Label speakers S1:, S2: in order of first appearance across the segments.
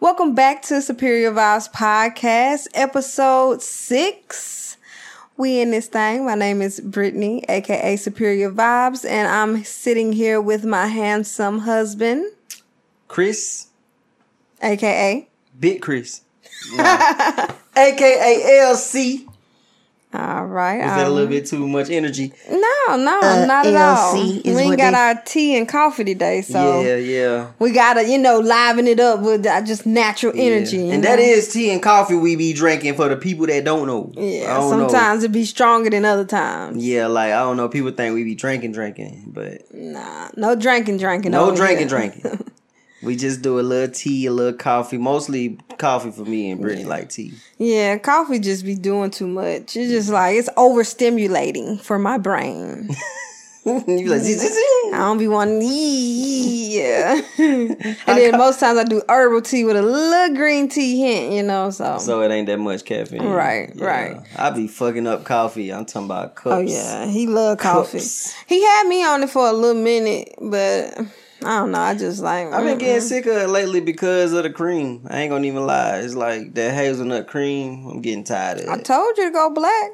S1: Welcome back to Superior Vibes Podcast, episode six. We in this thing. My name is Brittany, aka Superior Vibes, and I'm sitting here with my handsome husband,
S2: Chris,
S1: aka
S2: Big Chris, aka LC.
S1: All right. um,
S2: Is that a little bit too much energy?
S1: No, no,
S3: Uh,
S1: not at all.
S3: LC
S1: We
S3: is
S1: ain't
S3: what
S1: got
S3: they-
S1: our tea and coffee today, so
S2: yeah, yeah.
S1: we gotta, you know, liven it up with uh, just natural energy.
S2: Yeah.
S1: you
S2: And that
S1: know?
S2: is tea and coffee we be drinking for the people that don't know.
S1: yeah.
S2: I don't know.
S1: sometimes it be stronger than other times.
S2: Yeah, like I don't know. People think we be drinking, drinking, but
S1: Nah, no drinking, drinking.
S2: no
S1: over
S2: drinking,
S1: here.
S2: drinking. We just do a little tea, a little coffee, mostly coffee for me and Brittany like tea.
S1: Yeah, coffee just be doing too much. It's just like it's overstimulating for my brain.
S2: you be like, "Zzz, zzz, zzz."
S1: I don't be wanting yeah. and then most times I do herbal tea with a little green tea hint, you know. So,
S2: so it ain't that much caffeine.
S1: Right, right.
S2: I be fucking up coffee. I'm talking about cups.
S1: oh yeah, he love coffee.
S2: Cups.
S1: He had me on it for a little minute, but I don't know. I just like
S2: I've been
S1: mm.
S2: getting sick of it lately because of the cream. I ain't gonna even lie. It's like that hazelnut cream. I'm getting tired of
S1: I
S2: it.
S1: told you to go black.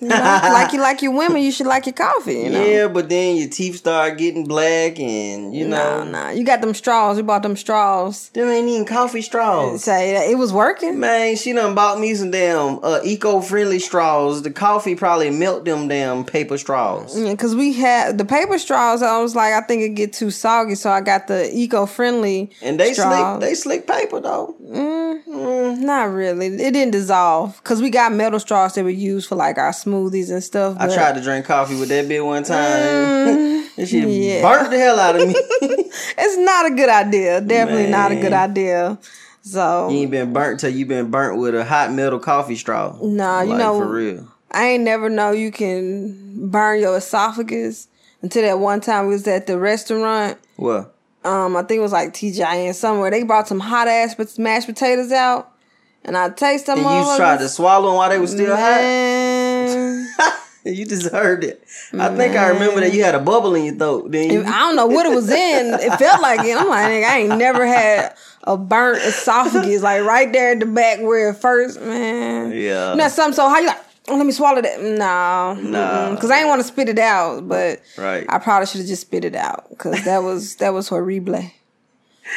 S1: You know, like you like your women, you should like your coffee. You know.
S2: Yeah, but then your teeth start getting black, and you know,
S1: No, no. You got them straws. You bought them straws.
S2: them ain't even coffee straws.
S1: Say that it was working.
S2: Man, she done bought me some damn uh, eco-friendly straws. The coffee probably melt them damn paper straws.
S1: Yeah, cause we had the paper straws. I was like, I think it get too soggy, so I got the eco friendly.
S2: And they
S1: straws.
S2: slick, they slick paper though.
S1: Mm, Not really. It didn't dissolve, cause we got metal straws that we use for like our smoothies and stuff.
S2: I
S1: but-
S2: tried to drink coffee with that bit one time.
S1: Mm,
S2: and she
S1: yeah.
S2: burnt the hell out of me.
S1: It's not a good idea. Definitely not a good
S2: Man.
S1: idea. So
S2: You ain't been burnt till you been burnt with a hot metal coffee straw.
S1: Nah, you know-
S2: for real.
S1: I ain't never know you can burn your esophagus until that one time we was at the restaurant.
S2: What?
S1: um, I think it was like TGIN somewhere. They brought some hot ass pot- mashed potatoes out, and I taste them.
S2: And you tried to swallow them while they were still
S1: Man.
S2: hot. you deserved it. I think I remember that you had a bubble in your throat. Then you,
S1: I don't know what it was in. It felt like it. I'm like, nigga, I ain't never had a burnt esophagus like right there at the back where it first, man.
S2: Yeah.
S1: You know, something. So how you like? "Oh, Let me swallow that. No,
S2: Nah.
S1: because I didn't want to spit it out, but
S2: Right.
S1: I probably should have just spit it out because that was that was horrible,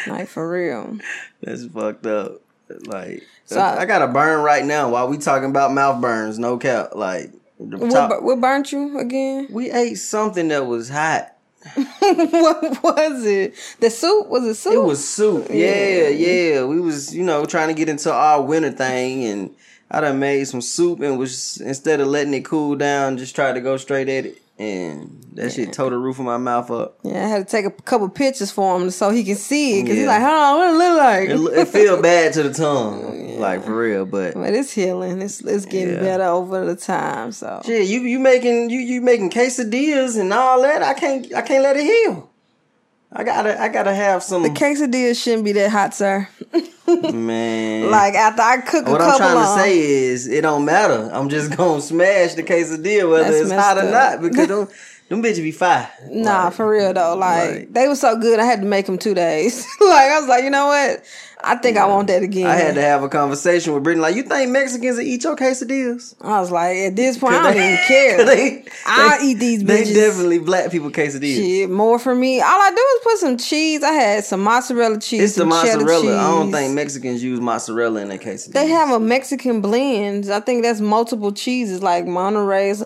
S1: like for real.
S2: That's fucked up. Like
S1: So I-
S2: I, got a burn right now while we talking about mouth burns. No cap. Like the
S1: What,
S2: top-
S1: bu- what burnt you again?
S2: we ate something that was hot.
S1: what was it? The soup was it soup?
S2: It was soup. Yeah, yeah. We was, you know, trying to get into our winter thing and I done made some soup and was instead of letting it cool down, just tried to go straight at it. And that shit tore the roof of my mouth up.
S1: Yeah, I had to take a couple pictures for him so he can see it because he's
S2: Yeah.
S1: like, hold on, what it look like?
S2: It, it feel bad to the tongue, like for real. But
S1: but it's healing. It's it's getting
S2: Yeah.
S1: better over the time. So
S2: shit, you you making you you making quesadillas and all that. I can't I can't let it heal. I gotta I gotta have some
S1: quesadilla shouldn't be that hot, sir.
S2: man.
S1: Like after I cook a
S2: what
S1: couple
S2: I'm trying
S1: of
S2: to say is it don't matter. I'm just gonna smash the quesadilla whether
S1: That's
S2: it's hot
S1: messed
S2: or
S1: up.
S2: not because them them bitches be fine.
S1: Nah,
S2: Like,
S1: for real though. Like
S2: like-
S1: they were so good, I had to make them two days. like I was like, you know what? I think I want that again.
S2: I had to have a conversation with Brittany. Like, you think Mexicans will eat your quesadillas?
S1: I was like, at this point, I don't
S2: They-
S1: even care.
S2: they,
S1: I'll
S2: they-
S1: eat these bitches.
S2: They definitely black people quesadillas.
S1: Shit, more for me. All I do is put some cheese. I had some mozzarella cheese.
S2: It's
S1: some
S2: the
S1: cheddar
S2: mozzarella. I don't
S1: cheese.
S2: think Mexicans use mozzarella in their quesadillas.
S1: they have a Mexican blend. I think that's multiple cheeses like Monterey's.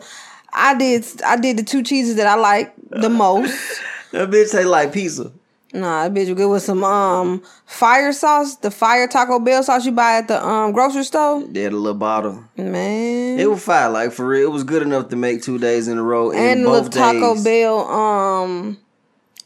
S1: I did I did the two cheeses that I like
S2: Uh.
S1: the most.
S2: that bitch taste like pizza.
S1: Nah, that bitch was good with some um fire sauce, the fire Taco Bell sauce you buy at the um grocery store.
S2: They had a little bottle.
S1: Man.
S2: It was fire, like for real. It was good enough to make two days in a row. And,
S1: and the
S2: both
S1: little Taco
S2: days,
S1: Bell um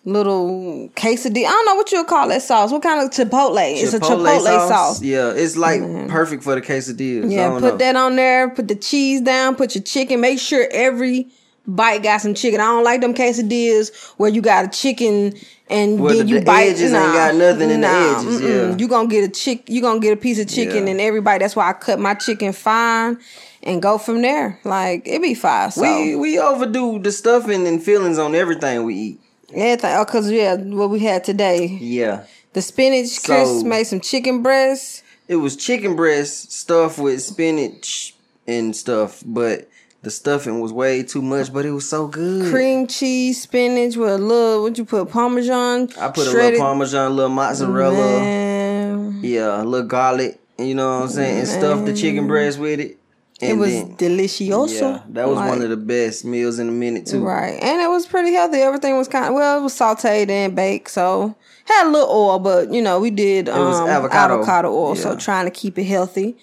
S1: little quesadilla. I don't know what you'll call that sauce. What kind of chipotle? it's a chipotle sauce.
S2: Yeah, it's like perfect for the quesadillas. I
S1: Yeah,
S2: don't
S1: put
S2: know.
S1: that on there. Put the cheese down. Put your chicken. Make sure every bite got some chicken. I don't like them quesadillas where you got a chicken and
S2: Where
S1: then
S2: the-
S1: you
S2: the
S1: bite.
S2: edges ain't got nothing in the edges,
S1: mm-mm.
S2: yeah.
S1: you gonna get a chick. You gonna get a piece of chicken
S2: Yeah.
S1: in every bite. That's why I cut my chicken fine and go from there. Like it be fine. So
S2: We we overdo the stuffing and feelings on everything we eat.
S1: uh, everything. Oh, cause yeah, what we had today.
S2: Yeah,
S1: The spinach
S2: So-
S1: Chris made some chicken breasts.
S2: It was chicken breast stuffed with spinach and stuff, but the stuffing was way too much. But it was so good.
S1: Cream cheese spinach with a little what you put parmesan.
S2: I put a
S1: shredded-
S2: little parmesan, a little mozzarella,
S1: Man,
S2: yeah, a little garlic. You know what I'm saying? And stuffed the chicken breast with it. And
S1: it was
S2: then,
S1: delicioso.
S2: yeah, that was
S1: Like,
S2: one of the best meals in a minute too.
S1: Right. And it was pretty healthy. Everything was kind of, well, it was sauteed and baked. So had a little oil, but you know, we did um,
S2: was
S1: avocado.
S2: avocado.
S1: oil. So
S2: Yeah.
S1: trying to keep it healthy.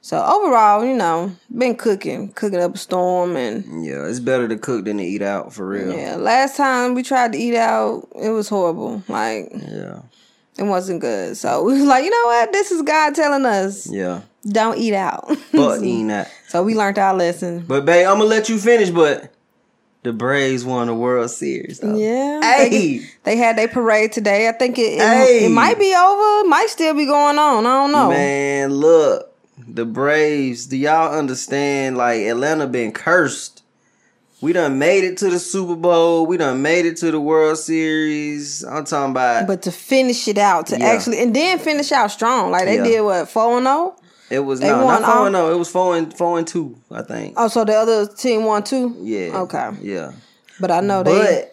S1: So overall, you know, been cooking, cooking up a storm. And
S2: Yeah, it's better to cook than to eat out for real.
S1: yeah, last time we tried to eat out, it was horrible. Like,
S2: yeah.
S1: it wasn't good. So we was like, you know what? This is God telling us
S2: yeah.
S1: don't eat out.
S2: But eating out.
S1: so we learned our lesson.
S2: But babe, I'm gonna let you finish. But the Braves won the World Series. though.
S1: Yeah.
S2: uh, Hey,
S1: They had their parade today. I think it, it,
S2: Hey.
S1: it might be over. It might still be going on. I don't know.
S2: man, look, the Braves. Do y'all understand? Like Atlanta been cursed. We done made it to the Super Bowl. We done made it to the World Series. I'm talking about
S1: But to finish it out, to
S2: Yeah.
S1: actually, and then finish out strong. Like they
S2: Yeah.
S1: did what, 4 and oh? 0?
S2: it was
S1: they
S2: no,
S1: won
S2: not
S1: all-
S2: four and no. It was four and four and two. I think.
S1: Oh, so the other team won too?
S2: Yeah.
S1: Okay.
S2: Yeah.
S1: But I know
S2: But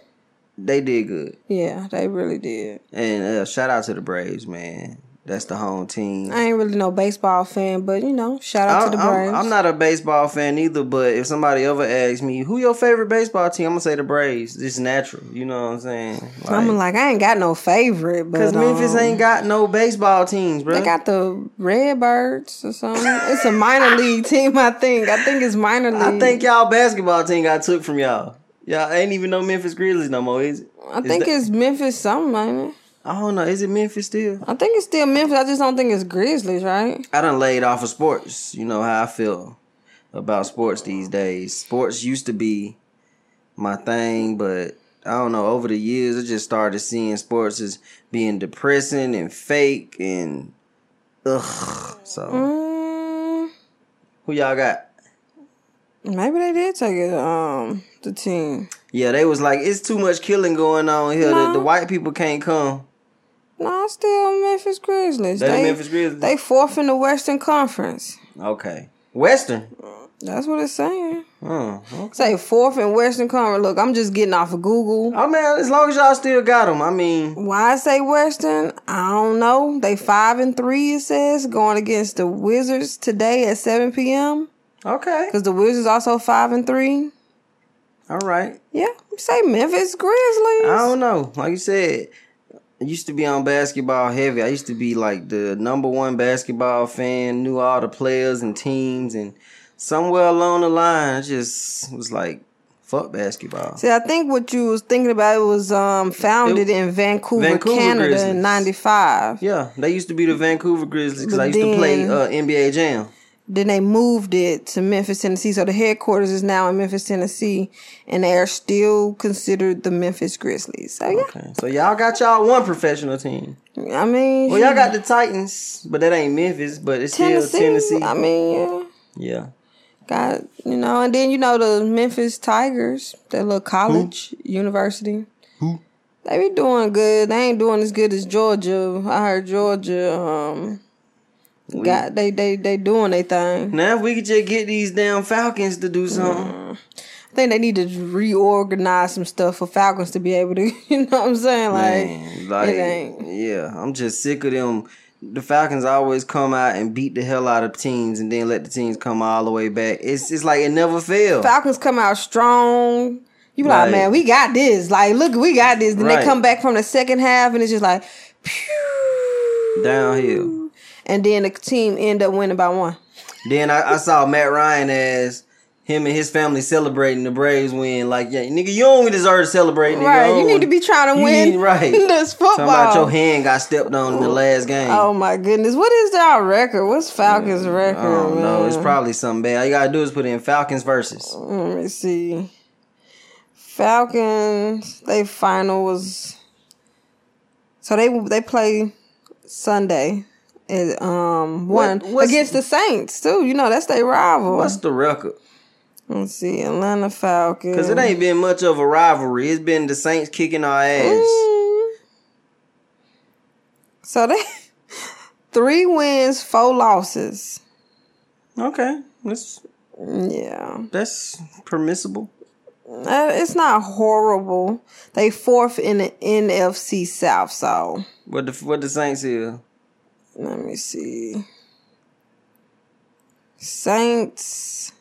S2: they did good.
S1: they, yeah, they really did.
S2: And uh, shout out to the Braves, man. That's the home team.
S1: I ain't really no baseball fan, but you know, shout out
S2: I'm,
S1: to the
S2: I'm-
S1: Braves.
S2: I'm not a baseball fan either, but if somebody ever asks me who your favorite baseball team, I'm gonna say the Braves. It's natural, you know what I'm saying?
S1: I'm like, I ain't got no favorite, but
S2: because Memphis
S1: um,
S2: ain't got no baseball teams, bro.
S1: They got the Redbirds or something. It's a minor league team, I think. I think it's minor league.
S2: I think y'all basketball team got took from y'all. Y'all ain't even no Memphis Grizzlies no more, is it?
S1: I think
S2: that-
S1: it's Memphis something, ain't it?
S2: I don't know. Is it Memphis still?
S1: I think it's still Memphis. I just don't think it's Grizzlies, right?
S2: I done laid off of sports. You know how I feel about sports these days. Sports used to be my thing, but I don't know. Over the years, I just started seeing sports as being depressing and fake and ugh. So
S1: Mm-hmm. Mm,
S2: who y'all got?
S1: maybe they did take it. Um, the team.
S2: Yeah, they was like, it's too much killing going on here. The,
S1: No.
S2: the white people can't come.
S1: No, it's still Memphis Grizzlies.
S2: They,
S1: They,
S2: the Memphis Grizzlies.
S1: they fourth in the Western Conference.
S2: okay, Western.
S1: That's what it's saying.
S2: Oh, okay.
S1: Say fourth in Western Conference. Look, I'm just getting off of Google.
S2: I mean, Oh, as long as y'all still got them. I mean,
S1: Why I say Western? I don't know. They five and three. It says going against the Wizards today at seven p.m.
S2: okay,
S1: Because the Wizards also five and three.
S2: all right.
S1: Yeah, say Memphis Grizzlies.
S2: I don't know. Like you said, I used to be on basketball heavy. I used to be like the number one basketball fan, knew all the players and teams, and somewhere along the line, I just was like, fuck basketball.
S1: See, I think what you was thinking about it was um, founded in Vancouver,
S2: Vancouver
S1: Canada in
S2: Grizzlies.
S1: '95.
S2: Yeah, they used to be the Vancouver Grizzlies because I
S1: But
S2: used to play
S1: then-
S2: uh, NBA Jam.
S1: Then they moved it to Memphis, Tennessee. So the headquarters is now in Memphis, Tennessee, and they are still considered the Memphis Grizzlies. So yeah,
S2: Okay, so y'all got y'all one professional team.
S1: I mean,
S2: Well, y'all got the Titans, but that ain't Memphis, but it's
S1: Tennessee.
S2: still Tennessee.
S1: I mean, yeah,
S2: yeah.
S1: got you know, and then you know the Memphis Tigers, that little college university.
S2: Who?
S1: They be doing good. They ain't doing as good as Georgia. I heard Georgia. Um, got they they they doing their thing.
S2: Now if we could just get these damn Falcons to do something.
S1: I think they need to reorganize some stuff for Falcons to be able to. You know what I'm saying? Like,
S2: Man, like,
S1: ain't.
S2: yeah, I'm just sick of them. The Falcons always come out and beat the hell out of teams, and then let the teams come all the way back. It's it's like it never fails.
S1: Falcons come out strong. You be like,
S2: Right.
S1: man, we got this. Like, look, we got this. Then they
S2: Right.
S1: come back from the second half, and it's just like, pew.
S2: Downhill.
S1: And then the team end up winning by one.
S2: Then I, I saw Matt Ryan as him and his family celebrating the Braves win. Like, yeah, nigga, you don't deserve to celebrate. Nigga.
S1: Right? You
S2: don't-
S1: need to be trying to
S2: you
S1: win.
S2: need- right.
S1: This football.
S2: Talking about your hand got stepped on in the last game.
S1: Oh my goodness! What is our record? What's Falcons' record?
S2: Mm, I don't
S1: man?
S2: know. It's probably something bad. All you gotta do is put in Falcons versus.
S1: Let me see. Falcons. They final was. So they they play Sunday, and um one
S2: What- what's-
S1: against the Saints too. You know that's their rival.
S2: What's the record?
S1: Let's see, Atlanta Falcons.
S2: Cause it ain't been much of a rivalry. It's been the Saints kicking our ass.
S1: Mm. So they three wins, four losses.
S2: Okay, that's
S1: Yeah.
S2: that's permissible.
S1: Uh, It's not horrible. They fourth in the NFC South, so
S2: What the what the Saints here?
S1: let me see. Saints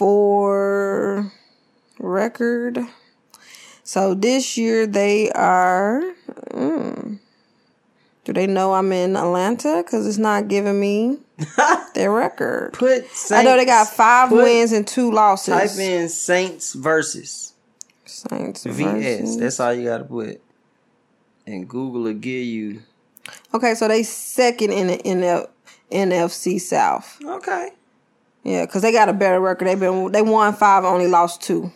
S1: for record. So this year they are. mm. do they know I'm in Atlanta? Because it's not giving me their record.
S2: Put Saints.
S1: I know they got five
S2: put-
S1: wins and two losses.
S2: Type in Saints versus
S1: Saints
S2: VS.
S1: versus-
S2: That's all you gotta put. And Google will give you
S1: Okay, so they second in the NF, NFC South.
S2: okay,
S1: Yeah, because they got a better record. They've been they won five, only lost two.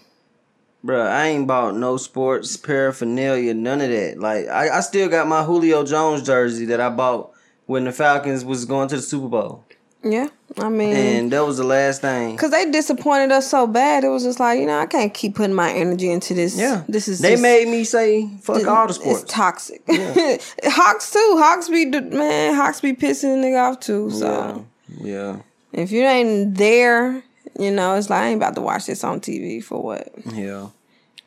S2: Bruh, I ain't bought no sports paraphernalia, none of that. Like I, I still got my Julio Jones jersey that I bought when the Falcons was going to the Super Bowl,
S1: Yeah, I mean,
S2: and that was the last thing.
S1: because they disappointed us so bad, it was just like you know I can't keep putting my energy into this.
S2: Yeah,
S1: this is
S2: they
S1: just-
S2: made me say fuck all the sports.
S1: It's toxic. Hawks too. Hawks be d- man. Hawks be pissing the nigga off too. So.
S2: yeah,
S1: If you ain't there, you know, it's like I ain't about to watch this on TV for what?
S2: yeah.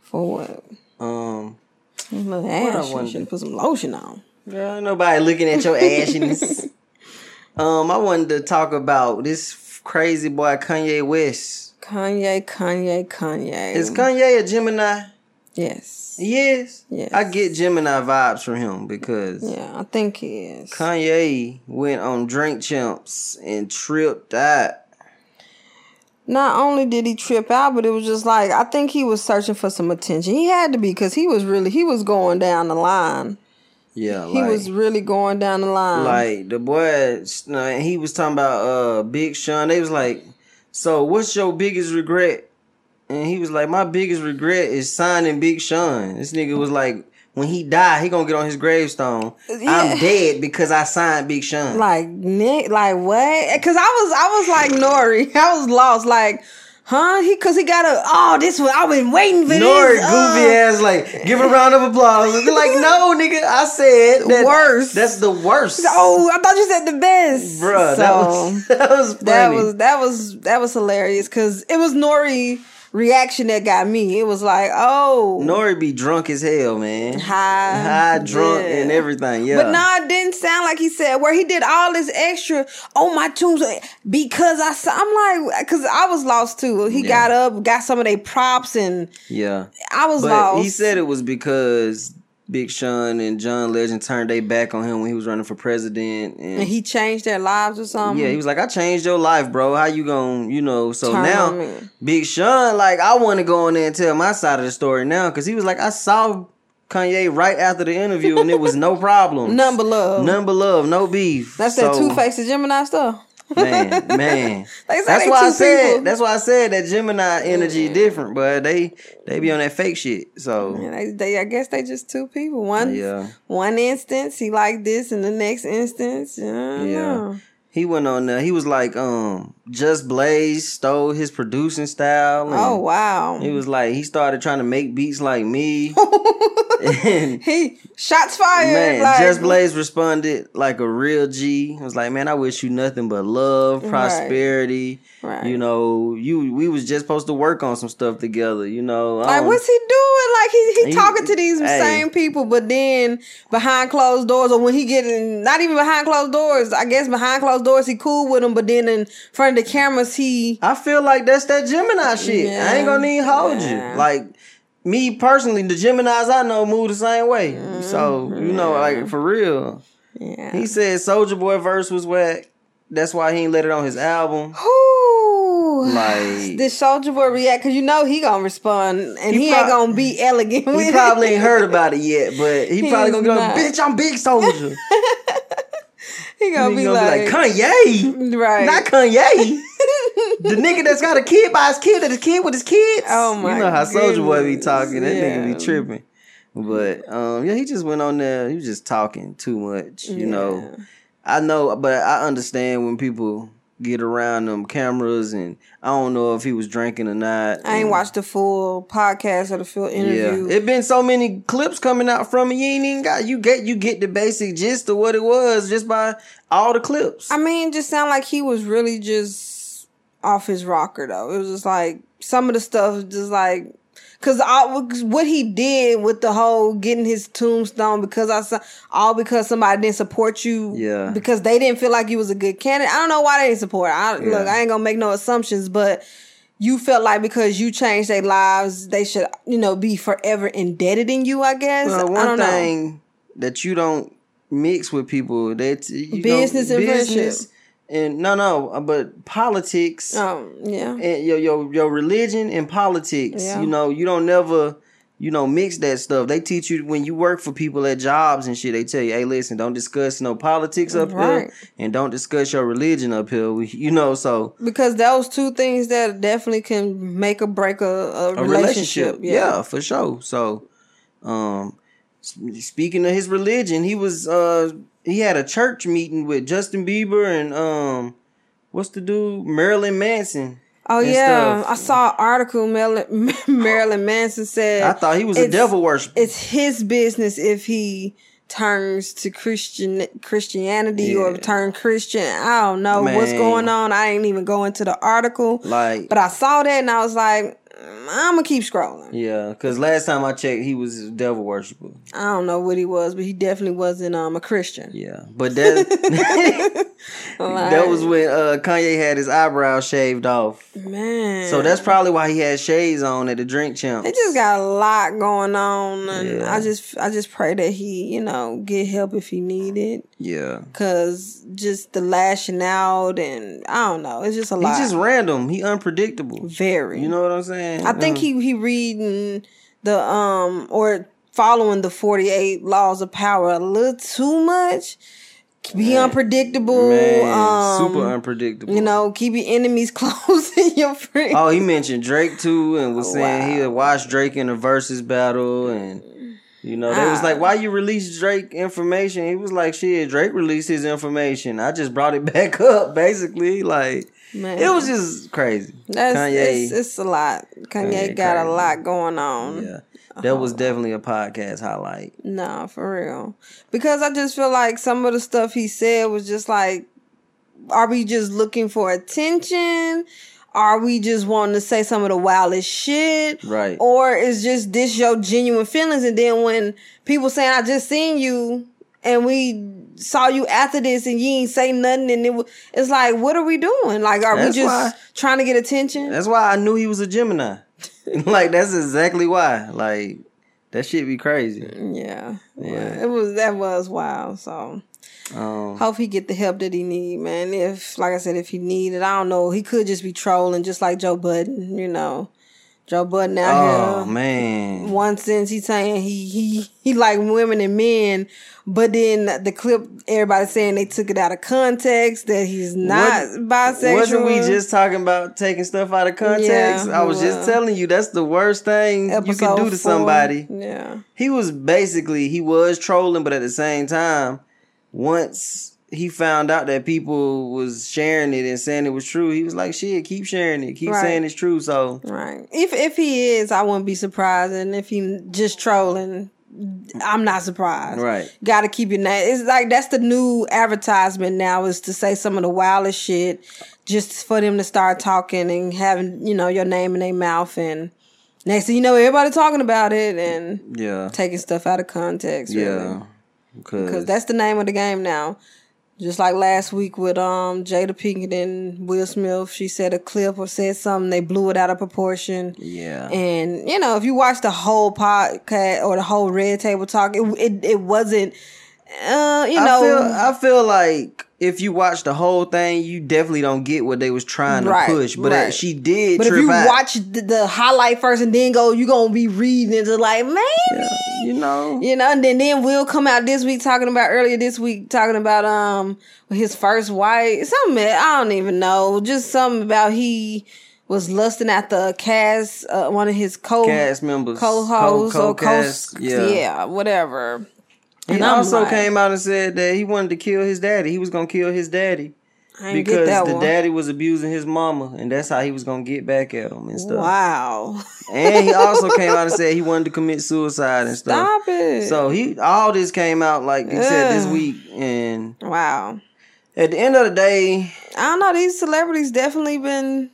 S1: For what?
S2: Um,
S1: Little
S2: I
S1: ass. You
S2: wonder-
S1: should have put some lotion on.
S2: girl, ain't nobody looking at your ashiness. um, I wanted to talk about this crazy boy Kanye West.
S1: Kanye, Kanye, Kanye.
S2: Is Kanye a Gemini?
S1: yes.
S2: Yes.
S1: Yes.
S2: I get Gemini vibes from him because
S1: Yeah, I think he is.
S2: Kanye went on Drink Champs and tripped out.
S1: Not only did he trip out, but it was just like I think he was searching for some attention. He had to be because he was really he was going down the line.
S2: Yeah, like,
S1: He was really going down the line.
S2: like the boy. no, He was talking about uh Big Sean. They was like, "So what's your biggest regret?" And he was like, "My biggest regret is signing Big Sean." This nigga was like, "When he die, he gonna get on his gravestone.
S1: Yeah.
S2: I'm dead because I signed Big Sean."
S1: like Nick, like what? Because I was, I was like Nori, I was lost, like, huh? He, because he got a, oh, this was I've been waiting for
S2: Nori
S1: this.
S2: goofy
S1: uh.
S2: ass like give a round of applause. And they're like, no, nigga, I said that,
S1: Worse.
S2: That's the worst.
S1: Oh, I thought you said the best,
S2: Bruh, that was that was funny.
S1: that was that was that was hilarious because it was Nori reaction that got me. It was like, oh,
S2: Nori be drunk as hell, man.
S1: High.
S2: high, drunk,
S1: Yeah.
S2: and everything. Yeah,
S1: But no, it didn't sound like he said where he did all this extra on my tombstone because I saw. I'm like, because I was lost too. He
S2: Yeah.
S1: got up, got some of their props, and
S2: yeah.
S1: I was
S2: But
S1: lost.
S2: he said it was because Big Sean and John Legend turned their back on him when he was running for president, and,
S1: and he um, changed their lives or something.
S2: yeah, he was like, "I changed your life, bro. How you gon' you know?" So
S1: Turn on me.
S2: now, Big Sean, like, I want to go in there and tell my side of the story now because he was like, "I saw Kanye right after the interview, and it was no problem,
S1: None but love.
S2: none but love, no beef."
S1: That's that
S2: So-
S1: two faced Gemini stuff.
S2: man, man.
S1: They say
S2: that's
S1: they
S2: why
S1: two
S2: I said.
S1: people.
S2: That's why I said that Gemini energy different, but they they be on that fake shit. So
S1: And they, they, I guess they just two people. One,
S2: yeah,
S1: one instance he like this, and the next instance, yeah,
S2: Yeah. he went on there. He was like, um, just Blaze stole his producing style. and
S1: Oh wow,
S2: He was like, he started trying to make beats like me. and
S1: he shots fired.
S2: man,
S1: like,
S2: Just Blaze responded like a real G. I was like, man, I wish you nothing but love, prosperity.
S1: Right.
S2: You know, you we was just supposed to work on some stuff together. You know, um, I
S1: Like
S2: don't-
S1: what's he doing? Like he, he
S2: He-
S1: talking to these
S2: hey.
S1: same people, but then behind closed doors, or when he getting not even behind closed doors, I guess behind closed doors he cool with them, but then in front of the cameras he
S2: I feel like that's that Gemini shit. I ain't gonna need to hold
S1: Yeah.
S2: you. Like me personally, the Geminis I know move the same way. So you know, like for real,
S1: yeah.
S2: he said Soldier Boy verse was whack. That's why he ain't let it on his album.
S1: Who
S2: Like-
S1: this soldier boy react? Cause you know he gonna respond, and he,
S2: He
S1: ain't
S2: prob-
S1: gonna be elegant. with
S2: He
S1: it.
S2: probably ain't heard about it yet, but he,
S1: He
S2: probably
S1: is
S2: gonna go,
S1: not.
S2: bitch, I'm Big Soldier.
S1: he
S2: He
S1: gonna, be,
S2: gonna
S1: like,
S2: be like Kanye,
S1: right?
S2: not Kanye. the nigga that's got a kid by his kid and his kid with his kids.
S1: Oh my
S2: You know how Soldier Boy be
S1: goodness,
S2: talking. That nigga
S1: yeah.
S2: be tripping. But um, yeah, he just went on there. He was just talking too much. You know, I know, but I understand when people get around them cameras, and I don't know if he was drinking or not.
S1: I ain't
S2: and-
S1: watched the full podcast or the full interview.
S2: Mm. Yeah, it been so many clips coming out from it. You ain't even got you get you get the basic gist of what it was just by all the clips.
S1: I mean, it just sound like he was really just off his rocker though. It was just like some of the stuff was just like because what he did with the whole getting his tombstone because I saw all because somebody didn't support you.
S2: Yeah.
S1: because they didn't feel like you was a good candidate. I don't know why they didn't support. I
S2: Yeah.
S1: look, I ain't gonna make no assumptions, but. You felt like because you changed their lives, they should, you know, be forever indebted in you. I guess.
S2: Well,
S1: I
S2: one
S1: don't know.
S2: thing that you don't mix with people that you know,
S1: Business and friendship.
S2: and no, no, uh, but politics
S1: Um. Yeah.
S2: and your your your religion and politics.
S1: Yeah.
S2: You know, you don't never. You know, mix that stuff. They teach you when you work for people at jobs and shit. They tell you, "Hey, listen, don't discuss no politics up
S1: Right.
S2: here, and don't discuss your religion up here." We- You know, so
S1: because those two things that definitely can make or break a, a,
S2: a
S1: relationship.
S2: relationship. Yeah. for sure. So, um, s- speaking of his religion, he was uh he had a church meeting with Justin Bieber and um, what's the dude Marilyn Manson.
S1: Oh
S2: and
S1: yeah,
S2: stuff.
S1: I saw an article. Marilyn, Marilyn Manson said
S2: I thought he was a
S1: it's-
S2: devil worshiper.
S1: it's his business if he turns to Christian Christianity or
S2: Yeah.
S1: turn Christian. I don't know what's
S2: Man.
S1: going on. I ain't even go into the article,
S2: Like,
S1: but I saw that and I was like, I'm gonna keep scrolling.
S2: yeah, because last time I checked, he was a devil worshiper.
S1: I don't know what he was, but he definitely wasn't um a Christian.
S2: Yeah, but that that
S1: Like,
S2: was when uh, Kanye had his eyebrow shaved off.
S1: man.
S2: So that's probably why he had shades on at the drink champ.
S1: They just got a lot going on, and
S2: Yeah.
S1: I just I just pray that he, you know, get help if he need it,
S2: Yeah.
S1: cause just the lashing out and I don't know, it's just a
S2: He's
S1: lot.
S2: just random. He unpredictable.
S1: very.
S2: You know uh, what I'm saying?
S1: I think he he reading the um or following the forty eight laws of power a little too much. Be unpredictable.
S2: Uh, Man,
S1: um,
S2: super unpredictable.
S1: You know, keep your enemies close and your friends.
S2: Oh, he mentioned Drake too, and was saying
S1: Wow.
S2: he had watched Drake in a versus battle, and you know they was
S1: Ah.
S2: like, "Why you release Drake information?" He was like, "Shit, Drake released his information. I just brought it back up, basically." Like
S1: Man.
S2: it was just crazy.
S1: That's
S2: Kanye.
S1: It's, it's a lot. Kanye,
S2: Kanye
S1: got a
S2: crazy.
S1: lot going on.
S2: yeah, that was definitely a podcast highlight.
S1: Nah, for real. Because I just feel like some of the stuff he said was just like, are we just looking for attention? Are we just wanting to say some of the wildest shit?
S2: Right.
S1: Or is just this your genuine feelings? And then when people saying, I just seen you and we saw you after this and you ain't say nothing and it was, it's like, what are we doing? Like, are
S2: That's
S1: we just
S2: why-
S1: trying to get attention?
S2: That's why I knew he was a Gemini. like that's exactly why. Like that shit be crazy.
S1: Yeah,
S2: Yeah.
S1: yeah. It was that was wild. So
S2: Um,
S1: hope he get the help that he need, man. If like I said, if he need it, I don't know. He could just be trolling, just like Joe Budden. You know, Joe Budden out
S2: oh
S1: here.
S2: man.
S1: One sense he's saying he he he like women and men, but then the clip everybody saying they took it out of context that he's not bisexual.
S2: Wasn't we just talking about taking stuff out of context?
S1: Yeah,
S2: I was just
S1: well.
S2: telling you that's the worst thing you
S1: Episode
S2: can do to
S1: four.
S2: somebody.
S1: Yeah,
S2: He was basically he was trolling, but at the same time, once he found out that people was sharing it and saying it was true, he was like, "Shit, keep sharing it, keep
S1: Right.
S2: saying it's true." So
S1: right. If if he is, I wouldn't be surprised, and if he just trolling, I'm not surprised.
S2: right,
S1: Got to keep your name. It's like that's the new advertisement now is to say some of the wildest shit, just for them to start talking and having you know your name in their mouth, and next thing you know, everybody talking about it and
S2: yeah,
S1: taking stuff out of context.
S2: yeah,
S1: because
S2: because
S1: that's the name of the game now. Just like last week with um Jada Pinkett and Will Smith, she said a clip or said something, they blew it out of proportion.
S2: yeah,
S1: And you know, if you watch the whole podcast or the whole Red Table Talk, it it, it wasn't, uh, you know,
S2: I feel, I feel like if you watch the whole thing, you definitely don't get what they was trying to
S1: Right,
S2: push. But uh,
S1: right.
S2: she did.
S1: but if
S2: trip
S1: you
S2: out.
S1: watch the, the highlight first and then go, you gonna be reading it just like man,
S2: Yeah, you know,
S1: you know. And then then Will come out this week talking about earlier this week talking about um his first wife, something I don't even know, just something about he was lusting at the cast, uh, one of his co
S2: cast members,
S1: co-hosts
S2: co-
S1: or
S2: co-cast,
S1: co
S2: yeah.
S1: uh, yeah, whatever.
S2: He
S1: And I'm
S2: also
S1: like-
S2: came out and said that he wanted to kill his daddy. He was gonna kill his daddy.
S1: I didn't get
S2: because
S1: that
S2: the
S1: one.
S2: daddy was abusing his mama, and that's how he was gonna get back at him and stuff.
S1: Wow.
S2: And he also came out and said he wanted to commit suicide and stuff.
S1: Stop it.
S2: So he all this came out like he said this
S1: Ugh.
S2: week, and
S1: wow.
S2: at the end of the day,
S1: I don't know. These celebrities definitely been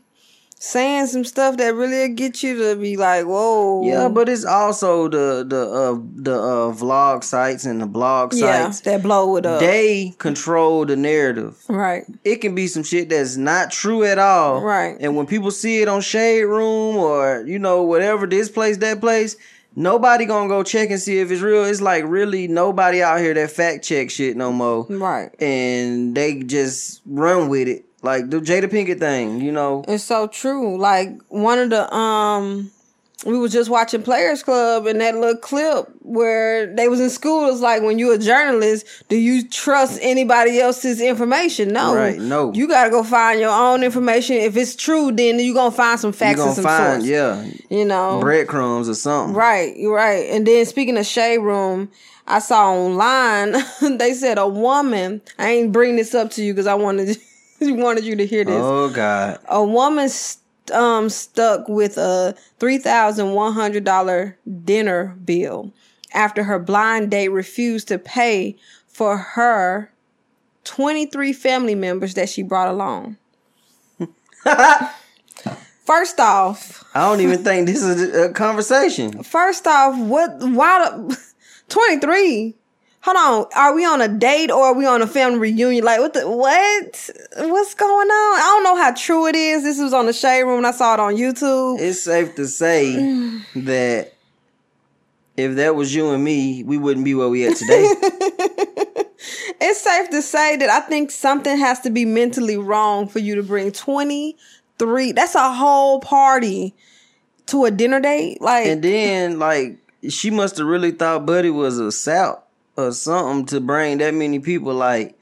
S1: saying some stuff that really get you to be like, whoa.
S2: yeah, but it's also the the uh, the uh, vlog sites and the blog
S1: yeah,
S2: sites.
S1: that blow it up.
S2: They control the narrative.
S1: right.
S2: It can be some shit that's not true at all.
S1: Right.
S2: And when people see it on Shade Room or you know whatever this place that place, nobody gonna go check and see if it's real. It's like really nobody out here that fact check shit no more.
S1: Right.
S2: and they just run with it. Like the Jada Pinkett thing, you know.
S1: It's so true. Like one of the um we was just watching Players Club and that little clip where they was in school. It's like when you're a journalist, do you trust anybody else's information? No.
S2: Right, no.
S1: You gotta go find your own information. If it's true, then you gonna find some
S2: You're
S1: facts and
S2: gonna
S1: some
S2: find,
S1: source.
S2: yeah,
S1: You know.
S2: breadcrumbs or something.
S1: Right, you're right. And then speaking of shade room, I saw online they said a woman. I ain't bring this up to you because I wanted wanted you to hear this.
S2: Oh God.
S1: A woman st- um stuck with a three thousand one hundred dollar dinner bill after her blind date refused to pay for her twenty three family members that she brought along. First off,
S2: I don't even think this is a conversation.
S1: First off, what? Why? The, Twenty three. Hold on. Are we on a date or are we on a family reunion? Like what? The, what? What's going on? I don't know how true it is. This was on the shade room and I saw it on YouTube.
S2: It's safe to say that if that was you and me, we wouldn't be where we at today.
S1: It's safe to say that I think something has to be mentally wrong for you to bring twenty three. That's a whole party to a dinner date. Like
S2: and then, like, she must have really thought Buddy was a sap or something to bring that many people. Like,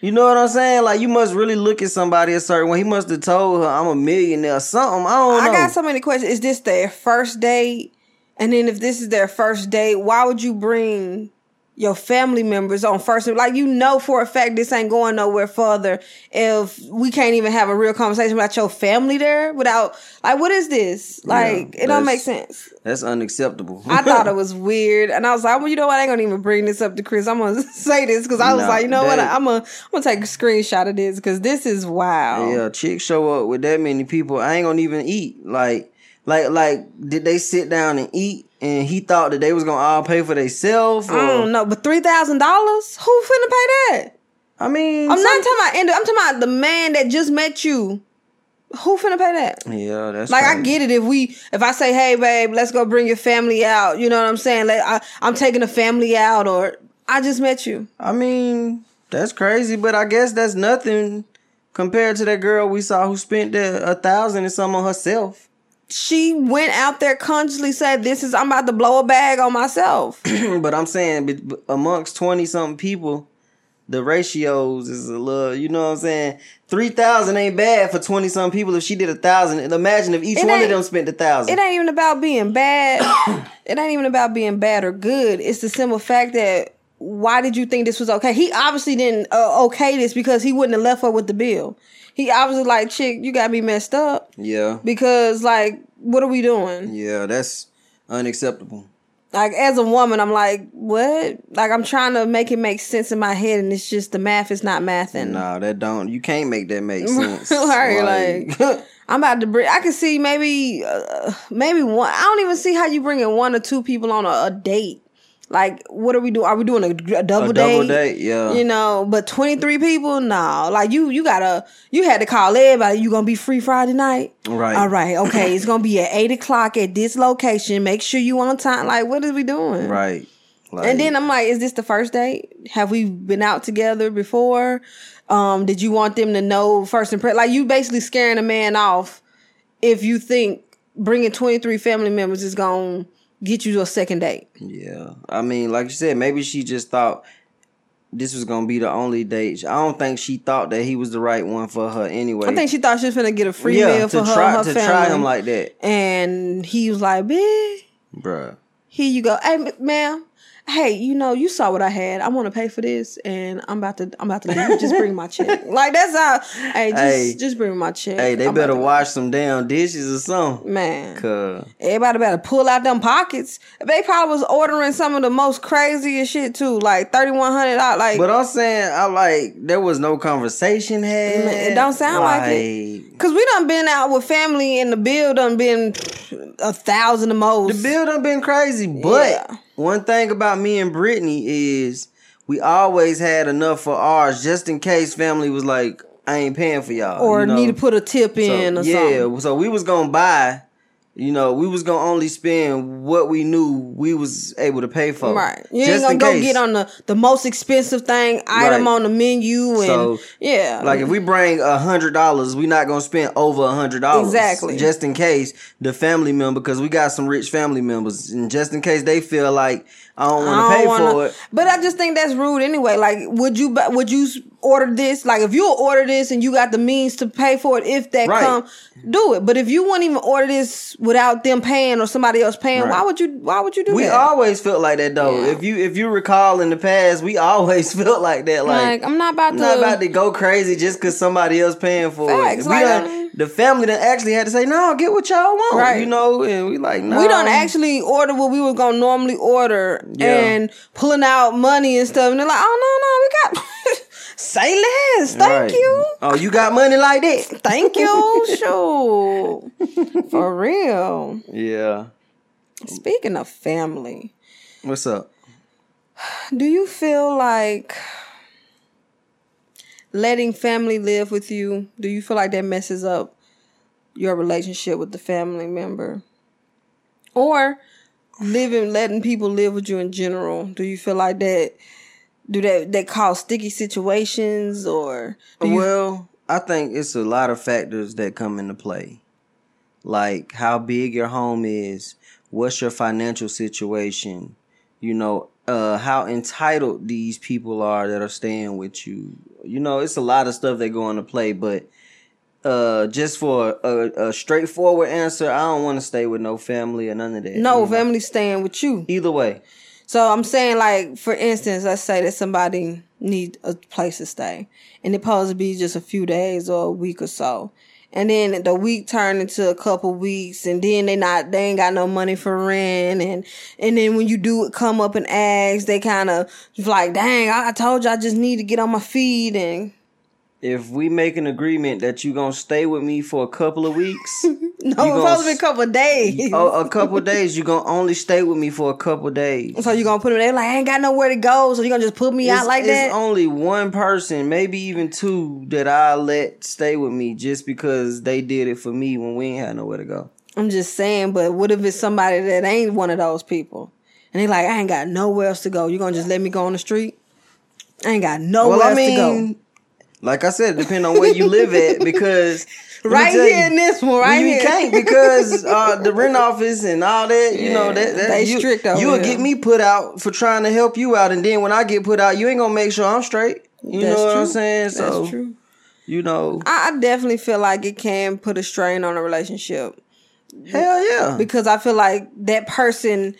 S2: you know what I'm saying? Like, you must really look at somebody a certain way. He must have told her, "I'm a millionaire" or something. I don't
S1: I
S2: know.
S1: got so many questions. Is this their first date? And then if this is their first date, why would you bring your family members on first? Like you know for a fact this ain't going nowhere further. If we can't even have a real conversation about your family there, without like what is this? Like it don't
S2: that's-
S1: make sense.
S2: That's unacceptable.
S1: I thought it was weird, and I was like, well, you know what? I ain't gonna even bring this up to Chris. I'm gonna say this because I was
S2: Nah,
S1: like, you know what?
S2: that-
S1: I'm gonna I'm gonna take a screenshot of this because this is wild.
S2: yeah, chicks show up with that many people. I ain't gonna even eat. Like, like, like, did they sit down and eat? And he thought that they was gonna all pay for themselves.
S1: I don't know, but three thousand dollars? Who finna pay that?
S2: I mean,
S1: I'm
S2: some-
S1: not talking about end. I'm talking about the man that just met you. Who finna pay that?
S2: Yeah, that's
S1: Like I
S2: crazy.
S1: get it if we if I say hey babe let's go bring your family out you know what I'm saying like I I'm taking the family out or I just met you
S2: I mean, that's crazy, but I guess that's nothing compared to that girl we saw who spent that a thousand and some on herself.
S1: she went out there consciously said this is I'm about to blow a bag on myself
S2: but I'm saying, but- but amongst twenty something people, the ratios is a little. You know what I'm saying? Three thousand ain't bad for twenty something people. If she did a thousand, and imagine if each
S1: It
S2: one of
S1: ain't-
S2: them spent a thousand.
S1: it ain't even about being bad it ain't even about being bad or good it's the simple fact that why did you think this was okay he obviously didn't uh, okay this because he wouldn't have left her with the bill he obviously like chick you got me messed up
S2: Yeah,
S1: because like what are we doing
S2: yeah, that's unacceptable.
S1: like as a woman i'm like what like i'm trying to make it make sense in my head and it's just the math is not mathing
S2: No, that don't. You can't make that make sense.
S1: Right, i'm about to bring i can see maybe uh, maybe one i don't even see how you bringing one or two people on a, a date like what are we doing are we doing a, a double
S2: a
S1: date
S2: double date. Yeah,
S1: you know but 23 people no like you you gotta you had to call everybody you gonna be free friday night
S2: right.
S1: All right, okay. It's gonna be at eight o'clock at this location. Make sure you on time. Like, what are we doing?
S2: right. Like,
S1: And then I'm like, is this the first date? Have we been out together before? Um, did you want them to know first impression? Like, you basically scaring a man off if you think bringing 23 family members is gonna get you to a second date.
S2: Yeah. I mean, like you said, maybe she just thought this was gonna be the only date. I don't think she thought that he was the right one for her anyway.
S1: I think she thought she was gonna get a free meal for
S2: to
S1: her,
S2: try
S1: her
S2: to
S1: family.
S2: try him like that.
S1: and he was like, bitch.
S2: Bruh.
S1: here you go. Hey, ma- ma'am, hey, you know, you saw what I had. I want to pay for this, and I'm about to, I'm about to leave. just bring my check. Like that's how. Hey, just,
S2: Hey.
S1: just bring my check.
S2: Hey, they
S1: I'm about
S2: better
S1: to-
S2: wash some damn dishes or something.
S1: Man,
S2: Cause
S1: everybody better pull out them pockets. They probably was ordering some of the most craziest shit too, like thirty one hundred dollars. Like,
S2: But I'm saying, I like there was no conversation had.
S1: Man, it don't sound like it. cause we done been out with family, and the bill done been a thousand the most.
S2: The bill done been crazy, but
S1: Yeah.
S2: one thing about me and Brittany is we always had enough for ours just in case family was like, I ain't paying for y'all,
S1: or
S2: you know?
S1: need to put a tip
S2: So,
S1: in or
S2: yeah,
S1: something.
S2: so we was gonna buy. You know, we was gonna only spend what we knew we was able to pay for.
S1: Right. You
S2: Just
S1: ain't
S2: in
S1: gonna go
S2: case.
S1: get on the, the most expensive thing item
S2: Right.
S1: on the menu and
S2: So,
S1: yeah.
S2: Like if we bring a hundred dollars, we not gonna spend over a hundred dollars.
S1: Exactly.
S2: Just in case the family member, because we got some rich family members, and just in case they feel like I don't want to
S1: I
S2: pay
S1: don't wanna-
S2: for it.
S1: But I just think that's rude anyway. Like, would you bu- would you s- order this? Like, if you order this and you got the means to pay for it, if that
S2: Right.
S1: come, do it. But if you wouldn't even order this without them paying or somebody else paying, why
S2: Right.
S1: would you? Why would you do
S2: We
S1: that?
S2: always felt like that though.
S1: Yeah.
S2: If you if you recall in the past, we always felt like that.
S1: like,
S2: Like,
S1: I'm not about
S2: I'm
S1: to.
S2: not about to go crazy just because somebody else paying for
S1: Facts,
S2: it. We
S1: like,
S2: done,
S1: um,
S2: the family done actually had to say, "No, get what y'all want,"
S1: Right.
S2: you know. And we like, no,
S1: we don't actually order what we were gonna normally order
S2: Yeah.
S1: and pulling out money and stuff. And they're like, oh no, no, we got say less. Thank
S2: Right.
S1: you.
S2: Oh, you got money like that?
S1: Thank you. Shoot. For real.
S2: Yeah.
S1: Speaking of family,
S2: What's up?
S1: do you feel like letting family live with you, do you feel like that messes up your relationship with the family member? Or living letting people live with you in general, do you feel like that do that that cause sticky situations or do you,
S2: well, I think it's a lot of factors that come into play. Like how big your home is, what's your financial situation, you know, uh, how entitled these people are that are staying with you. You know, it's a lot of stuff that go into play, but uh, just for a, a straightforward answer, I don't want to stay with no family or none of that.
S1: no
S2: you know.
S1: family staying with you?
S2: Either way,
S1: So I'm saying, like, for instance, let's say that somebody need a place to stay, and it supposed to be just a few days or a week or so, and then the week turned into a couple weeks, and then they not they ain't got no money for rent, and and then when you do come up and ask, they kind of like, dang, I, I told you I just need to get on my feet, and
S2: if we make an agreement that you gonna stay with me for a couple of weeks.
S1: no,
S2: gonna
S1: it's supposed to be a
S2: s-
S1: couple of days.
S2: Oh, a couple days. You gonna only stay with me for a couple days.
S1: So you gonna put them there like I ain't got nowhere to go, so you gonna just put me out like that?
S2: It's only one person, maybe even two, that I let stay with me just because they did it for me when we ain't had nowhere to go.
S1: I'm just saying, but what if it's somebody that ain't one of those people? And they like, I ain't got nowhere else to go. You gonna just let me go on the street? Oh, I ain't got nowhere
S2: Well, I
S1: else to
S2: mean, like I said, depend on where you live at because
S1: go.
S2: let me
S1: Right
S2: tell
S1: here
S2: you,
S1: in this one,
S2: Well,
S1: right
S2: you
S1: here.
S2: can't because uh, the rent office and all that, you know, that, that
S1: they
S2: you,
S1: strict over
S2: you will
S1: here.
S2: get me put out for trying to help you out, and then when I get put out, you ain't gonna make sure I'm straight. You
S1: That's
S2: know what
S1: true.
S2: I'm saying? So
S1: That's true.
S2: you know,
S1: I, I definitely feel like it can put a strain on a relationship
S2: hell yeah.
S1: because I feel like that person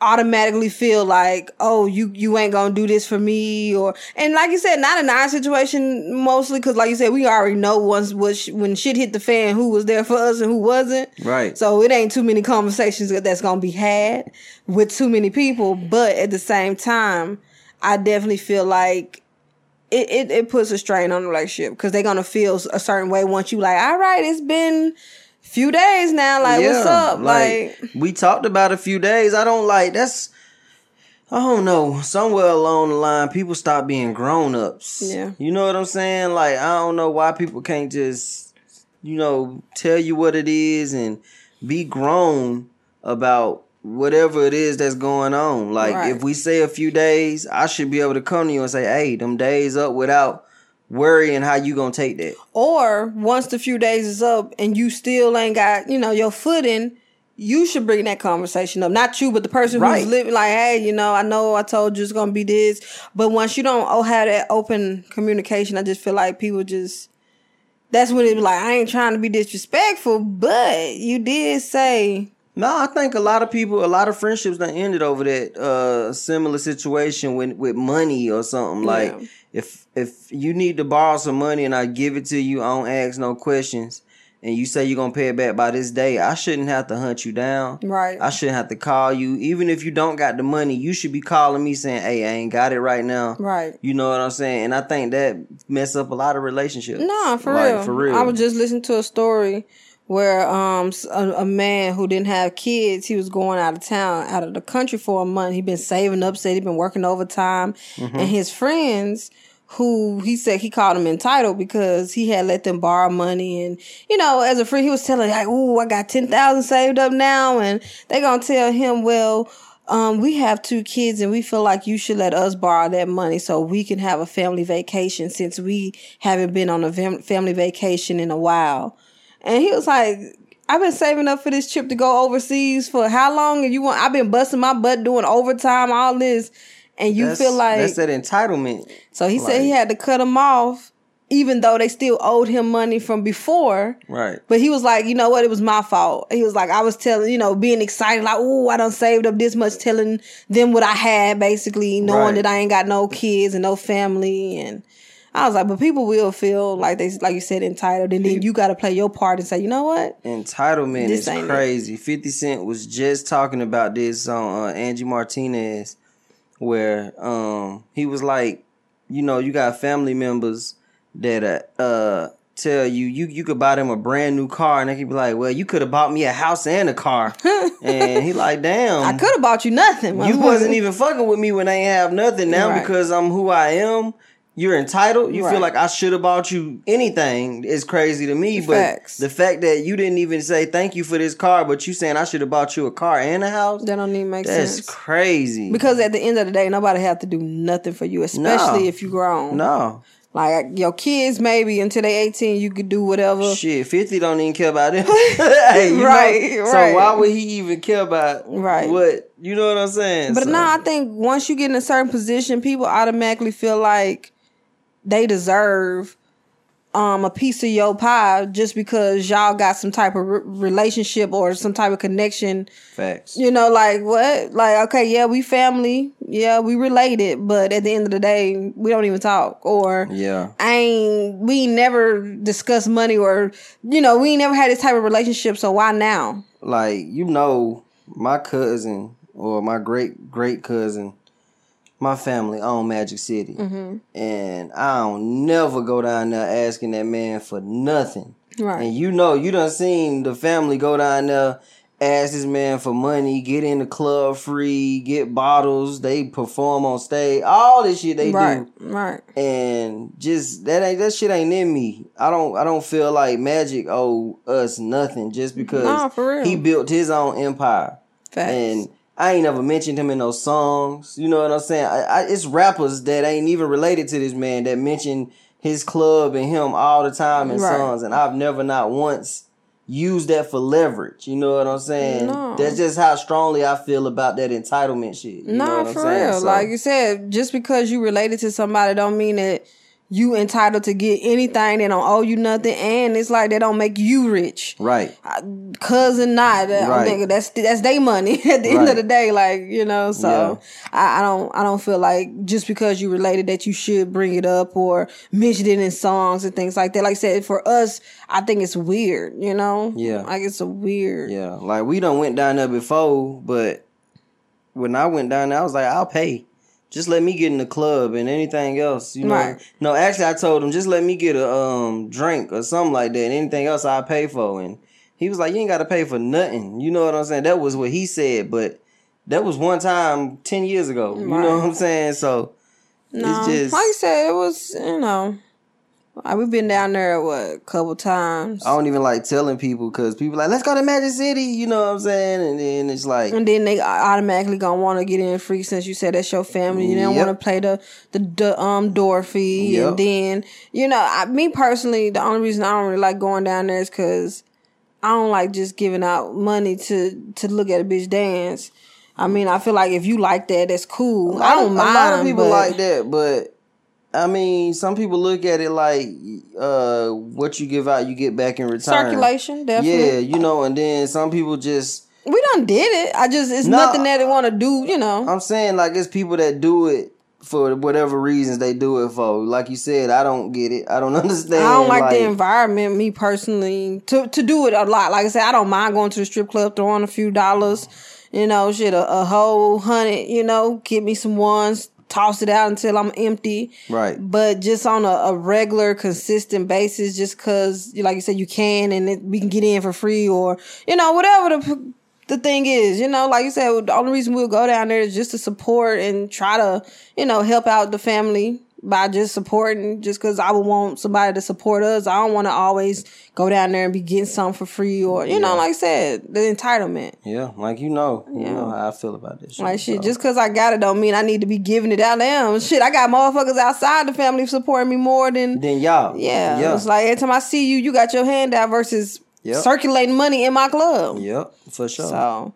S1: automatically feel like, oh, you you ain't gonna do this for me, or and like you said, not in our situation mostly because like you said, we already know once what sh- when shit hit the fan, who was there for us and who wasn't.
S2: Right.
S1: So it ain't too many conversations that- that's gonna be had with too many people. But at the same time, I definitely feel like it, it, it puts a strain on the relationship because they're gonna feel a certain way once you like, all right, it's been few days now, like what's up? Like,
S2: we talked about a few days. I don't like that's. I don't know. Somewhere along the line, people stop being grown ups.
S1: Yeah.
S2: you know what I'm saying. Like I don't know why people can't just, you know, tell you what it is and be grown about whatever it is that's going on. Like
S1: Right.
S2: if we say a few days, I should be able to come to you and say, "Hey, them days up," without worrying how you gonna take that.
S1: Or once the few days is up and you still ain't got, you know, your foot in, you should bring that conversation up. Not you, but the person
S2: Right.
S1: who's living like, hey, you know, I know I told you it's gonna be this. But once you don't oh have that open communication, I just feel like people just that's when it be like, I ain't trying to be disrespectful, but you did say
S2: No, I think a lot of people, a lot of friendships that ended over that uh, similar situation with with money or something. Like
S1: Yeah.
S2: if if you need to borrow some money and I give it to you, I don't ask no questions, and you say you're gonna pay it back by this day, I shouldn't have to hunt you down.
S1: Right.
S2: I shouldn't have to call you. Even if you don't got the money, you should be calling me saying, "Hey, I ain't got it right now."
S1: right.
S2: You know what I'm saying? And I think that mess up a lot of relationships.
S1: No, for
S2: Like,
S1: real.
S2: For real.
S1: I was just listening to a story where um s- a, a man who didn't have kids, he was going out of town, out of the country for a month. He'd been saving up, said he'd been working overtime,
S2: Mm-hmm.
S1: and his friends. Who he said he called him entitled because he had let them borrow money and you know as a friend he was telling like ooh I got ten thousand saved up now and they gonna tell him well um, we have two kids and we feel like you should let us borrow that money so we can have a family vacation since we haven't been on a vam- family vacation in a while. And he was like, I've been saving up for this trip to go overseas for how long? And you want, I've been busting my butt doing overtime, all this. And you
S2: That's-
S1: feel like,
S2: that's that entitlement.
S1: so he said he
S2: like-
S1: had to cut them off, even though they still owed him money from before.
S2: Right.
S1: But he was like, you know what? It was my fault. He was like, I was telling, you know, being excited, like, oh, I done saved up this much, telling them what I had, basically, knowing
S2: Right.
S1: that I ain't got no kids and no family. And I was like, but people will feel like they, like you said, entitled. And then you got to play your part and say, you know what?
S2: Entitlement
S1: This ain't
S2: is
S1: it.
S2: crazy. 50 Cent was just talking about this on uh, Angie Martinez, where um he was like, you know, you got family members that uh, uh tell you you you could buy them a brand new car, and they could be like, well, you could have bought me a house and a car, and he like, damn,
S1: I could have bought you nothing.
S2: Mm. you wasn't even fucking with me when I ain't have nothing. Now
S1: Right.
S2: because I'm who I am, you're entitled. You
S1: Right.
S2: feel like I should have bought you anything. It's crazy to me. But
S1: Facts.
S2: the fact that you didn't even say thank you for this car, but you saying I should have bought you a car and a house.
S1: That don't even make
S2: That's
S1: sense.
S2: crazy.
S1: because at the end of the day, nobody have to do nothing for you, especially
S2: No.
S1: if you grown.
S2: no
S1: Like your kids, maybe until they eighteen, you could do whatever.
S2: shit, fifty don't even care about it. hey, you know?
S1: Right, right.
S2: So why would he even care about
S1: Right.
S2: what you know what I'm saying?
S1: But
S2: So-
S1: no, I think once you get in a certain position, people automatically feel like they deserve um, a piece of your pie just because y'all got some type of re- relationship or some type of connection.
S2: facts.
S1: You know, like what? Like okay, yeah, we family, yeah, we related, but at the end of the day, we don't even talk or.
S2: Yeah.
S1: I ain't, we ain't never discussed money or, you know, we ain't never had this type of relationship, so why now?
S2: like you know my cousin or my great great cousin my family own magic city
S1: Mm.
S2: and i don't never go down there asking that man for nothing
S1: Right.
S2: and you know you done seen the family go down there ask this man for money get in the club free get bottles they perform on stage all this shit they
S1: Right.
S2: do
S1: Right.
S2: and just that ain't that shit ain't in me. I don't I don't feel like Magic owe us nothing just because
S1: Nah, for real.
S2: he built his own empire.
S1: Facts.
S2: And I ain't ever mentioned him in no songs. You know what I'm saying? I, I, it's rappers that ain't even related to this man that mention his club and him all the time in
S1: Right.
S2: songs, and I've never not once used that for leverage. You know what I'm saying?
S1: No.
S2: That's just how strongly I feel about that entitlement shit. You
S1: No,
S2: know what I'm
S1: for
S2: saying?
S1: real.
S2: So-
S1: Like you said, just because you related to somebody don't mean that you entitled to get anything. They don't owe you nothing, and it's like they don't make you rich.
S2: right.
S1: Cousin, not that I'm
S2: Right.
S1: thinking that's that's their money at the end of
S2: Right.
S1: the day. Like you know, so I, I don't I don't feel like just because you related that you should bring it up or mention it in songs and things like that. Like I said, for us, I think it's weird. You know,
S2: Yeah.
S1: like it's a weird.
S2: Yeah, like we done went down there before, but when I went down there, I was like, I'll pay. Just let me get in the club and anything else, you know.
S1: Right.
S2: No, actually, I told him just let me get a um drink or something like that, and anything else I will pay for. And he was like, you ain't got to pay for nothing. You know what I'm saying? That was what he said, but that was one time ten years ago. You
S1: Right.
S2: know what I'm saying? So
S1: No,
S2: It's just-
S1: like I said, it was you know, I, we've been down there what a couple times,
S2: I don't even like telling people because people like, let's go to Magic City. You know what I'm saying? And then it's like,
S1: and then they au- automatically gonna want to get in free since you said that's your family. You don't
S2: Yep.
S1: want to play the, the the um door fee,
S2: Yep.
S1: and then you know, I, me personally, the only reason I don't really like going down there is because I don't like just giving out money to to look at a bitch dance. I mean, I feel like if you like that, that's cool. I don't mind.
S2: A lot of people
S1: but-
S2: like that, but I mean, some people look at it like uh, what you give out, you get back in return.
S1: circulation, definitely.
S2: Yeah, you know, and then some people just
S1: We done did it. I just it's
S2: No.
S1: nothing that they want to do. You know.
S2: I'm saying like it's people that do it for whatever reasons they do it for. Like you said, I don't get it. I don't understand.
S1: I don't like, the environment, me personally, to to do it a lot. Like I said, I don't mind going to the strip club, throwing a few dollars, you know, shit, a, a whole hundred, you know, get me some ones, toss it out until I'm empty.
S2: Right.
S1: But just on a, a regular, consistent basis, just because, like you said, you can and it, we can get in for free or, you know, whatever the. p- The thing is, you know, like you said, the only reason we'll go down there is just to support and try to, you know, help out the family by just supporting, just because I would want somebody to support us. I don't want to always go down there and be getting something for free or, you know, like I said, the entitlement.
S2: Yeah, like you know, you know how I feel about this. Shit,
S1: Like shit,
S2: so.
S1: just because I got it don't mean I need to be giving it out. Damn, shit, I got motherfuckers outside the family supporting me more than
S2: then y'all.
S1: yeah,
S2: yeah.
S1: it's like every time I see you, you got your hand out versus
S2: Yep.
S1: circulating money in my club.
S2: yep, for sure.
S1: So,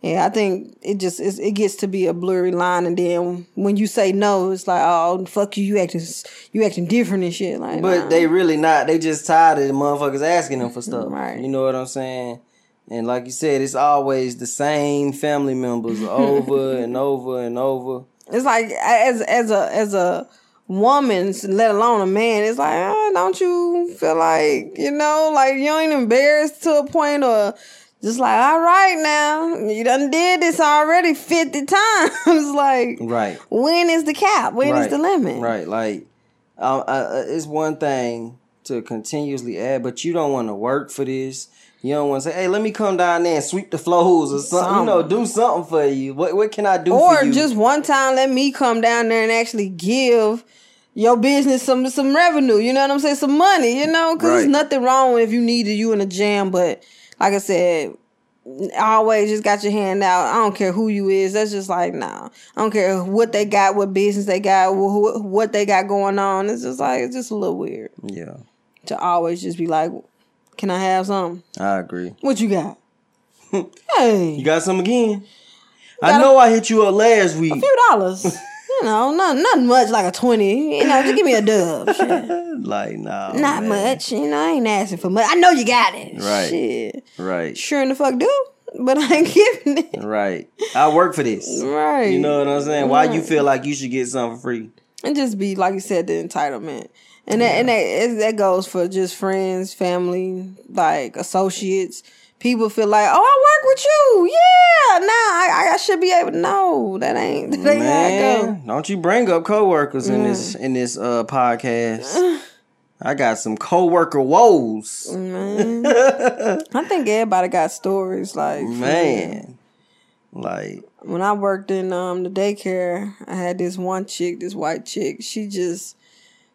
S1: yeah, I think it just it's, it gets to be a blurry line, and then when you say no, it's like oh fuck you, you acting s- you acting different and shit. Like,
S2: But
S1: nah.
S2: they really not. They just tired of the motherfuckers asking them for stuff.
S1: Right.
S2: You know what I'm saying? And like you said, it's always the same family members over and over and over.
S1: it's like as as a as a woman, let alone a man, it's like ah, don't you feel like you know like you ain't embarrassed to a point or. Just like, all right now, you done did this already 50 times. like,
S2: Right.
S1: when is the cap? When is
S2: right.
S1: the limit?
S2: Right. Like, um, I, I, it's one thing to continuously add, but you don't want to work for this. You don't want to say, "Hey, let me come down there and sweep the floors or something." You know, do something for you. What What can I do?
S1: Or
S2: for you?
S1: just one time, let me come down there and actually give your business some some revenue. You know what I'm saying? Some money. You know, because
S2: Right.
S1: there's nothing wrong if you needed you in a jam. But like I said, always just got your hand out. I don't care who you is. That's just like nah. I don't care what they got, what business they got, wh- wh- what they got going on. It's just like it's just a little weird
S2: yeah,
S1: to always just be like, "Can I have some?
S2: I agree.
S1: What you got? hey,
S2: You got some again? I
S1: gotta-
S2: know I hit you up last week.
S1: few dollars. You know, not nothing much like a twenty. You know, just give me a dub. Shit.
S2: like, nah,
S1: Not
S2: Oh, man.
S1: much. You know, I ain't asking for much. I know you got it.
S2: Right.
S1: Shit.
S2: Right,
S1: Sure in the fuck do, but I ain't giving it.
S2: right. I work for this.
S1: Right.
S2: You know what I'm saying? Why you
S1: Right.
S2: feel like you should get something free?
S1: and just be like you said, the entitlement. And that and that it- that goes for just friends, family, like associates. People feel like, oh, I work with you. Yeah, nah, I, I should be able. No, that ain't that ain't how it go. Mm.
S2: Man, don't you bring up coworkers in this in this uh podcast? I got some coworker woes,
S1: Man, I think everybody got stories like for real.
S2: man. Like,
S1: When I worked in um the daycare, I had this one chick, this white chick. She just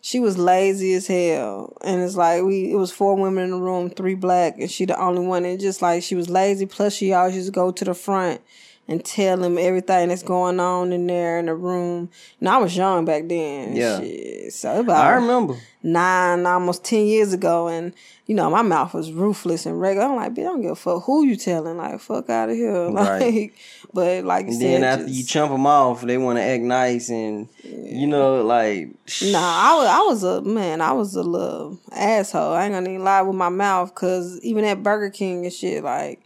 S1: she was lazy as hell, and it's like we it was four women in the room, three black, and she the only one. And just like she was lazy, plus she always used to go to the front and tell them everything that's going on in there in the room. And I was young back then.
S2: Yeah.
S1: Shit. So about
S2: I remember.
S1: nine, almost ten years ago, and you know my mouth was ruthless and regular. I'm like, bitch, I don't give a fuck who you telling. Like, fuck out of here. Like,
S2: Right.
S1: but like you
S2: And
S1: said,
S2: then after you
S1: just-
S2: chump them off, they want to act nice and you know, like,
S1: nah, I was, I was a man. I was a little asshole. I ain't gonna even lie with my mouth, cause even at Burger King and shit, like.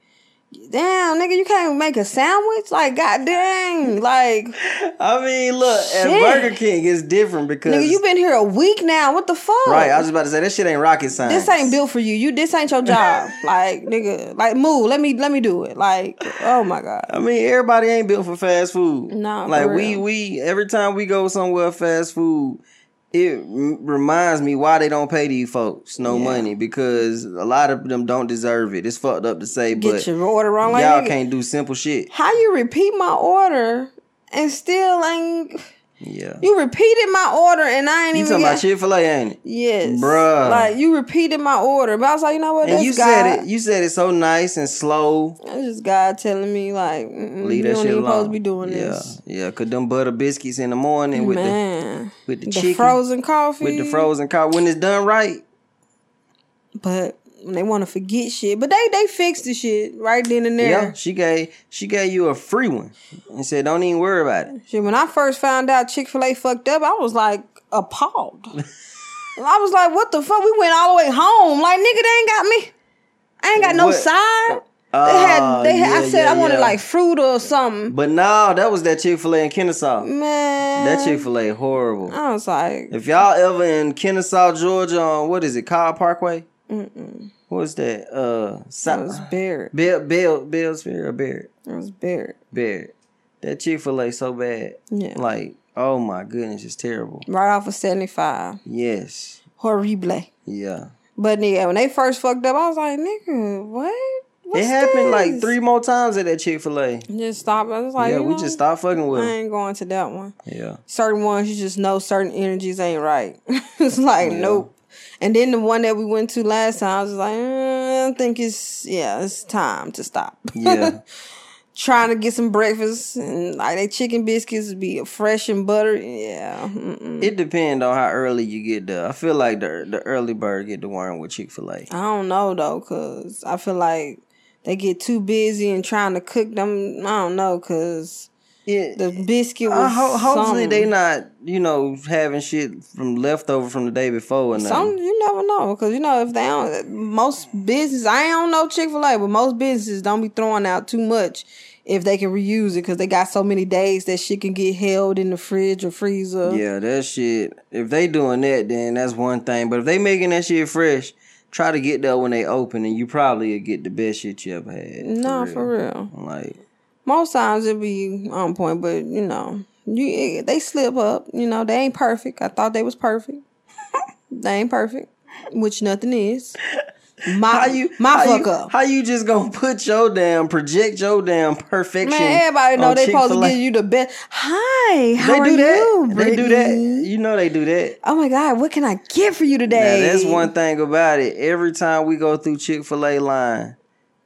S1: Damn, nigga, you can't make a sandwich? Like, god dang. Like,
S2: I mean, look
S1: Shit.
S2: at Burger King, it's different because
S1: nigga, you been here a week now. What the fuck?
S2: right. I was about to say that shit ain't rocket science.
S1: this ain't built for you. You this ain't your job. like nigga, like move. Let me let me do it. Like oh my god.
S2: I mean, everybody ain't built for fast food.
S1: Nah, for
S2: like we
S1: real.
S2: we every time we go somewhere fast food, it m- reminds me why they don't pay these folks no
S1: Yeah.
S2: money because a lot of them don't deserve it. It's fucked up to say,
S1: Get
S2: but
S1: your order wrong. Like
S2: y'all
S1: nigga,
S2: can't do simple shit.
S1: how you repeat my order and still ain't
S2: Yeah, you,
S1: you repeated my order and I ain't even
S2: talking
S1: got,
S2: about Chick Fil A, ain't it?
S1: Yes.
S2: Bruh.
S1: Like you repeated my order. But I was like, you know what?
S2: And
S1: That's
S2: you
S1: God.
S2: said it. You said it so nice and slow.
S1: That's just God telling me like mm-mm,
S2: Leave
S1: you
S2: that
S1: don't
S2: shit
S1: even
S2: alone.
S1: supposed to be doing
S2: yeah,
S1: this.
S2: yeah. Cause them butter biscuits in the morning with the
S1: Man.
S2: with the,
S1: The,
S2: chicken
S1: frozen coffee.
S2: with the frozen cow when it's done right.
S1: But they want to forget shit. But they they fixed the shit right then and there.
S2: Yeah, she gave she gave you a free one and said, "Don't even worry about it."
S1: Shit, when I first found out Chick fil A fucked up, I was like appalled. And I was like, what the fuck? We went all the way home. Like, nigga, they ain't got me. I ain't got no
S2: What?
S1: side. They
S2: Oh,
S1: had, they had, I
S2: yeah,
S1: said
S2: yeah,
S1: I wanted
S2: yeah.
S1: like fruit or something.
S2: But no, that was that Chick Fil A in Kennesaw.
S1: Man,
S2: That Chick Fil A horrible.
S1: I was like,
S2: If y'all ever in Kennesaw, Georgia, on what is it, Kyle Parkway?
S1: mm-mm.
S2: What's that? Uh,
S1: That was
S2: South
S1: Barrett.
S2: Bill Bill Billsbury or Barrett
S1: That was Barrett.
S2: Barrett. That Chick Fil A so bad.
S1: Yeah.
S2: Like, oh my goodness, it's terrible.
S1: Right off of 75.
S2: Yes.
S1: Horrible.
S2: Yeah.
S1: But nigga, when they first fucked up, I was like, nigga, what? What's
S2: it happened like
S1: this?
S2: three more times at that Chick Fil A.
S1: Just stop. I was like,
S2: yeah,
S1: you
S2: we
S1: know,
S2: just stopped fucking with
S1: I
S2: 'em.
S1: ain't going to that one.
S2: Yeah.
S1: Certain ones, you just know certain energies ain't right. it's like,
S2: Yeah.
S1: nope. And then the one that we went to last time, I was just like, "Uh, I think it's yeah, it's time to stop.
S2: Yeah.
S1: Trying to get some breakfast and like they chicken biscuits would be fresh and buttered. Yeah, mm-mm.
S2: it depends on how early you get there. I feel like the the early bird get the worm with Chick Fil A.
S1: I don't know though, cause I feel like they get too busy and trying to cook them. I don't know, cause
S2: Yeah.
S1: the biscuit was
S2: I Uh, ho- hopefully
S1: something.
S2: they not you know having shit from leftover from the day before and
S1: Some
S2: nothing.
S1: you never know, cause you know if they don't, most businesses. I don't know Chick Fil A, but most businesses don't be throwing out too much if they can reuse it, cause they got so many days that shit can get held in the fridge or freezer.
S2: yeah that shit if they doing that then that's one thing but if they making that shit fresh try to get there when they open and you probably will get the best shit you ever had
S1: No, for real.
S2: like
S1: Most times it be on point, but you know, you they slip up. You know, they ain't perfect. I thought they was perfect. they ain't perfect, which nothing is. My
S2: how you
S1: my
S2: how
S1: fuck
S2: you,
S1: up.
S2: how you just gonna put your damn project your damn perfection
S1: Man, everybody know
S2: on
S1: they supposed to
S2: Oh, Chick-fil-A?
S1: give you the best. Hi, how
S2: they
S1: are
S2: do that
S1: you?
S2: they
S1: Brittany?
S2: do that you know they do that
S1: Oh my God, what can I get for you
S2: Now,
S1: today?
S2: that's one thing about it. Every time we go through Chick Fil A line,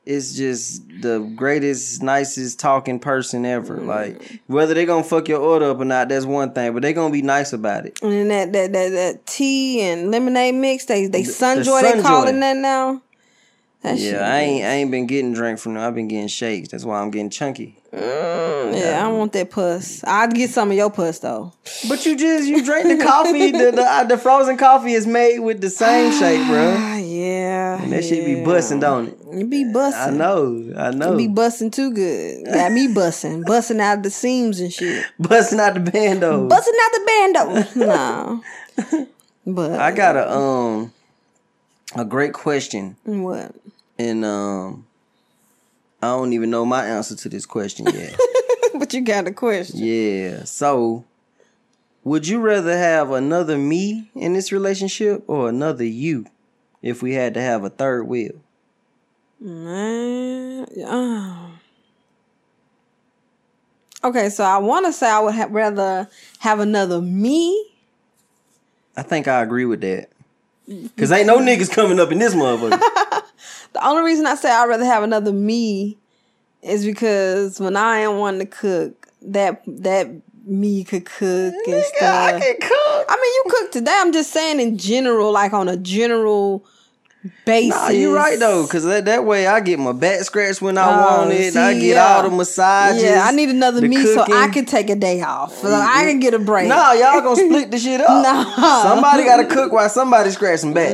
S2: it's just the greatest, nicest talking person ever.
S1: Mm.
S2: Like whether they gonna fuck your order up or not, that's one thing. But they gonna be nice about it.
S1: And then that that that, that tea and lemonade mix, they they Sunjoy,
S2: Sunjoy.
S1: they calling that now. That shit.
S2: Yeah, I ain't I ain't been getting drink from them. I've been getting shakes. That's why I'm getting chunky.
S1: Mm, yeah, I don't want that puss. I'd get some of your puss though.
S2: But you just you drink the coffee. the, uh, the the frozen coffee is made with the same shake, bro.
S1: Ah, yeah.
S2: And that shit be
S1: yeah.
S2: busting, don't it?
S1: It be busting.
S2: I know, I
S1: It be
S2: know.
S1: busting too good. Got me busting, busting out the seams and shit,
S2: Busting out the bandos.
S1: busting out the bando. no, but
S2: I got a um a great question.
S1: what?
S2: and um I don't even know my answer to this question yet.
S1: but you got a question.
S2: yeah. So would you rather have another me in this relationship or another you if we had to have a third wheel?
S1: Man, oh. Okay, so I want to say I would ha- rather have another me.
S2: I think I agree with that. Cause ain't no niggas coming up in this motherfucker.
S1: The only reason I say I'd rather have another me is because when I am wanting to cook, that that me could cook and stuff. I,
S2: cook.
S1: mean, you cook today. I'm just saying in general, like on a general basis.
S2: Nah, you right though, cause that, that way I get my back scratched when I
S1: Oh,
S2: want it. I
S1: see,
S2: get
S1: yeah.
S2: all the massages.
S1: yeah, I need another
S2: the
S1: me so I
S2: cooking.
S1: can take a day off. So I can get a break.
S2: No, y'all gonna split the shit up.
S1: Nah.
S2: Somebody gotta cook while somebody scratching back.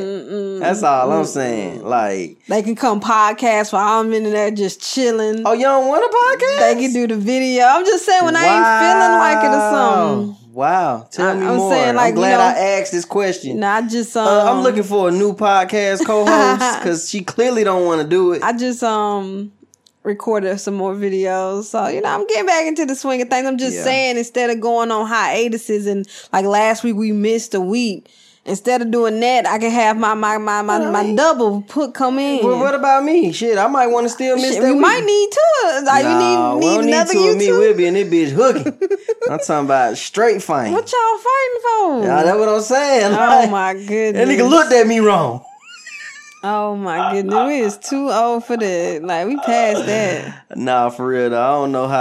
S2: That's all I'm saying. Like,
S1: They can come podcast while I'm in there just chilling.
S2: oh, you don't want a podcast?
S1: They can do the video. I'm just saying when I ain't feeling like it or something.
S2: Wow. Tell
S1: I-
S2: me
S1: I'm
S2: more.
S1: saying, like, you
S2: I'm glad
S1: know-
S2: I asked this question.
S1: No, I just um,
S2: Uh, I'm looking for a new podcast co-host because she clearly don't want to do it.
S1: I just um recorded some more videos. So, you know, I'm getting back into the swing of things. I'm just
S2: Yeah.
S1: saying instead of going on hiatuses and like last week we missed a week, instead of doing that, I can have my my my my,
S2: Well, I
S1: my
S2: mean-
S1: double put come in.
S2: well, what about me? Shit, I might want to still miss
S1: Shit,
S2: that.
S1: we
S2: week.
S1: might need two. Like
S2: Nah,
S1: you
S2: we
S1: need,
S2: don't
S1: need another
S2: two of me.
S1: YouTube.
S2: We'll be in this bitch hooking. I'm talking about straight fine.
S1: What y'all fighting for?
S2: Nah, that's what I'm saying.
S1: Oh
S2: Like,
S1: my goodness.
S2: That nigga looked at me wrong.
S1: Oh my goodness. We is too old for that. Like we passed that.
S2: Nah, for real though. I don't know how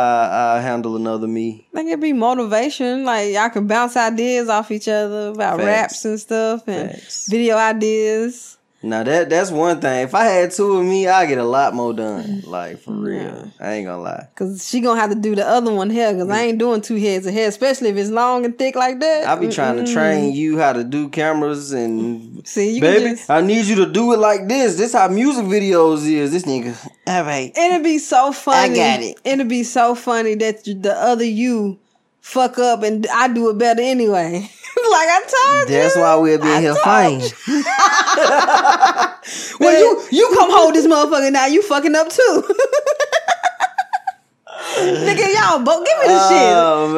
S2: I handle another me.
S1: Like it'd be motivation. Like y'all can bounce ideas off each other about
S2: Facts.
S1: raps and stuff and
S2: Facts.
S1: video ideas.
S2: Now that that's one thing. If I had two of me, I get a lot more done. Like for real, I ain't gonna lie.
S1: Cause she gonna have to do the other one here. Cause I ain't doing two heads of hair, especially if it's long and thick like that. Mm,
S2: I be trying to train you how to do cameras and
S1: See, you can
S2: baby,
S1: just,
S2: I need you to do it like this. This how music videos is. This nigga, all right.
S1: it'd be so funny.
S2: got it.
S1: It'd be so funny that you- the other you fuck up and I do it better anyway. like I told
S2: That's
S1: you.
S2: why we'll be in here fighting.
S1: Well, you you come hold this motherfucker now. You fucking up too. Nigga, y'all both give me the
S2: Oh,
S1: shit.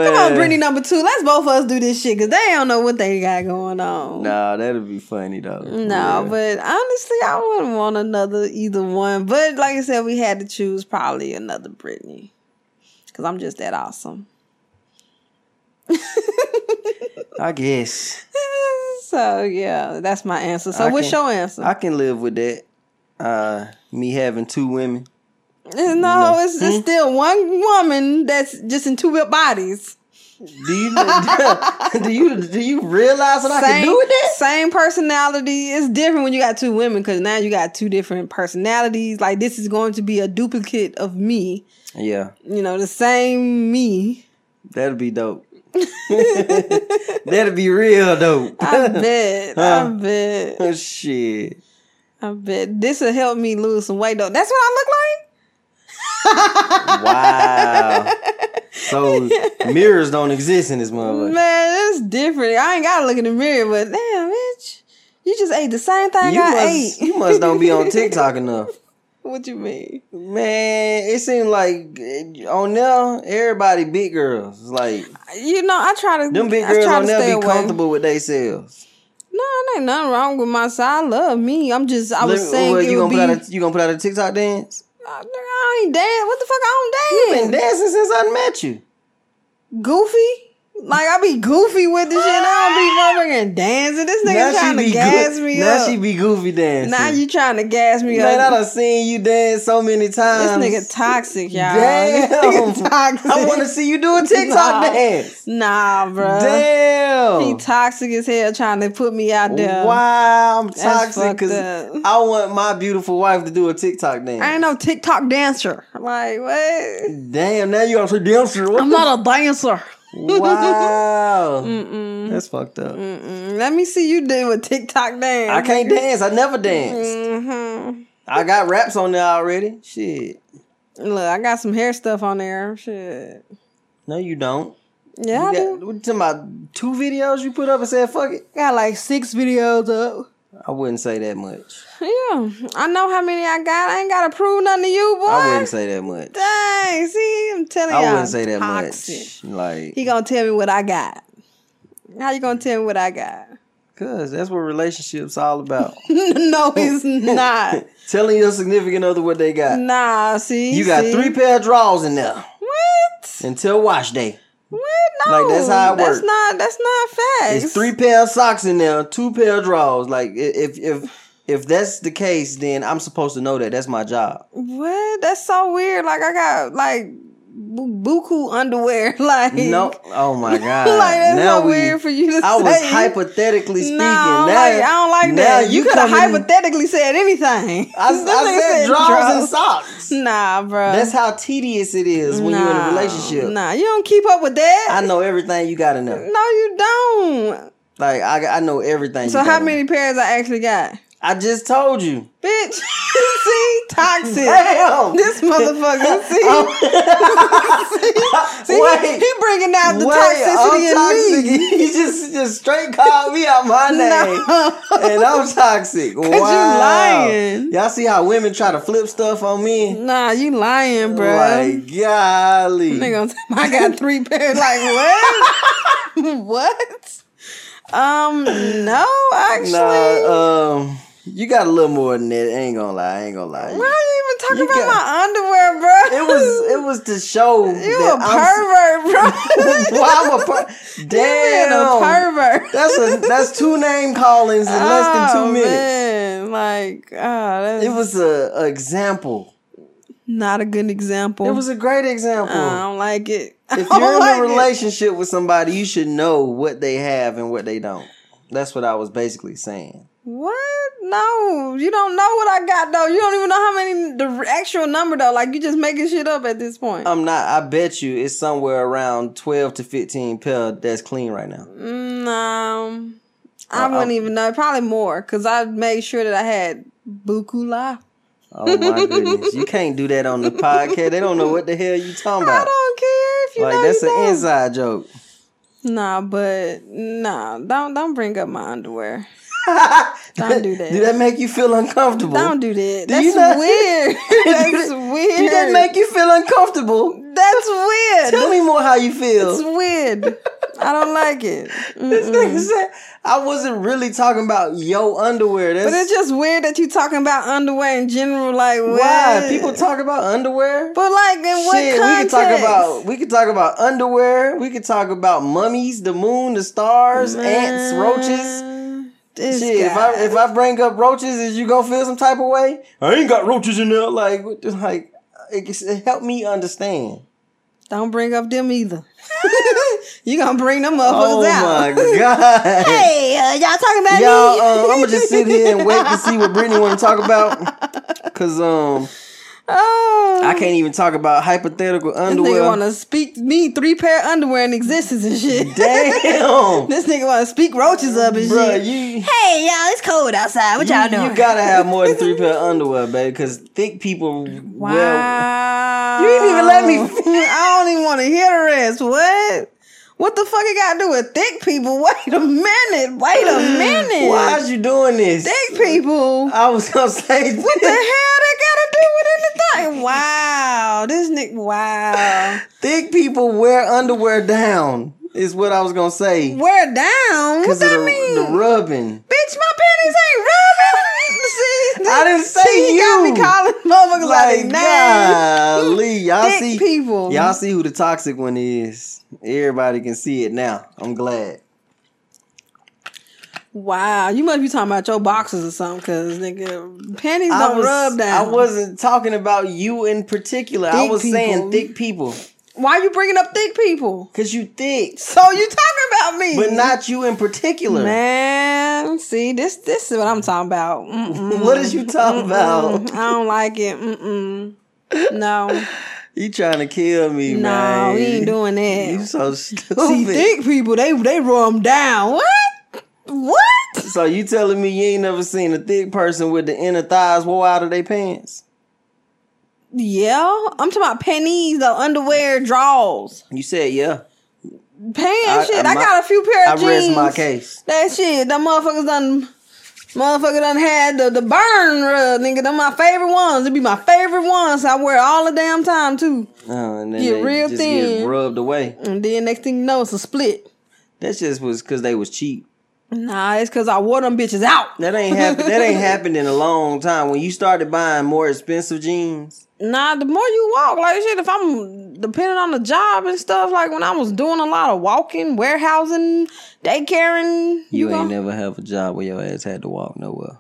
S1: Come on,
S2: man.
S1: Brittany number two. Let's both of us do this shit because they don't know what they got going on.
S2: Nah, that'd be funny though.
S1: No,
S2: Yeah.
S1: but honestly, I wouldn't want another either one. But like I said, we had to choose probably another Britney because I'm just that awesome.
S2: I guess
S1: so yeah, that's my answer. So
S2: I
S1: what's
S2: can-
S1: your answer?
S2: I can live with that. Uh, me having two women.
S1: no, it's just
S2: Hmm?
S1: still one woman that's just in two bodies.
S2: Do you do you do you realize what I can do with that?
S1: Same personality. It's different when you got two women because now you got two different personalities. Like this is going to be a duplicate of me.
S2: Yeah,
S1: You know, the same me.
S2: that'd be dope. that'd be real dope.
S1: I bet. I
S2: Huh.
S1: bet.
S2: Shit.
S1: I bet this will help me lose some weight though. That's what I look like.
S2: Wow. so mirrors don't exist in this motherfucker.
S1: Man, it's different. I ain't gotta look in the mirror, but damn, bitch, you just ate the same thing
S2: you
S1: I
S2: must,
S1: ate.
S2: you must don't be on TikTok enough.
S1: what you mean?
S2: Man, it seems like eh, on there, everybody big girls. Like
S1: You know, I try to.
S2: them big
S1: I
S2: girls
S1: try
S2: on
S1: to stay
S2: there be
S1: away.
S2: comfortable with themselves.
S1: No, it ain't nothing wrong with my side. I love me. I'm just. I was
S2: Let me-
S1: saying
S2: what,
S1: it
S2: you
S1: would
S2: gonna
S1: be.
S2: put out a, you gonna put out a TikTok dance?
S1: I, I ain't dance. What the fuck? I
S2: I've
S1: don't
S2: been
S1: dance.
S2: dancing since I met you.
S1: Goofy. Like I be goofy with this shit. I don't be motherfucking dancing. This nigga trying to
S2: be
S1: gas
S2: goo-
S1: me
S2: now
S1: up.
S2: she be goofy dancing.
S1: now you trying to gas me
S2: man,
S1: up.
S2: I done seen you dance so many
S1: This
S2: times.
S1: nigga toxic, y'all.
S2: Damn.
S1: This nigga toxic.
S2: I want to see you do a TikTok
S1: Nah.
S2: dance.
S1: Nah, bruh.
S2: Damn.
S1: He toxic as hell trying to put me out there.
S2: Wow, I'm toxic
S1: fucked
S2: because
S1: up.
S2: I want my beautiful wife to do a TikTok dance.
S1: I ain't no TikTok dancer. Like, what?
S2: Damn, now you also dancer. What
S1: I'm Mm-hmm.
S2: the-
S1: not a dancer.
S2: wow, that's fucked up.
S1: Mm, Let me see you do a TikTok dance.
S2: I can't dance. I never danced.
S1: Mm-hmm.
S2: I got raps on there already. Shit,
S1: Look, I got some hair stuff on there. Shit.
S2: no, you don't.
S1: Yeah, I
S2: You
S1: do.
S2: got, what, to my two videos you put up and said fuck it.
S1: Got like six videos up.
S2: I wouldn't say that much.
S1: Yeah, I know how many I got. I ain't gotta prove nothing to you, boy.
S2: I wouldn't say that much.
S1: Dang, see, I'm telling
S2: I
S1: y'all,
S2: wouldn't say that
S1: toxic.
S2: much. Like,
S1: He gonna tell me what I got. How you gonna tell me what I got?
S2: cause that's what relationships all about.
S1: no, he's not.
S2: Telling your significant other what they got.
S1: Nah, see,
S2: You got
S1: see?
S2: three pair of drawers in there
S1: What?
S2: until wash day.
S1: What? No,
S2: Like, that's how it
S1: That's
S2: work.
S1: not. That's not facts.
S2: It's three pair of socks in there, two pair of drawers. Like i- if if if that's the case, then I'm supposed to know that. That's my job.
S1: What? That's so weird. Like I got like bu- buku underwear. Like
S2: No, oh my god!
S1: like that's
S2: now
S1: so
S2: we,
S1: weird for you to
S2: I
S1: say.
S2: was hypothetically speaking.
S1: No,
S2: now,
S1: like, I don't like
S2: now
S1: that. You, could have
S2: coming-
S1: hypothetically said anything.
S2: I, I
S1: This nigga
S2: said drawers and
S1: drawers.
S2: socks.
S1: Nah, bro.
S2: That's how tedious it is when you're in a relationship.
S1: Nah, you don't keep up with that.
S2: I know everything you got to know.
S1: No, you don't.
S2: Like I, I know everything.
S1: So
S2: you
S1: how
S2: gotta know.
S1: many pairs I actually got?
S2: I just told you.
S1: Bitch, see, toxic.
S2: Damn.
S1: This motherfucker, see, see he,
S2: Oh. Wait.
S1: he bringing out the
S2: Wait,
S1: toxicity
S2: I'm
S1: in me.
S2: toxic. He just just straight called me out my name, and I'm toxic. Wow.
S1: lying.
S2: all see how women try to flip stuff on me?
S1: Nah, you lying, bro.
S2: Like golly,
S1: Nigga, I got three pairs. Like what? what? Um, no, actually.
S2: nah. Um, you got a little more than that. ain't gonna lie. I ain't gonna lie.
S1: Why are you even talking
S2: You
S1: about
S2: got-
S1: my underwear, bro?
S2: It was it was to show
S1: you
S2: that
S1: a pervert, bro.
S2: I'm, why I'm a per-
S1: Being a
S2: damn.
S1: pervert.
S2: That's a that's two name callings in less than
S1: Oh,
S2: two minutes.
S1: Man. Like, ah, that's
S2: It was a, a example.
S1: not a good example.
S2: It was a great
S1: I
S2: example.
S1: don't like it.
S2: if
S1: I don't
S2: you're
S1: like
S2: in
S1: it.
S2: a relationship with somebody, you should know what they have and what they don't. That's what I was basically saying.
S1: What? No, you don't know what I got though. You don't even know how many the actual number though. Like you just making shit up at this point.
S2: I'm not. I bet you it's somewhere around twelve to fifteen pill that's clean right now.
S1: No, Mm, um, I
S2: Uh-oh.
S1: wouldn't even know. Probably more because I made sure that I had bukula.
S2: Oh my goodness! You can't do that on the podcast. They don't know what the hell you talking
S1: I
S2: about.
S1: don't care if you
S2: Like
S1: know
S2: that's
S1: you
S2: an
S1: don't.
S2: inside joke.
S1: Nah, but nah, don't don't bring up my underwear. Don't do that.
S2: do that make you feel uncomfortable?
S1: Don't do that.
S2: Do
S1: That's
S2: you not-
S1: weird.
S2: Do
S1: That's
S2: that-
S1: weird.
S2: Do that make you feel uncomfortable?
S1: That's weird.
S2: Tell me more how you feel.
S1: It's weird. I don't like it.
S2: This
S1: Mm-mm.
S2: nigga said, I wasn't really talking about yo underwear. That's
S1: But it's just weird that you talking about underwear in general. Like what?
S2: why people talk about underwear.
S1: But like, in what
S2: Shit,
S1: context?
S2: we could talk about we could talk about underwear. We could talk about mummies, the moon, the stars, ants, roaches.
S1: Man, This
S2: Shit, if
S1: guy.
S2: I if I bring up roaches, is you gonna feel some type of way? I ain't got roaches in there. Like, what the- like, it, it help me understand.
S1: don't bring up them either. you gonna bring them motherfuckers
S2: Oh
S1: out?
S2: my god.
S1: hey, uh, y'all talking about
S2: Y'all,
S1: me?
S2: um, I'm gonna just sit here and wait to see what Brittany want to talk about, cause um,
S1: oh,
S2: I can't even talk about hypothetical
S1: This nigga
S2: underwear.
S1: wanna speak me three pair of underwear in existence and shit.
S2: Damn,
S1: this nigga wanna speak roaches up and
S2: bro,
S1: shit.
S2: you
S1: Hey y'all, it's cold outside. What y'all
S2: you,
S1: doing?
S2: you gotta have more than three pair of underwear, baby, because thick people.
S1: Wow.
S2: Well, You didn't even let me-
S1: I don't even want to hear the rest. What? What the fuck it got to do with thick people? Wait a minute. Wait a minute.
S2: why is you doing this?
S1: thick people?
S2: I was gonna say
S1: What the hell they got to do with anything? Wow. This nigga, wow.
S2: thick people wear underwear down. Is what I was gonna say.
S1: We're down. What
S2: Because
S1: that
S2: of the,
S1: mean?
S2: the rubbing.
S1: Bitch, my panties ain't rubbing. See,
S2: I didn't say
S1: she got
S2: you.
S1: me calling motherfuckers like,
S2: Like,
S1: like names.
S2: golly, y'all
S1: Thick
S2: see,
S1: people.
S2: Y'all see who the toxic one is. Everybody can see it now. I'm glad.
S1: Wow, you must be talking about your boxes or something, cause nigga, panties
S2: I
S1: don't rub down.
S2: I wasn't talking about you in particular. I
S1: Thick
S2: was
S1: people.
S2: saying thick people.
S1: Why you bringing up thick people?
S2: Cause you thick.
S1: So you talking about me?
S2: But not you in particular.
S1: man. See, this this is what I'm talking about. Mm-mm.
S2: What is you talking
S1: Mm-mm.
S2: about?
S1: I don't like it. Mm-mm. No,
S2: You trying to kill me,
S1: no,
S2: man.
S1: we ain't doing
S2: You
S1: that.
S2: so
S1: See,
S2: stupid.
S1: thick people, they they rub down. What? What?
S2: so you telling me you ain't never seen a thick person with the inner thighs wore out of their pants?
S1: Yeah, I'm talking about panties, though, underwear, drawers,
S2: You said yeah.
S1: pants.
S2: I-
S1: shit,
S2: I-
S1: I
S2: my-
S1: got a few pair
S2: I
S1: of jeans.
S2: rest my case.
S1: That shit, them motherfuckers done, motherfucker done had the, the burn rub, nigga. Them my favorite ones. It be my favorite ones. I wear all the damn time too.
S2: Oh, and then
S1: Get
S2: they
S1: real
S2: just get
S1: thin.
S2: rubbed away.
S1: And then next thing you know, it's a split.
S2: That just was cause they was cheap.
S1: Nah, it's cause I wore them bitches out.
S2: That ain't happened. that ain't happened in a long time. When you started buying more expensive jeans,
S1: Nah, the more you walk, like shit. If I'm depending on the job and stuff, like when I was doing a lot of walking, warehousing, daycaring,
S2: you,
S1: gon-
S2: ain't never have a job where your ass had to walk nowhere.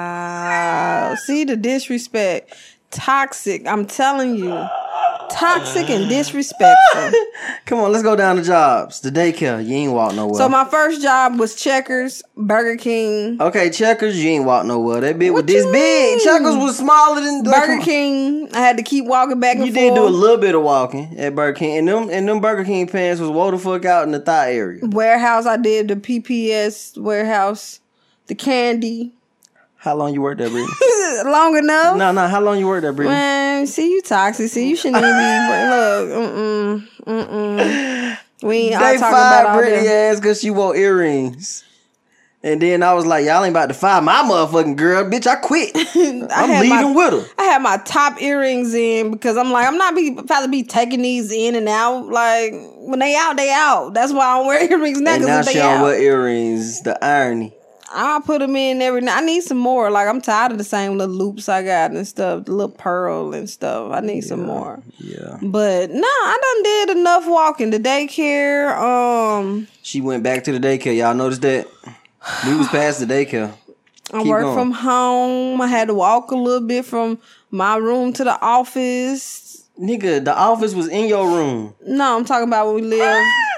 S1: Wow. See the disrespect. Toxic. I'm telling you. Toxic and disrespectful.
S2: Come on, let's go down to jobs. The daycare, you ain't walk nowhere.
S1: So my first job was Checkers, Burger King,
S2: okay, checkers, you ain't walk nowhere. That bit was
S1: What
S2: this
S1: you
S2: big.
S1: mean?
S2: Checkers was smaller than like, come
S1: Burger
S2: on.
S1: King. I had to keep walking back and
S2: You
S1: forth.
S2: did do a little bit of walking at Burger King, and them and them Burger King pants was wore the fuck out in the thigh area.
S1: warehouse. I did the PPS warehouse, the candy.
S2: How long you worked there, Brittany?
S1: Long enough.
S2: no, no. How long you worked there, Brittany?
S1: Man, see you toxic. See you shouldn't even be. Look, mm mm mm mm. We ain't all talking
S2: They
S1: about
S2: fired
S1: all
S2: Brittany
S1: them.
S2: ass because she wore earrings. And then I was like, y'all ain't about to fire my motherfucking girl, bitch. I quit.
S1: I
S2: I'm
S1: had my-
S2: leaving with her.
S1: I had my top earrings in because I'm like, I'm not be about to be taking these in and out. Like when they out, they out. That's why I don't wear earrings now
S2: And now
S1: because
S2: she
S1: they
S2: don't
S1: out.
S2: wear earrings. The irony.
S1: I put them in every night. I need some more. Like I'm tired of the same little loops I got and stuff, the little pearl and stuff. I need some more.
S2: Yeah.
S1: But no, I done did enough walking. The daycare, um,
S2: She went back to the daycare. Y'all noticed that? We was past the daycare.
S1: I
S2: Keep
S1: worked
S2: going.
S1: from home. I had to walk a little bit from my room to the office.
S2: Nigga, the office was in your room.
S1: No, I'm talking about when we lived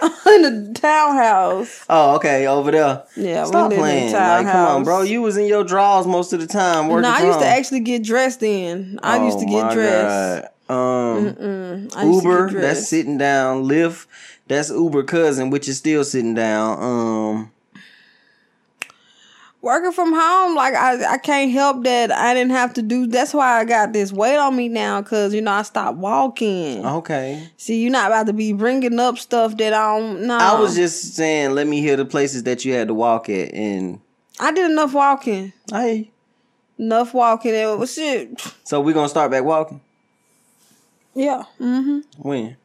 S2: Ah!
S1: in the townhouse.
S2: Oh, okay, over there.
S1: Yeah,
S2: Stop
S1: we lived
S2: playing.
S1: in the
S2: Like,
S1: townhouse.
S2: come on, bro. You was in your drawers most of the time working.
S1: No, I used to
S2: from.
S1: actually get dressed then. I used
S2: Oh
S1: to get
S2: my
S1: dressed.
S2: God. Um,
S1: Mm, I used to
S2: Uber,
S1: get
S2: that's
S1: dressed.
S2: sitting down. Lyft, that's Uber cousin, which is still sitting down. Um,
S1: Working from home, like I, I can't help that I didn't have to do. That's why I got this weight on me now, cause you know I stopped walking.
S2: Uh-huh. okay.
S1: See, you're not about to be bringing up stuff that I don't. No,
S2: I was just saying, let me hear the places that you had to walk at, and
S1: I did enough walking,
S2: hey,
S1: enough walking. It was shit.
S2: so we're gonna start back walking.
S1: Yeah. Mm-hmm.
S2: When?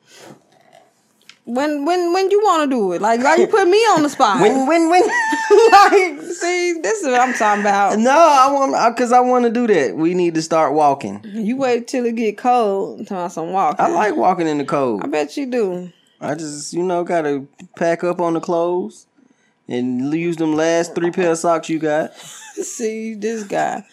S1: When when when you want to do it? Like why you put me on the spot?
S2: When? When? When?
S1: like see, this is what I'm talking about.
S2: no, I want because I want to do that. We need to start walking.
S1: You wait till it get cold. Talking about some walking.
S2: I like walking in the
S1: I
S2: cold.
S1: bet you do.
S2: I just you know gotta pack up on the clothes and use them last three pair of socks you got.
S1: See this guy,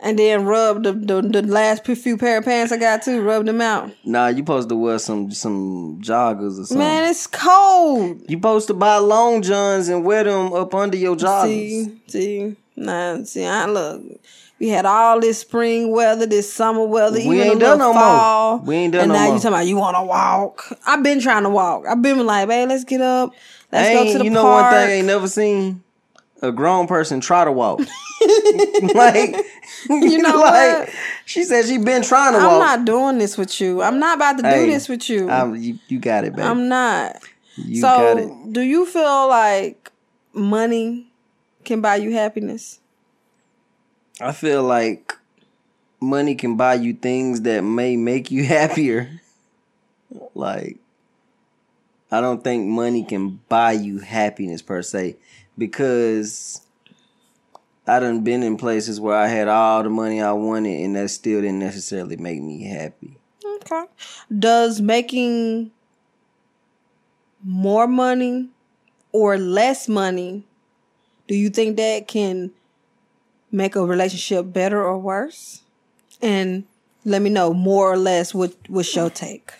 S1: and then rub the the, the last few pair of pants I got too. Rub them out.
S2: Nah, you supposed to wear some some joggers or something.
S1: Man, it's cold.
S2: You supposed to buy long johns and wear them up under your joggers.
S1: See, see, nah, see. I look. We had all this spring weather, this summer weather, even
S2: We ain't
S1: a little
S2: done no more.
S1: fall.
S2: We ain't done
S1: And
S2: no
S1: now
S2: more.
S1: you talking about you want to walk? I've been trying to walk. I've been like, babe, let's get up, let's
S2: ain't,
S1: go to the
S2: you know
S1: park.
S2: one thing I ain't never seen? A grown person try to walk. like
S1: You know
S2: like
S1: what?
S2: she said she been trying to
S1: I'm
S2: walk.
S1: not doing this with you. I'm not about to do
S2: Hey,
S1: this with you.
S2: I'm- you, you got it, baby.
S1: I'm not.
S2: you
S1: so,
S2: got it.
S1: do you feel like money can buy you happiness?
S2: I feel like money can buy you things that may make you happier. like I don't think money can buy you happiness per se because I done been in places where I had all the money I wanted and that still didn't necessarily make me happy.
S1: Okay. Does making more money or less money, do you think that can make a relationship better or worse? And let me know more or less what what's your take.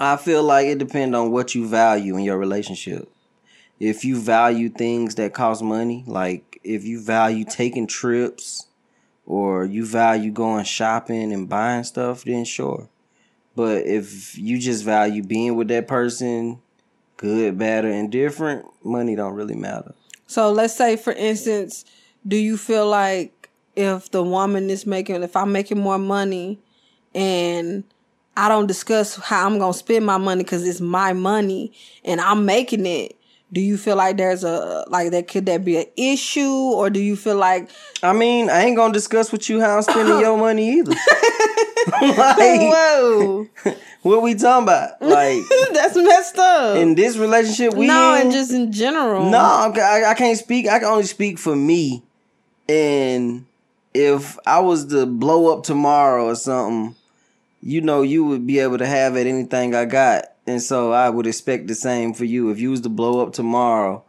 S2: I feel like it depends on what you value in your relationship. If you value things that cost money, like if you value taking trips or you value going shopping and buying stuff, then sure. But if you just value being with that person, good, bad, or indifferent, money don't really matter.
S1: So let's say, for instance, do you feel like if the woman is making, if I'm making more money and I don't discuss how I'm going to spend my money because it's my money and I'm making it, do you feel like there's a, like that, could that be an issue or do you feel like,
S2: I mean, I ain't gonna discuss with you how I'm spending your money either. like,
S1: whoa,
S2: what we talking about? Like,
S1: that's messed up?
S2: in this relationship, we
S1: no,
S2: in,
S1: and just in general.
S2: No, I'm- I, I can't speak. I can only speak for me. And if I was to blow up tomorrow or something, you know, you would be able to have at anything I got. And so I would expect the same for you. If you was to blow up tomorrow,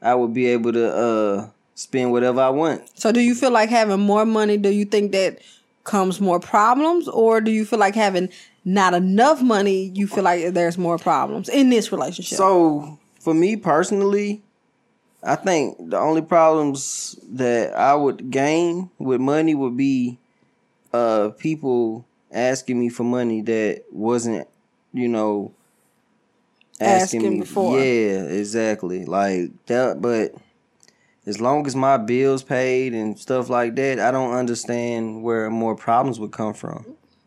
S2: I would be able to uh spend whatever I want.
S1: So do you feel like having more money, do you think that comes more problems or do you feel like having not enough money, you feel like there's more problems in this relationship?
S2: So for me personally, I think the only problems that I would gain with money would be uh people asking me for money that wasn't, you know, asking,
S1: Asking
S2: me
S1: before.
S2: Yeah, exactly. Like that but as long as my bills paid and stuff like that, I don't understand where more problems would come from.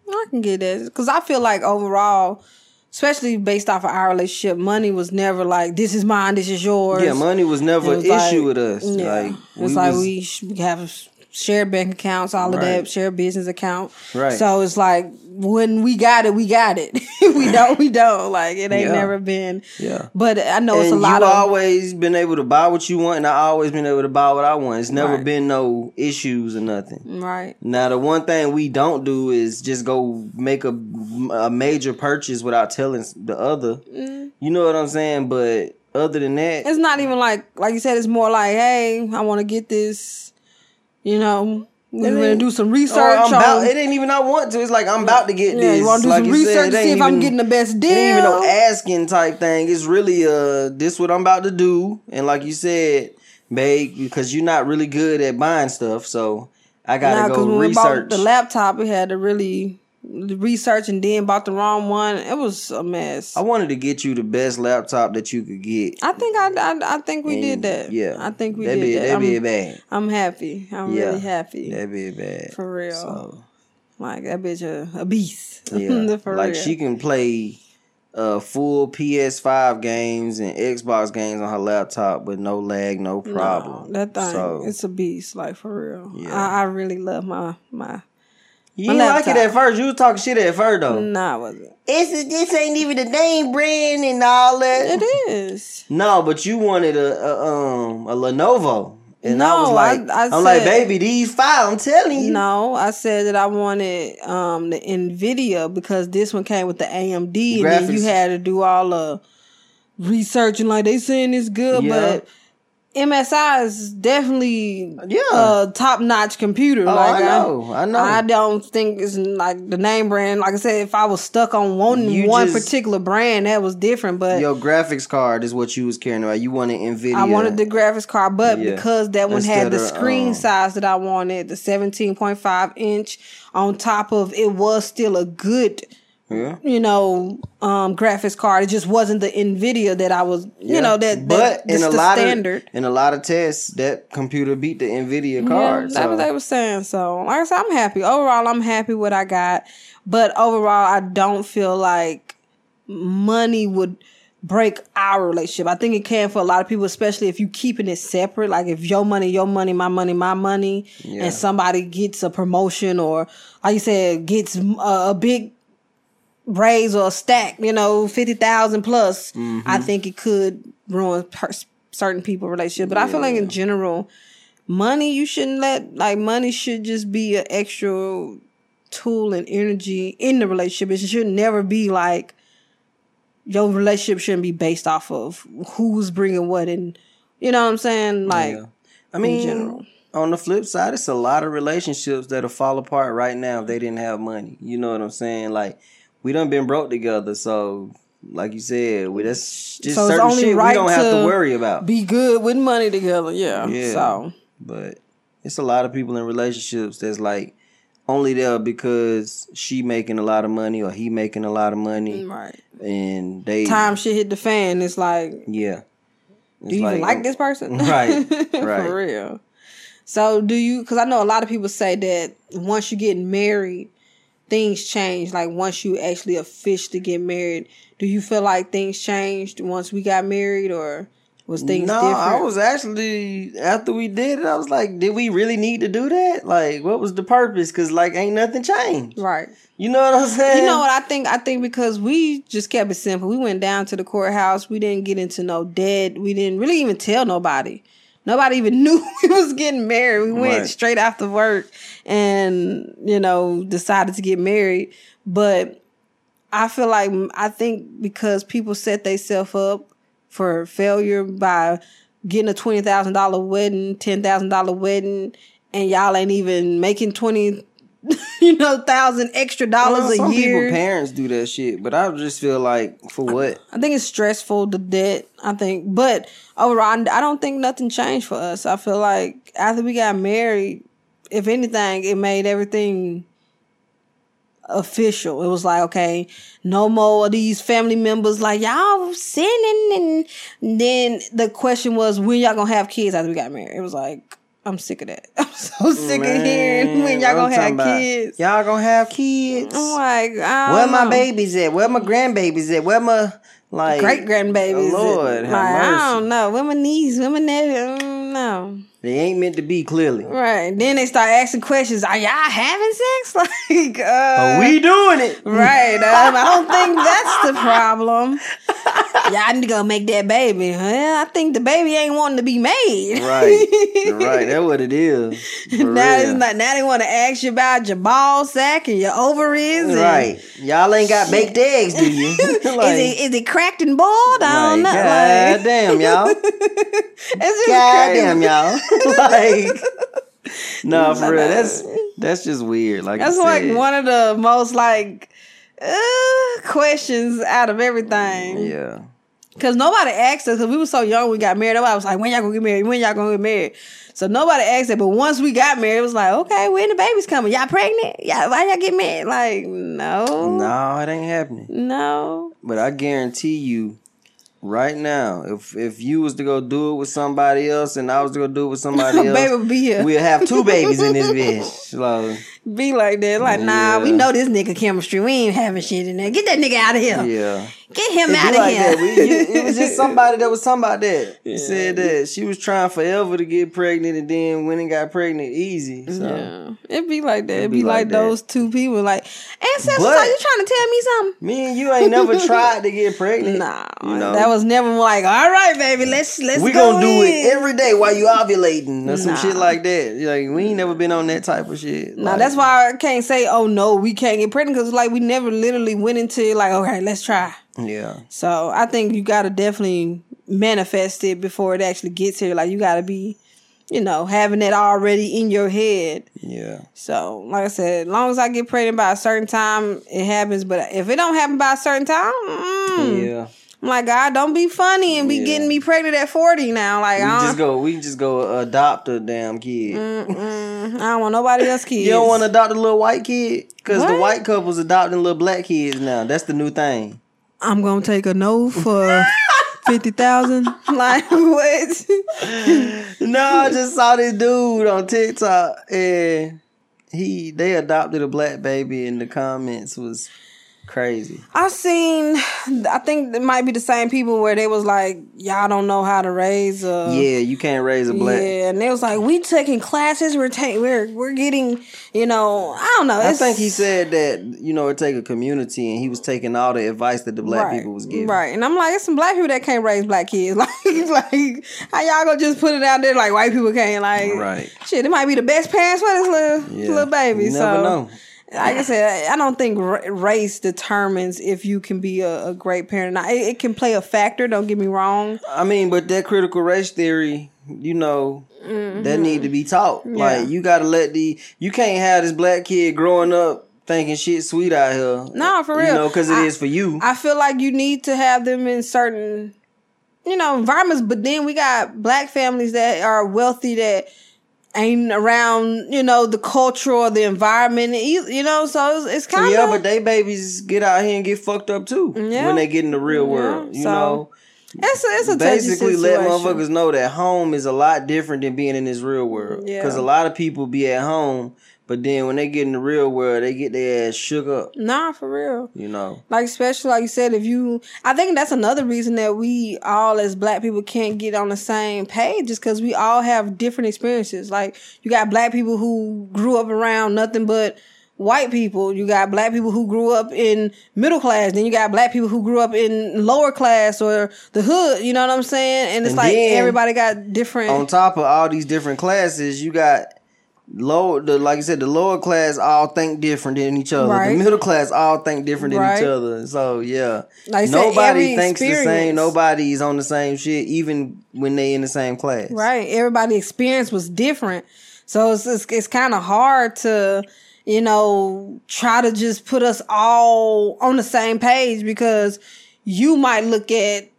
S1: I can get that cuz I feel like overall especially based off of our relationship, money was never like this is mine, this is yours.
S2: Yeah, money was never
S1: It
S2: an
S1: was
S2: issue
S1: like-
S2: with us.
S1: Yeah.
S2: Like
S1: it's like we sh- we have shared bank accounts, all of
S2: Right.
S1: that, shared business account.
S2: Right.
S1: So it's like when we got it, we got it. If we don't, we don't. Like it ain't
S2: Yeah.
S1: never been.
S2: Yeah.
S1: But I know it's
S2: and
S1: a lot
S2: you
S1: of
S2: always been able to buy what you want, and I always been able to buy what I want. It's never
S1: Right.
S2: been no issues or nothing.
S1: right.
S2: Now the one thing we don't do is just go make a, a major purchase without telling the other.
S1: Mm.
S2: You know what I'm saying? But other than that,
S1: It's not even like like you said. It's more like, hey, I want to get this. You know,
S2: It
S1: You want
S2: ain't-
S1: to do some
S2: Or
S1: research
S2: oh,
S1: on?
S2: I'm about, it ain't even I want to. It's like I'm about to get
S1: yeah,
S2: this.
S1: you want to do
S2: like
S1: some
S2: you said,
S1: research
S2: it
S1: to see
S2: ain't
S1: if I'm
S2: even-
S1: getting the best deal?
S2: It ain't even no asking type thing. It's really uh this what I'm about to do. And like you said, babe, because you're not really good at buying stuff, so I gotta
S1: because
S2: go
S1: when we bought
S2: research.
S1: the laptop, we had to really research and then bought the wrong one. It was a mess.
S2: I
S1: I,
S2: wanted to get you the best laptop that you could get.
S1: think I, I I think we did
S2: And,
S1: that.
S2: Yeah.
S1: I think we
S2: that
S1: did
S2: be,
S1: that.
S2: That
S1: I'm,
S2: be bad.
S1: I'm happy. I'm
S2: Yeah.
S1: really happy.
S2: That be bad.
S1: For real.
S2: So,
S1: Like that bitch a, a beast.
S2: yeah.
S1: For
S2: like
S1: real.
S2: she can play uh full PS5 games and Xbox games on her laptop with no lag, no
S1: No,
S2: problem.
S1: that thing,
S2: So,
S1: it's a beast. Like for real.
S2: Yeah.
S1: I, I really love my my.
S2: you
S1: my
S2: didn't like it
S1: laptop.
S2: at first. You was talking shit at first though.
S1: Nah, was it?
S2: It's this ain't even the name brand and all that.
S1: It is.
S2: No, but you wanted a, a um a Lenovo, and I was
S1: No,
S2: like,
S1: I- I
S2: I, am like,
S1: said-
S2: baby, these five. I'm telling you,
S1: No, I said that I wanted um the Nvidia because this one came with the AMD, and then you
S2: Graphics.
S1: had to do all the research and like they saying it's good,
S2: Yeah.
S1: but MSI is definitely
S2: Yeah.
S1: a top notch computer.
S2: Oh,
S1: like
S2: I know, I know.
S1: I don't think it's like the name brand. Like I said, if I was stuck on wanting
S2: You
S1: one
S2: just-
S1: particular brand, that was different. But
S2: your graphics card is what you was carrying about. You wanted Nvidia.
S1: I wanted the graphics card, but
S2: Yeah.
S1: because that one had
S2: Instead
S1: the
S2: of,
S1: screen
S2: um,
S1: size that I wanted, the 17.5 inch, on top of it was still a good,
S2: yeah.
S1: you know, um, graphics card. It just wasn't the Nvidia that I was, you know, that, that
S2: but in
S1: that's
S2: a
S1: the
S2: lot
S1: standard.
S2: of in a lot of tests, that computer beat the Nvidia
S1: Yeah,
S2: card.
S1: that's what
S2: so.
S1: they were saying. So, like I said, I'm happy. Overall, I'm happy what I got. But overall, I don't feel like money would break our relationship. I think it can for a lot of people, especially if you keeping it separate. Like if your money, your money, my money, my money,
S2: Yeah.
S1: and somebody gets a promotion or, like you said, gets uh, a, a big raise or a stack, you know, 50,000 plus,
S2: Mm-hmm.
S1: I think it could ruin per- certain people relationship. But I feel like in general, money you shouldn't let like money should just be an extra tool and energy in the relationship. It should never be like your relationship shouldn't be based off of who's bringing what and you know what I'm saying? Like
S2: Yeah. I mean,
S1: general.
S2: on the flip side, it's a lot of relationships that'll fall apart right now if they didn't have money. You know what I'm saying? Like, we done been broke together, so like you said, we that's just
S1: So it's
S2: certain
S1: only
S2: shit
S1: right
S2: we don't have
S1: to
S2: to worry about.
S1: be good with money together. Yeah.
S2: Yeah.
S1: So
S2: but it's a lot of people in relationships that's like only there because she making a lot of money or he making a lot of money,
S1: right.
S2: and they
S1: Time shit hit the fan, it's like
S2: Yeah, It's
S1: do you even like this person?
S2: Right, right.
S1: For real. So do you? Because I know a lot of people say that once you get married, things change. Like once you actually officially get married, do you feel like things changed once we got married, or was things
S2: no,
S1: different?
S2: I was actually after we did it, I was like, did we really need to do that? Like, what was the purpose? Because like, ain't nothing changed.
S1: right.
S2: You know what I'm saying?
S1: You know what I think? I think because we just kept it simple. We went down to the courthouse. We didn't get into no debt. We didn't really even tell nobody. Nobody even knew we was getting married. We went
S2: Right.
S1: straight after work and, you know, decided to get married. But I feel like I think because people set themselves up for failure by getting a twenty thousand dollar wedding, ten thousand dollar wedding, and y'all ain't even making twenty, you know, thousand extra
S2: Well,
S1: dollars
S2: some
S1: a year.
S2: people parents do that shit, but I just feel like for what?
S1: I think it's stressful, the debt. I think, but overall, I I don't think nothing changed for us. I feel like after we got married, if anything, it made everything official. It was like, okay, no more of these family members like y'all sinning, and then the question was, when y'all gonna have kids after we got married? It was like, I'm sick of that. I'm so sick of hearing when
S2: Man,
S1: y'all
S2: I'm
S1: gonna
S2: talking
S1: have
S2: about,
S1: kids.
S2: Y'all gonna have kids.
S1: I'm like, I
S2: Where
S1: don't
S2: my
S1: know.
S2: babies at? Where my grandbabies at? Where my like
S1: great grandbabies.
S2: Lord,
S1: like,
S2: have
S1: I
S2: mercy.
S1: don't know. Women niece, women nephew. mm, No,
S2: They ain't meant to be clearly,
S1: right? Then they start asking questions. Are y'all having sex? Like, uh,
S2: but Oh, we doing it.
S1: right? Um, I don't think that's the problem. Y'all need to go make that baby. Well, I think the baby ain't wanting to be made.
S2: Right, right. That's what it is. For
S1: now,
S2: real.
S1: it's not, now they want to ask you about your ball sack and your ovaries. and-
S2: Right. Y'all ain't got baked eggs, do you? Like,
S1: is, it, is it cracked and boiled? I don't
S2: like,
S1: know.
S2: God
S1: Like,
S2: damn, y'all. God
S1: it's just crazy.
S2: damn, y'all. like, no, for real. That's that's just weird. Like
S1: That's
S2: I
S1: like
S2: said.
S1: one of the most like uh, questions out of everything.
S2: Yeah.
S1: Cause nobody asked us. Cause we were so young, when we got married. Nobody was like, "When y'all gonna get married? When y'all gonna get married?" So nobody asked it. But once we got married, it was like, "Okay, when the baby's coming? Y'all pregnant? Y'all why y'all get married?" Like, no,
S2: No, it ain't happening.
S1: no.
S2: But I guarantee you, right now, if if you was to go do it with somebody else and I was to go do it with somebody else,
S1: Baby would be here.
S2: we'll have two babies in this bitch. Like,
S1: Be like that. Like, nah, we
S2: Yeah.
S1: know this nigga chemistry. We ain't having shit in there. Get that nigga out of here.
S2: yeah.
S1: Get him
S2: It'd
S1: out of
S2: be like
S1: here.
S2: that. We- you- it was just somebody that was talking about that. Said that she was trying forever to get pregnant and then when and got pregnant easy. So
S1: Yeah, it'd be like that. It'd
S2: be
S1: be, like,
S2: like that.
S1: those two people. Like, ancestors,
S2: But-
S1: are you trying to tell me something?
S2: me and you ain't never tried to get pregnant.
S1: Nah,
S2: you know. Mm.
S1: that was never like, all right, baby, let's let's
S2: we
S1: go
S2: gonna do it
S1: in."
S2: every day while you ovulating or some
S1: Nah.
S2: shit like that. Like we ain't never been on that type of shit.
S1: Now
S2: Like,
S1: that's why I can't say, oh no, we can't get pregnant because like we never literally went into like, okay, let's try.
S2: Yeah,
S1: So I think you gotta definitely manifest it before it actually gets here. Like you gotta be, you know, having that already in your head.
S2: yeah,
S1: So like I said, as long as I get pregnant by a certain time, it happens. But if it don't happen by a certain time, mm,
S2: yeah.
S1: I'm like God, don't be funny and be
S2: Yeah.
S1: getting me pregnant at 40 now. Like
S2: We
S1: I
S2: just
S1: don't,
S2: go. We just go adopt a damn kid.
S1: Mm, I don't want nobody else kids.
S2: You don't want to adopt a little white kid because the
S1: What?
S2: white couples adopting little black kids now. That's the new thing.
S1: I'm gonna take a no for fifty thousand. Like what?
S2: No, I just saw this dude on TikTok and he they adopted a black baby and the comments was crazy.
S1: I seen. I think it might be the same people where they was like, y'all don't know how to raise a.
S2: Yeah, you can't raise a black.
S1: Yeah, and they was like, we taking classes. We're taking. We're we're getting. You know, I don't know.
S2: I
S1: it's-
S2: think he said that you know it take a community, and he was taking all the advice that the black people was giving.
S1: Right. And I'm like, it's some black people that can't raise black kids. Like, like how y'all gonna just put it out there like white people can't? Like,
S2: Right.
S1: shit, it might be the best parents for this little,
S2: Yeah.
S1: little baby.
S2: You
S1: so,
S2: never know.
S1: like I said, I don't think ra- race determines if you can be a, a great parent. Now, it, it can play a factor, don't get me wrong.
S2: I mean, but that critical race theory, you know,
S1: Mm-hmm.
S2: that need to be taught. Like you got to let the you can't have this black kid growing up thinking shit sweet out here.
S1: No, for
S2: You
S1: real.
S2: know, because it is
S1: I-
S2: for you.
S1: I feel like you need to have them in certain, you know, environments. But then we got black families that are wealthy that ain't around, you know, the culture or the environment, you you know. So it's, it's kind of
S2: yeah, but they babies get out here and get fucked up too
S1: Yeah.
S2: when they get in the real
S1: Yeah,
S2: world. You
S1: so-
S2: know,
S1: it's a, it's a touchy
S2: basically let
S1: situation.
S2: motherfuckers know that home is a lot different than being in this real world.
S1: Yeah.
S2: Because a lot of people be at home, but then when they get in the real world, they get their ass shook up.
S1: Nah, for real.
S2: You know.
S1: Like especially like you said, if you, I think that's another reason that we all as black people can't get on the same page, is because we all have different experiences. Like you got black people who grew up around nothing but white people. You got black people who grew up in middle class. Then you got black people who grew up in lower class or the hood. You know what I'm saying? And it's
S2: And
S1: like
S2: then-
S1: everybody got different.
S2: On top of all these different classes, you got low the like I said, the lower class all think different than each other.
S1: Right.
S2: The middle class all think different than
S1: Right.
S2: each other. So yeah.
S1: Like I said,
S2: Nobody
S1: every
S2: thinks the same.
S1: experience-
S2: Nobody's on the same shit, even when they in the same class.
S1: Right. Everybody' experience was different. So it's it's, it's kind of hard to, you know, try to just put us all on the same page because you might look at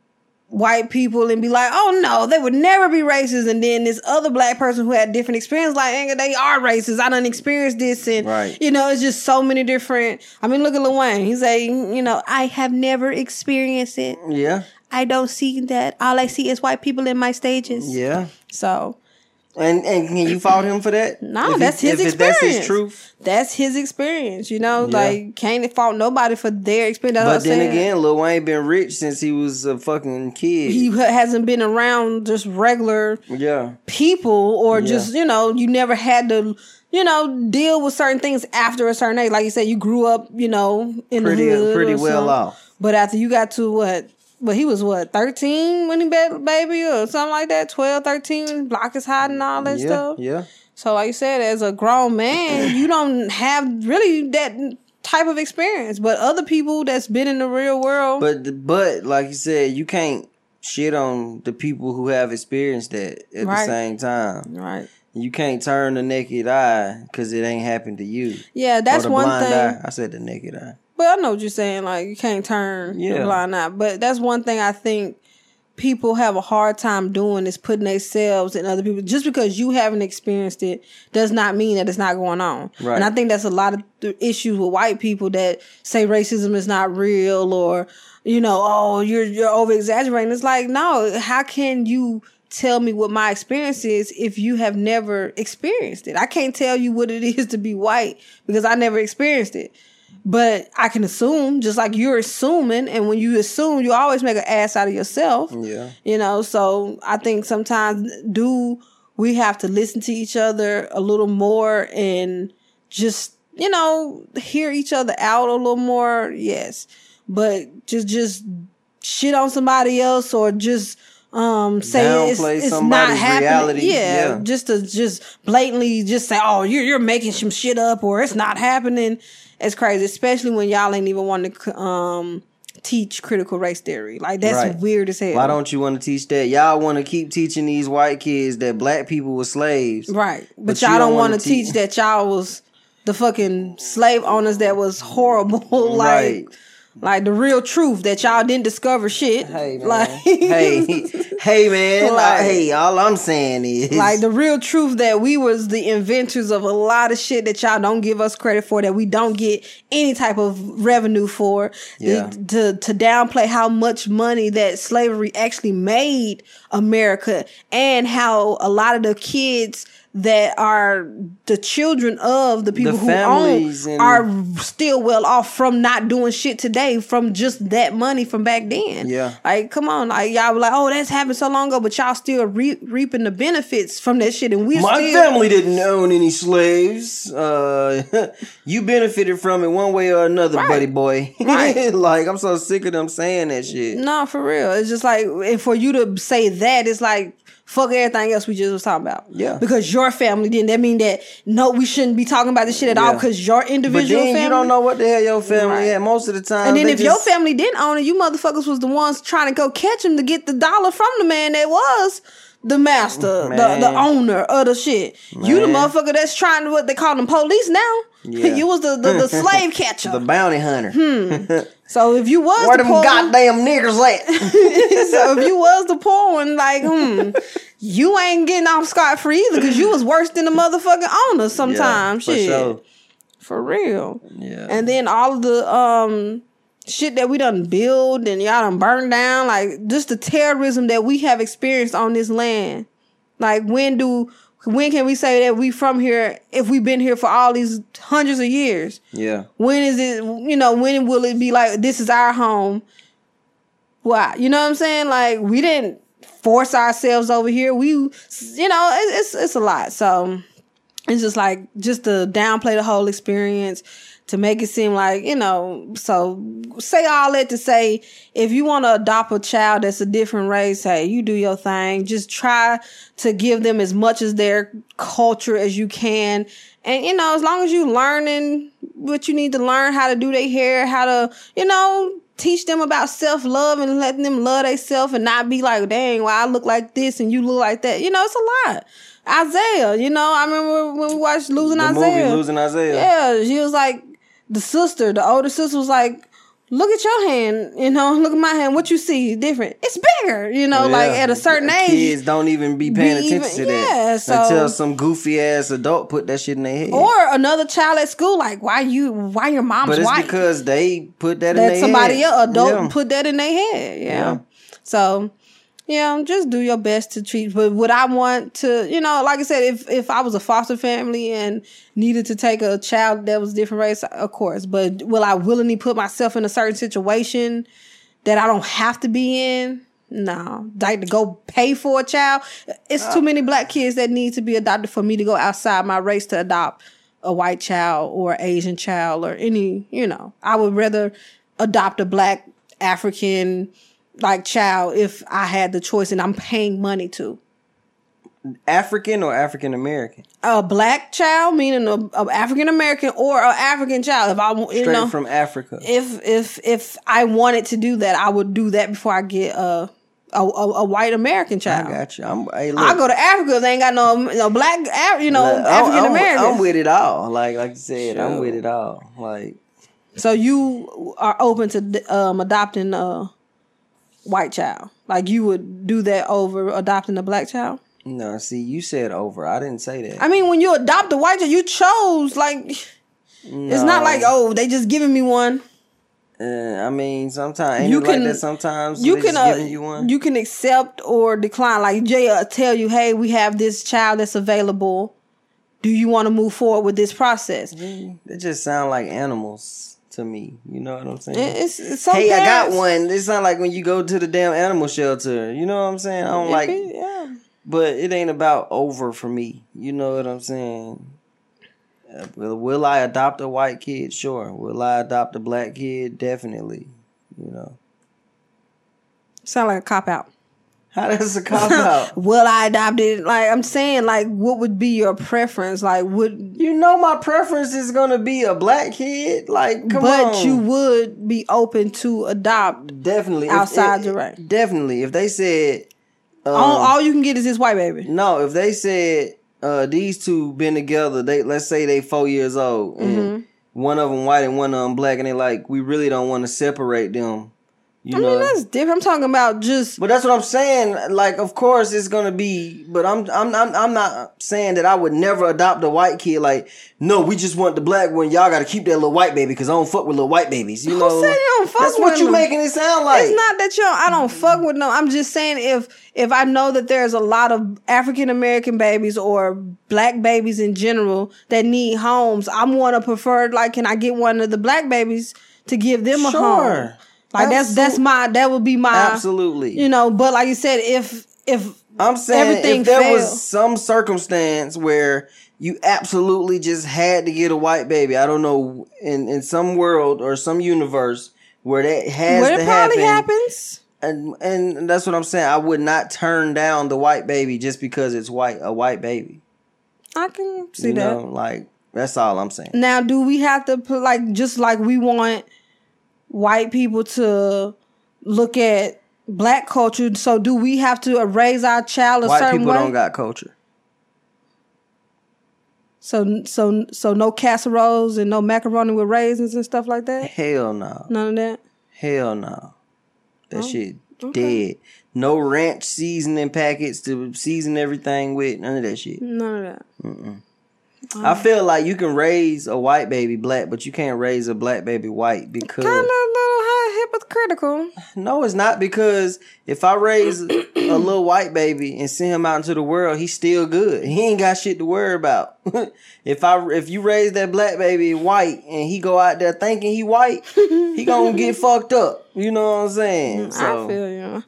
S1: white people and be like, oh no, they would never be racist. And then this other black person who had different experience, like, "Nigga, they are racist. I done experienced this. And,
S2: Right.
S1: you know, it's just so many different. I mean, look at Lil Wayne. He's a, you know, I have never experienced it.
S2: Yeah.
S1: I don't see that. All I see is white people in my stages.
S2: Yeah.
S1: So
S2: And and can you fault him for that?
S1: No,
S2: he-
S1: that's his
S2: if it- That's his
S1: experience.
S2: truth.
S1: that's his experience, you know.
S2: Yeah.
S1: Like can't fault nobody for their experience. That's what
S2: But
S1: I'm
S2: then
S1: saying.
S2: again, Lil Wayne been rich since he was a fucking kid.
S1: he ha- hasn't been around just regular
S2: yeah,
S1: people, or
S2: Yeah.
S1: just you know, you never had to, you know, deal with certain things after a certain age. Like you said, you grew up, you know, in
S2: pretty
S1: the hood
S2: pretty
S1: or
S2: well
S1: something.
S2: off.
S1: But after you got to what? But he was what, 13 when he ba- baby or something like that? 12, 13, block is hot and all that
S2: yeah,
S1: stuff.
S2: yeah,
S1: So, like you said, as a grown man, you don't have really that type of experience. But other people that's been in the real world,
S2: but the- but like you said, you can't shit on the people who have experienced that at
S1: Right.
S2: the same time.
S1: right?
S2: You can't turn the naked eye because it ain't happened to you.
S1: Yeah, that's
S2: or the
S1: one
S2: blind
S1: thing.
S2: eye. I said the naked eye.
S1: But I know what you're saying. Like you can't turn
S2: Yeah.
S1: the blind eye. But that's one thing I think people have a hard time doing is putting themselves in other people. Just because you haven't experienced it does not mean that it's not going on.
S2: Right.
S1: And I think that's a lot of the issues with white people that say racism is not real or you know oh you're you're over exaggerating. It's like no, how can you? Tell me what my experience is if you have never experienced it. I can't tell you what it is to be white because I never experienced it. But I can assume, just like you're assuming, and when you assume, you always make an ass out of yourself.
S2: Yeah.
S1: You know, so I think sometimes do we have to listen to each other a little more and just, you know, hear each other out a little more? Yes. But just just shit on somebody else or just um say it's,
S2: Downplay
S1: it's not
S2: somebody's
S1: happening.
S2: reality.
S1: Yeah,
S2: Yeah.
S1: Just to just blatantly just say, Oh, you're you're making some shit up or it's not happening. It's crazy, especially when y'all ain't even want to um teach critical race theory. Like that's
S2: Right.
S1: weird as hell.
S2: Why don't you want to teach that? Y'all want to keep teaching these white kids that black people were slaves.
S1: Right. But,
S2: But
S1: y'all
S2: you
S1: don't,
S2: don't wanna
S1: want to
S2: teach-
S1: teach that y'all was the fucking slave owners that was horrible. like
S2: Right.
S1: like the real truth that y'all didn't discover shit.
S2: Hey, man.
S1: Like
S2: hey, hey, man.
S1: Like-
S2: I- hey, all I'm saying is,
S1: Like the real truth that we was the inventors of a lot of shit that y'all don't give us credit for, that we don't get any type of revenue for.
S2: Yeah.
S1: To, to to downplay how much money that slavery actually made America and how a lot of the kids that are the children of the people who own
S2: families and-
S1: are still well off from not doing shit today from just that money from back then.
S2: Yeah.
S1: Like, come on. Like, y'all were like, oh, that's happened so long ago, but y'all still re- reaping the benefits from that shit. And we
S2: my
S1: still.
S2: family didn't own any slaves. Uh, you benefited from it one way or another, buddy boy.
S1: Right.
S2: like I'm so sick of them saying that shit.
S1: No, for real. It's just like, and for you to say that, it's like, fuck everything else we just was talking about.
S2: Yeah.
S1: Because your family didn't. That mean that, no, we shouldn't be talking about this shit at all
S2: Yeah.
S1: because your
S2: But
S1: individual
S2: then
S1: family.
S2: you don't know what the hell your family
S1: Right.
S2: had most of the time.
S1: And then
S2: Oh, they
S1: if your
S2: just-
S1: family didn't own it, you motherfuckers was the ones trying to go catch him to get the dollar from the man that was the master, the,
S2: Man.
S1: the owner of the shit. You the
S2: Man.
S1: motherfucker that's trying to what they call them police now.
S2: Yeah.
S1: you was the, the, the slave catcher.
S2: the bounty hunter,
S1: Hmm, so if you was
S2: where
S1: the
S2: them
S1: poor one,
S2: goddamn niggers at?
S1: so if you was the poor one, like hmm, you ain't getting off scot free either because you was worse than the motherfucking owner sometimes.
S2: Yeah, for
S1: shit,
S2: sure.
S1: for real.
S2: Yeah.
S1: And then all of the um shit that we done build and y'all done burn down, like just the terrorism that we have experienced on this land. Like when do when can we say that we from here if we've been here for all these hundreds of years?
S2: yeah.
S1: When is it you know, when will it be like this is our home? Why? You know what I'm saying? Like we didn't force ourselves over here. We you know, it, it's it's a lot. So it's just like just to downplay the whole experience to make it seem like you know so say all that to say if you want to adopt a child that's a different race hey you do your thing just try to give them as much as their culture as you can and you know as long as you learning what you need to learn how to do their hair how to you know teach them about self-love and letting them love themselves and not be like dang why i look like this and you look like that you know it's a lot Isaiah, you know, I remember when we watched Losing
S2: The
S1: Isaiah.
S2: movie losing Isaiah.
S1: Yeah, she was like the sister, the older sister was like, "Look at your hand, you know, look at my hand. What you see is different. It's bigger, you know, like
S2: Oh, Yeah.
S1: at a certain
S2: Yeah,
S1: age."
S2: kids don't even be paying
S1: be
S2: attention
S1: even-
S2: to that
S1: yeah, so-
S2: until some goofy ass adult put that shit in their head.
S1: Or another child at school, like, "Why you? Why your mom's
S2: but it's
S1: white?"
S2: because they put that, in
S1: that
S2: their
S1: somebody
S2: head.
S1: else adult
S2: Yeah.
S1: put that in their head. Yeah.
S2: Yeah.
S1: So yeah, just do your best to treat. But what I want to, you know, like I said, if if I was a foster family and needed to take a child that was different race, of course. But will I willingly put myself in a certain situation that I don't have to be in? No, like to go pay for a child. It's too many black kids that need to be adopted for me to go outside my race to adopt a white child or Asian child or any, you know. I would rather adopt a black African like child if I had the choice and I'm paying money to.
S2: African or African American,
S1: A black child meaning a, a African American or a African child if I wa- you
S2: straight
S1: know
S2: from Africa.
S1: if if if I wanted to do that I would do that before I get a a, a, a white American child.
S2: I
S1: I,
S2: got you. I'm, hey, look,
S1: go to Africa. 'cause They ain't got no no black, Af- you know,
S2: look, I'm- I'm-
S1: African American.
S2: I'm, with it all. Like like you said, I'm
S1: Sure.
S2: with it all. Like
S1: So you are open to um, adopting a white child? Like you would do that over adopting a black child?
S2: no, see, you said over. I didn't say that.
S1: I mean, when you adopt a white child, you chose like it's not
S2: No.
S1: like oh they just giving me one.
S2: Uh, I mean, sometimes ain't
S1: You
S2: it like
S1: can-
S2: that. Sometimes
S1: You
S2: they
S1: can
S2: just
S1: uh,
S2: giving you one.
S1: you can accept or decline. Like Jay uh, tell you, hey, we have this child that's available. Do you want to move forward with this process? It-
S2: they just sound like animals to me. You know what I'm saying?
S1: It's, it's some
S2: hey, I got
S1: parents-
S2: one. It's not like when you go to the damn animal shelter. You know what I'm saying? I don't like,
S1: yeah.
S2: but it ain't about over for me. You know what I'm saying? Uh, Will, will I adopt a white kid? Sure. Will I adopt a black kid? Definitely. You know
S1: Sound like a cop out.
S2: how does a cop out?
S1: Will I adopt it? Like I'm saying, like what would be your preference? Like would,
S2: You know my preference is gonna be a black kid. Like, come
S1: but
S2: on.
S1: you would be open to adopt.
S2: definitely if-
S1: Outside
S2: if-
S1: the rank.
S2: Definitely. If they said, um,
S1: all, all you can get is this white baby.
S2: No, if they said uh, these two been together, they let's say they four years old, and
S1: Mm-hmm.
S2: one of them white and one of them black, and they like we really don't want to separate them. You
S1: I
S2: know,
S1: mean that's different. I'm talking about just
S2: but that's what I'm saying. Like, of course it's gonna be, but I'm I'm I'm, I'm not saying that I would never adopt a white kid. Like, no, we just want the black one. Y'all got to keep that little white baby because I don't fuck with little white babies. You
S1: Who
S2: know,
S1: said you don't fuck
S2: that's
S1: with
S2: what you
S1: them?
S2: making it sound like.
S1: It's not that you don't, I don't fuck with no. I'm just saying if if I know that there's a lot of African American babies or black babies in general that need homes, I'm one of preferred. Like, can I get one of the black babies to give them a home? Uh,
S2: sure,
S1: Like that's that's
S2: Absolute-
S1: my that would be my
S2: absolutely.
S1: You know, but like you said, if if
S2: I'm saying
S1: Everything
S2: if there
S1: fell.
S2: was some circumstance where you absolutely just had to get a white baby, I don't know in in some world or some universe where that has
S1: well,
S2: to
S1: it probably
S2: happen,
S1: happens.
S2: and and that's what I'm saying. I would not turn down the white baby just because it's white a white baby.
S1: I can see
S2: you
S1: that.
S2: know, like that's all I'm saying.
S1: Now, do we have to put like just like we want white people to look at black culture? So, do we have to raise our child a
S2: White
S1: certain
S2: people
S1: way?
S2: don't got culture.
S1: so, so, so no casseroles and no macaroni with raisins and stuff like that.
S2: Hell no.
S1: None of that.
S2: Hell no. That
S1: Oh,
S2: shit dead. No ranch seasoning packets to season everything with. None of that shit.
S1: None of that.
S2: I
S1: Um,
S2: feel like you can raise a white baby black, but you can't raise a black baby white because
S1: Kind of little high hypocritical.
S2: no, it's not because if I raise a little white baby and send him out into the world, he's still good. He ain't got shit to worry about. if I if you raise that black baby white and he go out there thinking he white, he gonna get fucked up. You know what I'm saying?
S1: Mm, I
S2: So
S1: feel you.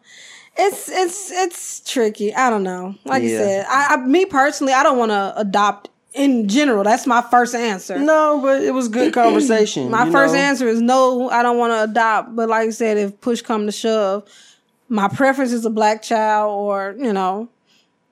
S1: It's it's it's tricky. I don't know. Like you
S2: Yeah.
S1: said, I, I me personally, I don't want to adopt in general. That's my first answer.
S2: no, but it was good conversation.
S1: My
S2: you
S1: first
S2: know?
S1: answer is no, I don't want to adopt. But like I said, if push come to shove, my preference is a black child or, you know,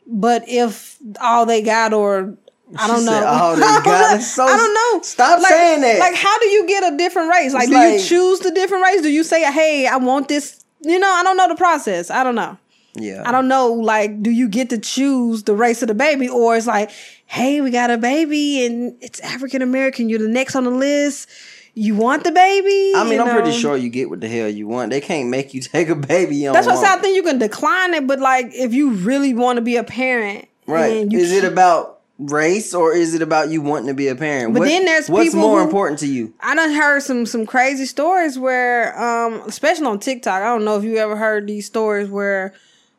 S1: but if all they got or I
S2: She
S1: don't know.
S2: said, "All they
S1: I don't
S2: got
S1: know.
S2: is so-
S1: I don't know.
S2: Stop
S1: like,
S2: saying that.
S1: Like, how do you get a different race? Like,
S2: It's
S1: do
S2: like-
S1: you choose the different race? Do you say, hey, I want this? You know, I don't know the process. I don't know.
S2: Yeah,
S1: I don't know, like, do you get to choose the race of the baby? Or it's like, hey, we got a baby and it's African American. You're the next on the list. You want the baby?
S2: I mean,
S1: you
S2: I'm pretty
S1: know?
S2: sure you get what the hell you want. They can't make you take a baby. You
S1: That's
S2: don't
S1: why I
S2: want.
S1: said I think you can decline it, but like, if you really want to be a parent,
S2: Right.
S1: then you
S2: Is it
S1: can't-
S2: about race or is it about you wanting to be a parent?
S1: But then there's
S2: what's
S1: people
S2: more
S1: who-
S2: important to you?
S1: I done heard some some crazy stories where, um, especially on TikTok. I don't know if you ever heard these stories where,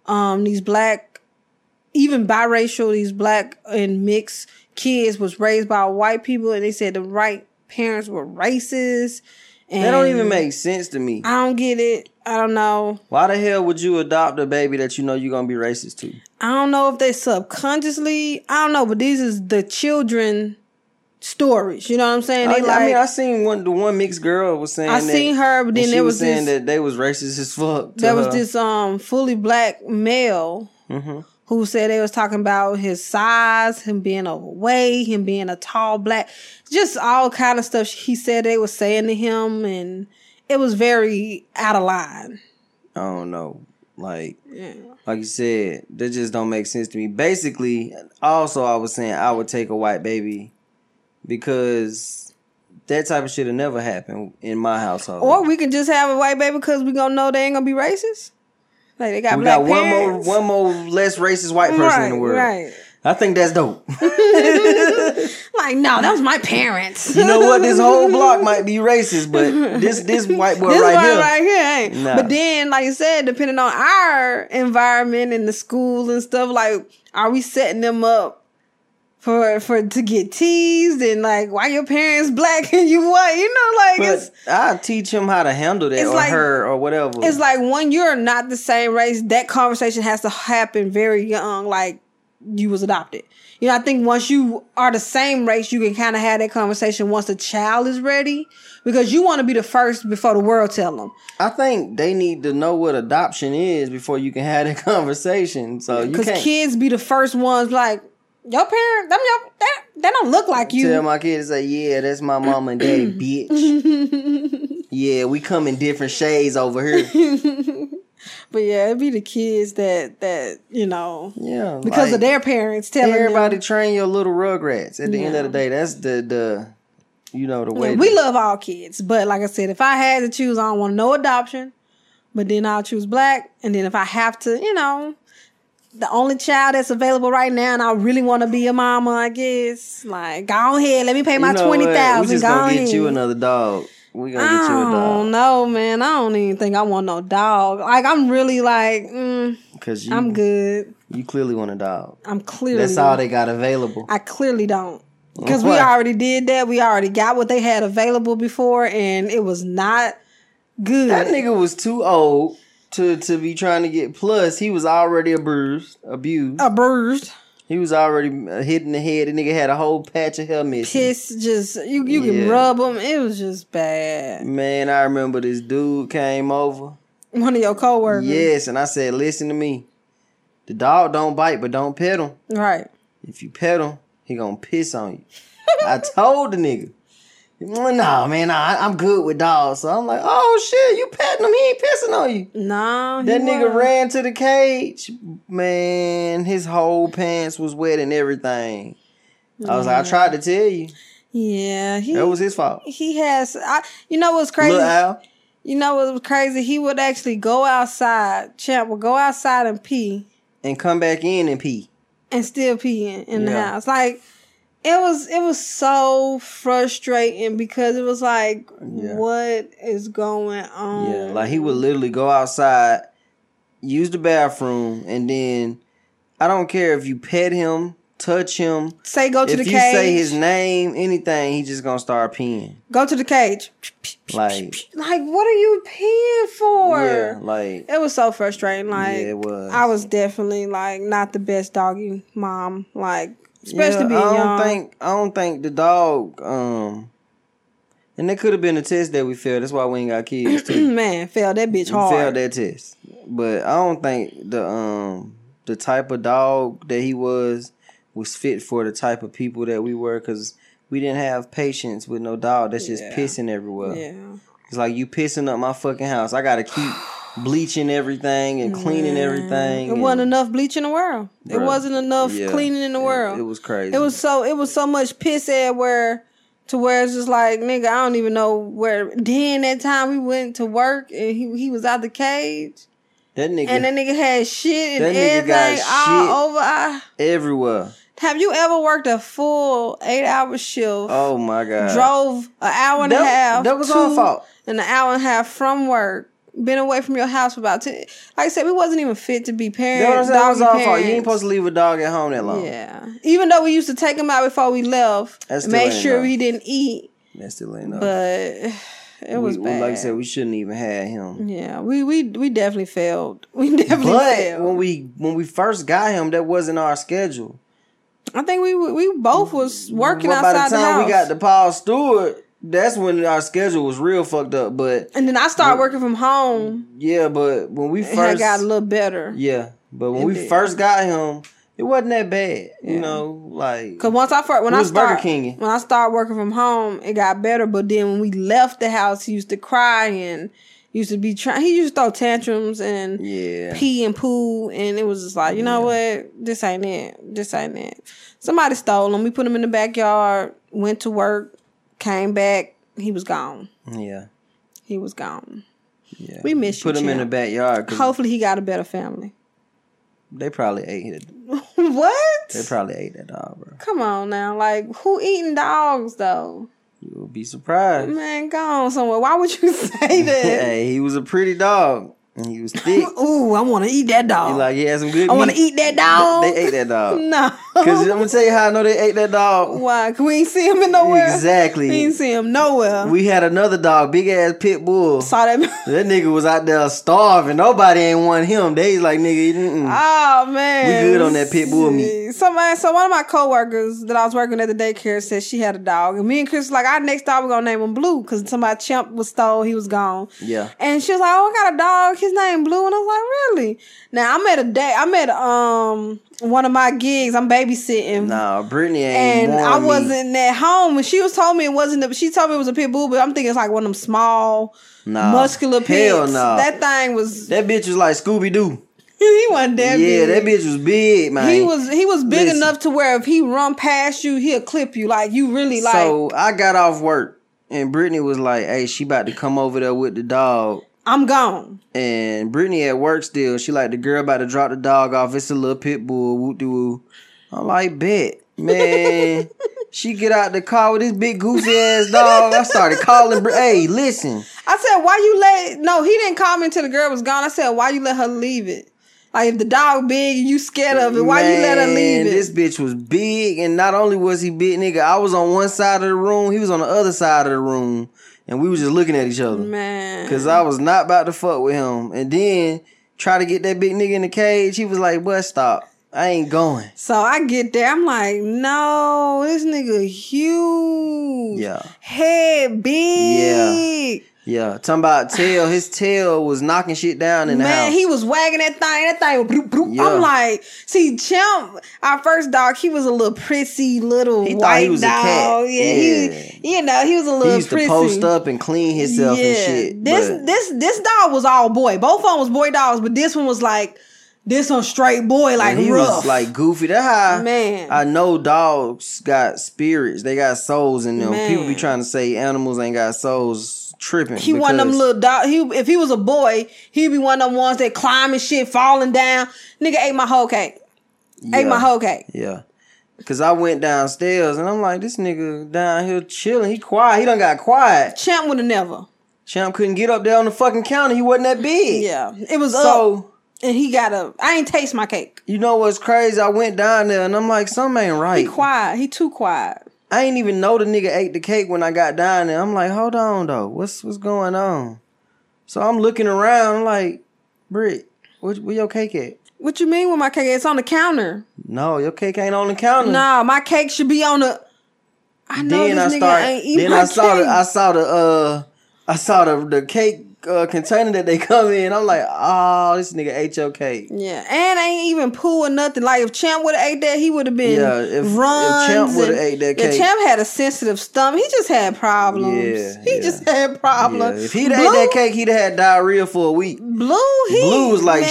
S1: um, these black, even biracial, these black and mixed kids was raised by white people, and they said the right parents were racist. And
S2: That don't even make sense to me.
S1: I don't get it. I don't know.
S2: Why the hell would you adopt a baby that you know you're gonna be racist to?
S1: I don't know if they subconsciously. I don't know, but these is the children stories. You know what I'm saying?
S2: I,
S1: They like.
S2: I mean, I seen one. The one mixed girl was saying.
S1: I
S2: that-
S1: seen her, but
S2: and
S1: then
S2: she
S1: there was
S2: saying
S1: this-
S2: that they was racist as fuck. to
S1: there was
S2: her. Mm-hmm.
S1: this um fully black male who said they was talking about his size, him being overweight, him being a tall black, just all kind of stuff. He said they was saying to him, and it was very out of line.
S2: I don't know. Like
S3: Yeah.
S2: like you said, that just don't make sense to me. Basically, also I was saying I would take a white baby because that type of shit will never happen in my household.
S1: Or we can just have a white baby because we gonna know they ain't gonna be racist. Like they got
S2: we
S1: black
S2: got one more
S1: parents.
S2: one more less racist white person in the
S1: Right,
S2: world.
S1: Right.
S2: I think that's dope.
S3: Like, no, that was my parents.
S2: You know what? This whole block might be racist, but this this white boy
S1: This
S2: right
S1: one
S2: here.
S1: right here ain't.
S2: Nah.
S1: But then, like you said, depending on our environment and the school and stuff, like, are we setting them up for for to get teased and like why your parents black and you white? You know, like it's
S2: but I teach him how to handle that
S1: It's
S2: or
S1: like-
S2: her or whatever.
S1: it's like when you're not the same race, that conversation has to happen very young, like you was adopted. You know, I think once you are the same race, you can kind of have that conversation once the child is ready, because you want to be the first before the world tell them.
S2: I think they need to know what adoption is before you can have that conversation. So you
S1: Because
S2: can't
S1: kids be the first ones like, your parent, them your, that, that don't look like you.
S2: tell my kid to say, "Yeah, that's my mom and daddy, bitch." yeah, we come in different shades over here.
S1: But yeah, it be the kids that, that you know,
S2: Yeah,
S1: because
S2: like,
S1: of their parents telling
S2: everybody
S1: them.
S2: train your little rugrats. At the end
S1: Yeah.
S2: of the day, that's the the you know the way
S1: we
S2: to-
S1: love all kids, but like I said, if I had to choose, I don't want no adoption. But then I'll choose black, and then if I have to, you know, the only child that's available right now, and I really want to be a mama, I guess. Like, go ahead, let me pay my
S2: You know what?
S1: twenty
S2: We
S1: thousand.
S2: just
S1: Go
S2: gonna
S1: ahead.
S2: get you another dog. We gonna get you a
S1: I
S2: dog.
S1: don't know, man. I don't even think I want no dog. Like I'm really like, mm,
S2: Because you,
S1: I'm good.
S2: you clearly want a dog.
S1: I'm clearly.
S2: That's all they got available.
S1: I clearly don't. Because we
S2: Why?
S1: already did that. We already got what they had available before, and it was not good.
S2: That nigga was too old to, to be trying to get. Plus, he was already abused. abused.
S1: A bruised
S2: He was already uh, hit in the head. The nigga had a whole patch of hair missing.
S1: piss. Just you, you can
S2: Yeah.
S1: rub them. It was just bad.
S2: Man, I remember this dude came over.
S1: One of your coworkers,
S2: Yes, and I said, listen to me. The dog don't bite, but don't pet him.
S1: right?
S2: If you pet him, he gonna piss on you. I told the nigga. "Mm, Nah, man, nah, I- I'm good with dogs. So I'm like, oh shit, you petting him, he ain't pissing on you.
S1: No,
S2: That nigga ran to the cage. Man, his whole pants was wet and everything. I was like, I tried to tell you.
S1: Yeah, he
S2: That was his fault.
S1: he has. I, you know what's crazy?
S2: Little Al.
S1: You know what was crazy? He would actually go outside. Champ would go outside and pee
S2: And come back in and pee.
S1: and still peeing in the
S2: Yeah.
S1: house. Like it was it was so frustrating because it was like
S2: Yeah.
S1: what is going on?
S2: Yeah, like he would literally go outside, use the bathroom, and then I don't care if you pet him, touch him,
S1: say go to
S2: if
S1: the
S2: you
S1: cage.
S2: say his name, anything, he just gonna start peeing.
S1: go to the cage.
S2: Like,
S1: Like what are you peeing for?
S2: yeah, like,
S1: It was so frustrating. Like
S2: yeah, it was.
S1: I was definitely like not the best doggy mom. Like especially
S2: Yeah,
S1: being
S2: I don't
S1: young.
S2: think I don't think the dog. Um, and that could have been a test that we failed. That's why we ain't got kids too.
S1: Man, failed that bitch
S2: We
S1: hard.
S2: failed that test. But I don't think the um the type of dog that he was was fit for the type of people that we were because we didn't have patience with no dog that's just
S1: Yeah.
S2: pissing everywhere.
S1: Yeah.
S2: It's like you pissing up my fucking house. I gotta keep bleaching everything and cleaning everything.
S1: Mm. It
S2: and-
S1: wasn't enough bleach in the world. It
S2: Bruh.
S1: wasn't enough
S2: Yeah.
S1: cleaning in the
S2: It-
S1: world.
S2: It, was crazy.
S1: It was so it was so much piss everywhere to where it's just like nigga, I don't even know where. Then that time we went to work and he he was out the cage
S2: that nigga
S1: and that nigga had shit and
S2: That nigga got
S1: everything all
S2: shit.
S1: over. Our,
S2: everywhere.
S1: have you ever worked a full eight hour shift?
S2: Oh my god.
S1: drove an hour and a
S2: That-
S1: half.
S2: that was
S1: two,
S2: our fault.
S1: And an hour and a half from work. Been away from your house for about ten. Like I said, we wasn't even fit to be
S2: That was,
S1: parents.
S2: that was
S1: doggy
S2: our fault. You ain't
S1: parents.
S2: supposed to leave a dog at home that long.
S1: Yeah. Even though we used to take him out before we left,
S2: That
S1: and
S2: still
S1: make
S2: ain't
S1: sure
S2: enough.
S1: he didn't eat.
S2: That still ain't enough.
S1: But it was
S2: we,
S1: bad.
S2: Like I said, we shouldn't even had him.
S1: yeah, we we we definitely failed. We definitely
S2: But
S1: failed.
S2: when we when we first got him, that wasn't our schedule.
S1: I think we we both was working
S2: But by the
S1: outside the,
S2: time
S1: house.
S2: we got to Paul Stewart, that's when our schedule was real fucked up. But
S1: and then I started working from home.
S2: yeah, but when we
S1: and I
S2: first
S1: got a little better.
S2: yeah, but when
S1: It
S2: we
S1: did.
S2: first got him, it wasn't that bad.
S1: Yeah.
S2: You know, like
S1: Cause once I first, when
S2: We
S1: I
S2: was Burger
S1: start
S2: Kinging.
S1: when I started working from home, it got better. But then when we left the house, he used to cry and used to be trying. He used to throw tantrums and
S2: Yeah.
S1: pee and poo, and it was just like, you know what? This ain't it. This ain't it. Somebody stole him. We put him in the backyard. Went to work. Came back. He was gone.
S2: yeah.
S1: He was gone.
S2: Yeah.
S1: We miss you,
S2: Put him in the
S1: champ.
S2: backyard 'cause
S1: Hopefully, he got a better family.
S2: they probably ate it.
S1: what?
S2: They probably ate that dog, bro.
S1: Come on now, like who eating dogs though?
S2: You'll be surprised.
S1: Man, go on somewhere. Why would you say that?
S2: hey, he was a pretty dog. And he was thick.
S1: Ooh, I want to eat that
S2: he
S1: dog.
S2: like he had some good
S1: I want to
S2: meat.
S1: eat that dog.
S2: They ate that dog.
S1: No,
S2: Cause I'm gonna tell you how I know they ate that dog.
S1: why? 'Cause We ain't see him in nowhere. We
S2: Exactly.
S1: ain't see him nowhere. We
S2: We had another dog, big ass pit bull.
S1: saw that.
S2: That nigga was out there starving. Nobody ain't want him. They like nigga. Mm-mm.
S1: Oh man,
S2: We good on that pit bull meat.
S1: Somebody, so one of my coworkers that I was working at the daycare said she had a dog, and me and Chris was like our next dog we're gonna name him Blue because somebody chimp was stole, he was gone.
S2: Yeah.
S1: And she was like, "Oh, I got a dog. His name Blue." And I was like, "Really?" Now I'm at a day. I'm at um one of my gigs. I'm babysitting.
S2: Nah, Brittany ain't.
S1: And I
S2: warned me.
S1: wasn't at home, and she was told me it wasn't. A, she told me it was a pit bull, but I'm thinking it's like one of them small,
S2: Nah.
S1: muscular pits.
S2: Oh, Hell nah.
S1: That thing was.
S2: That bitch was like Scooby Doo.
S1: he wasn't that
S2: Yeah,
S1: big.
S2: that bitch was big, man.
S1: He was he was big
S2: Listen.
S1: enough to where if he run past you, he'll clip you. Like you really like.
S2: so I got off work, and Brittany was like, "Hey, she about to come over there with the dog."
S1: I'm gone.
S2: And Brittany at work still. She like the girl about to drop the dog off. It's a little pit bull. Whoop de woo. I'm like, bet man. she get out the car with this big goofy ass dog. I started calling. Br- hey, listen.
S1: I said, why you let? No, he didn't call me until the girl was gone. I said, why you let her leave it? Like if the dog big and you scared of it, why you let her
S2: Man,
S1: leave it?
S2: This bitch was big, and not only was he big, nigga, I was on one side of the room, he was on the other side of the room, and we was just looking at each other.
S1: Man,
S2: Cause I was not about to fuck with him. And then try to get that big nigga in the cage. He was like, "Bus stop. I ain't going."
S1: So I get there, I'm like, no, this nigga huge.
S2: Yeah.
S1: Head big.
S2: Yeah, talking about tail. His tail was knocking shit down in the
S1: Man,
S2: house.
S1: he was wagging that thing. That thing, was bloop, bloop.
S2: Yeah.
S1: I'm like, see, Chimp, our first dog, he was a little prissy little
S2: He thought
S1: white
S2: he was a
S1: dog.
S2: cat.
S1: Yeah, he, you know, he was a little
S2: He used
S1: prissy.
S2: to post up and clean himself and shit.
S1: This
S2: but-
S1: this this dog was all boy. Both of them was boy dogs, but this one was like this one straight boy, like
S2: and he
S1: rough.
S2: was like goofy. That how
S1: Man.
S2: I know dogs got spirits. They got souls in them.
S1: Man.
S2: People be trying to say animals ain't got souls. Tripping.
S1: He one of them
S2: because-
S1: little dog. He if he was a boy, he'd be one of them ones that climb and shit, falling down. Nigga ate my whole cake.
S2: yeah,
S1: Ate my whole cake.
S2: Yeah. Cause I went downstairs and I'm like, this nigga down here chilling. He quiet. He done got quiet.
S1: Champ would have never.
S2: Champ couldn't get up there on the fucking counter. He wasn't that big.
S1: Yeah, it was up,
S2: So
S1: and he got up. I ain't taste my cake.
S2: you know what's crazy? I went down there and I'm like, something ain't right.
S1: He quiet. He too quiet.
S2: I ain't even know the nigga ate the cake when I got down there. I'm like, hold on though, what's what's going on? So I'm looking around, I'm like, Britt, what, where your cake at?
S1: What you mean with my cake? It's on the counter.
S2: No, your cake ain't on the counter.
S1: Nah, my cake should be on the. I know
S2: Mm. then I
S1: this nigga
S2: start.
S1: ain't eat
S2: Then
S1: my
S2: I saw
S1: cake.
S2: the I saw the uh I saw the the cake uh, container that they come in. I'm like, oh, this nigga ate your cake.
S1: yeah, and I ain't even poo or nothing. Like if Champ would have ate that, he would have been
S2: Yeah, if- if
S1: runs.
S2: Champ would've
S1: and-
S2: ate that
S1: yeah,
S2: cake.
S1: Champ had a sensitive stomach. He just had problems.
S2: Yeah,
S1: he
S2: yeah.
S1: just had
S2: Yeah,
S1: problems.
S2: if he'd
S1: Blue,
S2: ate that cake, he'd have had diarrhea for a week.
S1: Blue, he
S2: Blue was like,
S1: man,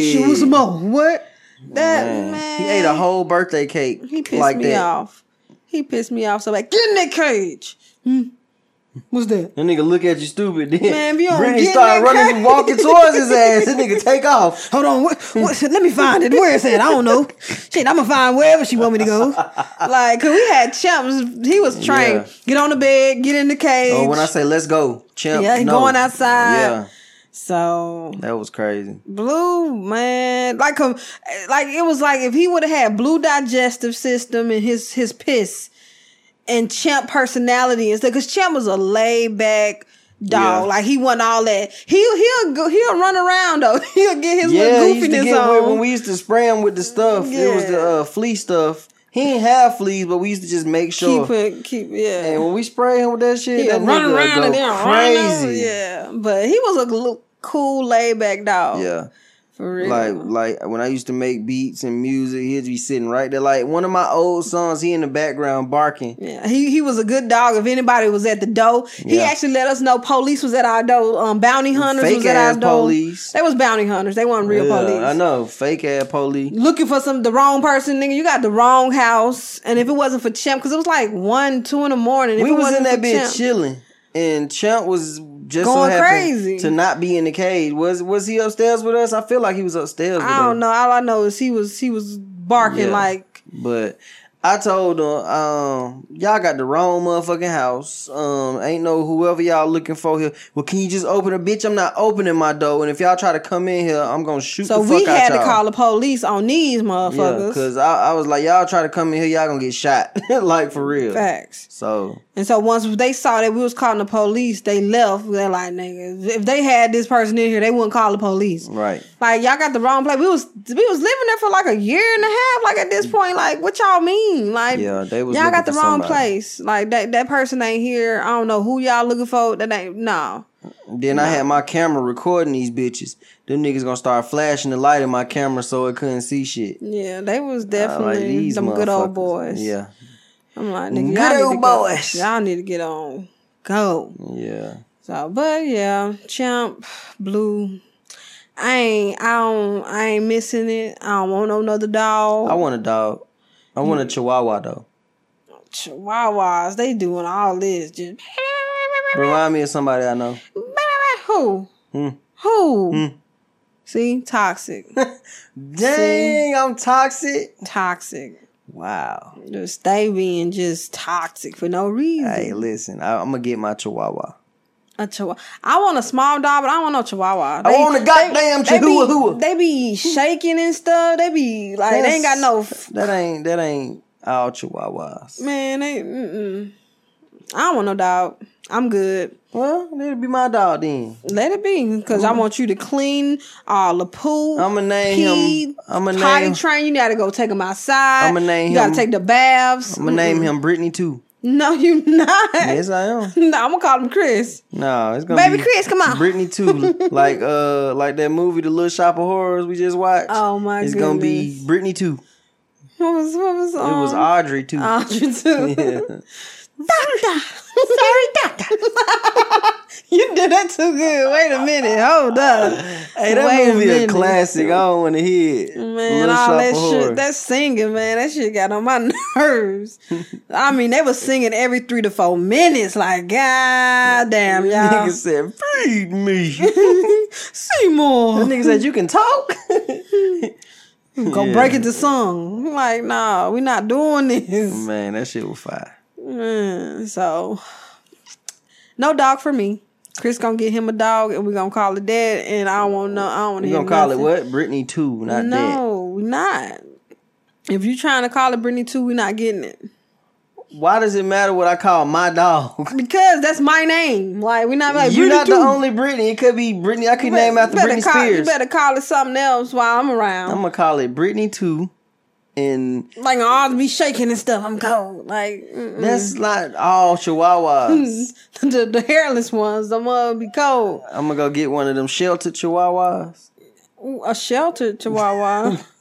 S2: shit.
S1: She was more. What? That man.
S2: Man, He ate a whole birthday cake.
S1: He pissed
S2: like
S1: me
S2: that.
S1: off. He pissed me off. So like, get in that cage. Hmm. What's that?
S2: That nigga look at you stupid. Then
S1: Man, if you don't
S2: Brittany
S1: get in
S2: started
S1: that
S2: running and
S1: car-
S2: walking towards his ass. That nigga take off.
S1: Hold on, what, what, let me find it. Where is it? I don't know. Shit, I'm gonna find wherever she want me to go. Like, 'cause we had chumps. He was trained.
S2: Yeah.
S1: Get on the bed. Get in the cage.
S2: Oh, when I say let's go, champ.
S1: Yeah, he
S2: no.
S1: going outside.
S2: Yeah,
S1: so
S2: that was crazy.
S1: blue man, like, um, like it was like if he would have had blue digestive system and his his piss and champ personality and stuff. Because champ was a laid back. Dog,
S2: Yeah.
S1: like he wasn't all that. He he'll go, he'll run around though. He'll get his
S2: Yeah,
S1: little
S2: he used to
S1: goofiness
S2: get
S1: on.
S2: with- when we used to spray him with the stuff. It was the
S1: Yeah.
S2: uh, flea stuff. He didn't have fleas, but we used to just make sure.
S1: keep it, keep yeah.
S2: and when we spray him with that shit,
S1: He'll
S2: that
S1: run
S2: nigga
S1: around
S2: go
S1: and then run over.
S2: crazy.
S1: Yeah, but he was a l- cool, laid back dog.
S2: yeah.
S1: For real.
S2: Like like when I used to make beats and music, he'd be sitting right there. Like one of my old songs, he in the background barking.
S1: Yeah, he he was a good dog. If anybody was at the door, he
S2: Yeah.
S1: actually let us know police was at our door. Um, bounty hunters
S2: Fake
S1: was at
S2: ass
S1: our door.
S2: police.
S1: They was bounty hunters. They weren't real
S2: Yeah,
S1: police.
S2: I know, fake ass police.
S1: Looking for some the wrong person, nigga. You got the wrong house. And if it wasn't for Chimp, because it was like one, two in the morning. If
S2: We
S1: it
S2: was
S1: wasn't
S2: in that
S1: for
S2: bitch
S1: Chimp-
S2: chilling, and Champ was just so
S1: Going
S2: happened
S1: crazy.
S2: to not be in the cage. Was was he upstairs with us? I feel like he was upstairs. With
S1: I
S2: us.
S1: don't know. All I know is he was he was barking
S2: Yeah.
S1: like
S2: But I told her, um, y'all got the wrong motherfucking house. Um, ain't no whoever y'all looking for here. Well, can you just open a bitch? I'm not opening my door, and if y'all try to come in here, I'm gonna shoot.
S1: so
S2: the
S1: we
S2: fuck out
S1: had to
S2: y'all.
S1: call the police on these
S2: Yeah,
S1: motherfuckers.
S2: cause I, I was like, y'all try to come in here, y'all gonna get shot, like for real.
S1: Facts.
S2: So
S1: And so once they saw that we was calling the police, they left. They're like, nigga, if they had this person in here, they wouldn't call the police.
S2: right,
S1: Like y'all got the wrong place. We was we was living there for like a year and a half. Like at this point, like what y'all mean? Like
S2: Yeah, they was
S1: y'all
S2: looking
S1: got the
S2: for
S1: wrong
S2: somebody.
S1: place. Like that that person ain't here. I don't know who y'all looking for. That ain't no.
S2: then I had my camera recording these bitches. Them niggas gonna start flashing the light in my camera so it couldn't see shit.
S1: Yeah, they was
S2: I like
S1: definitely
S2: these
S1: some good old
S2: motherfuckers.
S1: boys.
S2: Yeah,
S1: I'm like nigga,
S2: Good
S1: y'all need
S2: old
S1: to go-
S2: boys.
S1: Y'all need to get on go.
S2: yeah.
S1: So, but yeah, Champ Blue. I ain't. I don't. I ain't missing it. I don't want no another dog.
S2: I want a dog. I want a Chihuahua though.
S1: Chihuahuas. They doing all this. Just
S2: Remind me of somebody I know.
S1: who?
S2: Hmm.
S1: Who?
S2: Hmm.
S1: See, toxic,
S2: Dang, I'm toxic.
S1: toxic.
S2: Wow.
S1: Just they being just toxic for no reason.
S2: Hey, listen, I, I'm gonna get my Chihuahua.
S1: A chihuahua. I want a small dog, but I don't want no chihuahua.
S2: I want a goddamn
S1: they
S2: Chihuahua. Hmm.
S1: be, they be shaking and stuff. They be like they ain't got no f-
S2: That ain't that ain't all Chihuahuas.
S1: Man, they, mm-mm. I don't want no dog. I'm good.
S2: Well, that'd be my dog then.
S1: Let it be, cause I want you to clean all the poo.
S2: Mm. I'ma name
S1: pee,
S2: him. I'ma
S1: potty
S2: name.
S1: train. You gotta go take him outside.
S2: I'ma name
S1: You gotta
S2: him-
S1: take the baths.
S2: I'ma name him Brittany too.
S1: No, you not.
S2: Yes, I am.
S1: no, I'm gonna call him Chris.
S2: oh, No, it's gonna
S1: Baby
S2: be
S1: Chris, come on.
S2: Brittany too. like uh, like that movie, The Little Shop of Horrors we just watched.
S1: Oh my
S2: it's
S1: goodness.
S2: gonna be Brittany too.
S1: What was what was
S2: It
S1: um,
S2: was Audrey too.
S1: Audrey too.
S2: yeah.
S1: Doctor, sorry, doctor. you did that too good. Wait a minute. Hold up.
S2: Hey, that
S1: Wait a
S2: movie a,
S1: minute.
S2: classic. I don't want to hear it.
S1: Man,
S2: Little
S1: all
S2: Shop
S1: that
S2: of
S1: shit,
S2: Horrors.
S1: that singing, man, that shit got on my nerves. I mean, they was singing every three to four minutes, like, God damn, y'all.
S2: Nigga said, "Feed me." The
S1: Seymour,
S2: nigga said, "You can talk."
S1: go
S2: Yeah.
S1: break into song. I'm Like, nah, we not doing this.
S2: Man, that shit was fire.
S1: Mm, so, no dog for me. Chris gonna get him a dog, and we gonna call it dead. And I don't want no, I don't want
S2: You
S1: to.
S2: gonna call it what? Brittany Two, not that.
S1: No, we not. If you trying to call it Brittany too, we not getting it.
S2: Why does it matter what I call my dog?
S1: Because that's my name. Like we're not like
S2: You're
S1: Britney
S2: not the
S1: too.
S2: only Brittany. It could be Brittany. I could
S1: You bet-
S2: name after
S1: you better
S2: Britney
S1: call, You
S2: Spears.
S1: better call it something else while I'm around.
S2: I'm gonna call it Brittany Two, and
S1: like I'll be shaking and stuff. I'm cold. Like mm-mm.
S2: that's not all Chihuahuas.
S1: the, the hairless ones, I'm gonna be cold.
S2: I'm gonna go get one of them sheltered Chihuahuas.
S1: Ooh, a shelter chihuahua.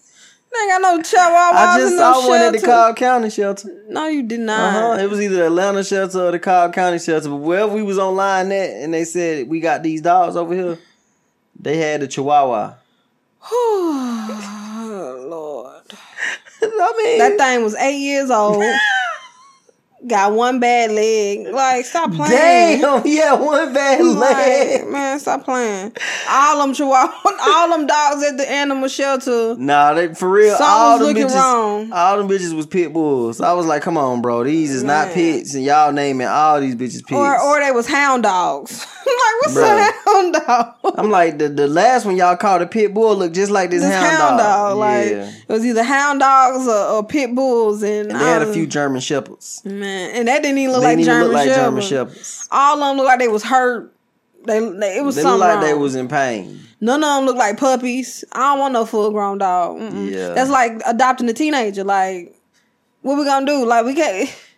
S1: they ain't got no chihuahua.
S2: I just
S1: no
S2: saw one at the
S1: shelter.
S2: Cobb County shelter.
S1: No, you did not.
S2: Uh-huh. It was either the Atlanta shelter or the Cobb County shelter. But wherever we was online at and they said we got these dogs over here, they had a chihuahua. Uh-huh.
S1: Lord,
S2: I mean
S1: that thing was eight years old. got one bad leg. Like stop playing.
S2: Damn, he had one bad
S1: Like,
S2: leg.
S1: man, stop playing. All them chihuahua, all them dogs at the animal shelter.
S2: Nah, they for real.
S1: Something's
S2: all them
S1: looking
S2: bitches,
S1: wrong.
S2: all them bitches was pit bulls. I was like, come on, bro, these is not
S1: Man.
S2: pits, and y'all naming all these bitches pits.
S1: Or, or they was hound dogs. like, what's
S2: Bruh.
S1: a hound dog?
S2: I'm like the the last one y'all called a pit bull looked just like this,
S1: This hound, dog. Like,
S2: yeah.
S1: it was either hound dogs or, or pit bulls. And,
S2: And they had a
S1: I-
S2: few German shepherds.
S1: Man, and that didn't even look
S2: they
S1: um, like
S2: didn't even
S1: German
S2: look like
S1: Shepherd.
S2: German shepherds.
S1: All of them looked like they was hurt. They, they it was
S2: They
S1: something
S2: look like they
S1: wrong.
S2: was in pain.
S1: None of them look like puppies. I don't want no full grown dog. Mm-mm.
S2: Yeah.
S1: That's like adopting a teenager. Like, what we gonna do? Like, we can't.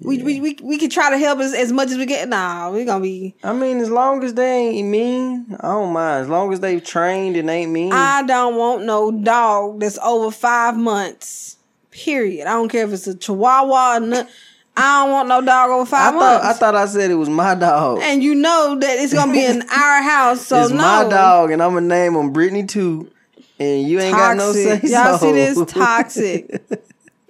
S1: We, we we we can try to help as, as much as we get. Nah, we're gonna be.
S2: I mean, as long as they ain't mean, I don't mind. As long as they've trained and ain't mean.
S1: I don't want no dog that's over five months. Period. I don't care if it's a Chihuahua. Or not, I don't want no dog over
S2: I
S1: five
S2: thought
S1: months.
S2: I thought I said it was my dog.
S1: and you know that it's gonna be in our house. So
S2: it's
S1: no,
S2: my dog, and I'm gonna name him Brittany too. And you ain't got no say.
S1: toxic. Y'all
S2: so.
S1: see this toxic.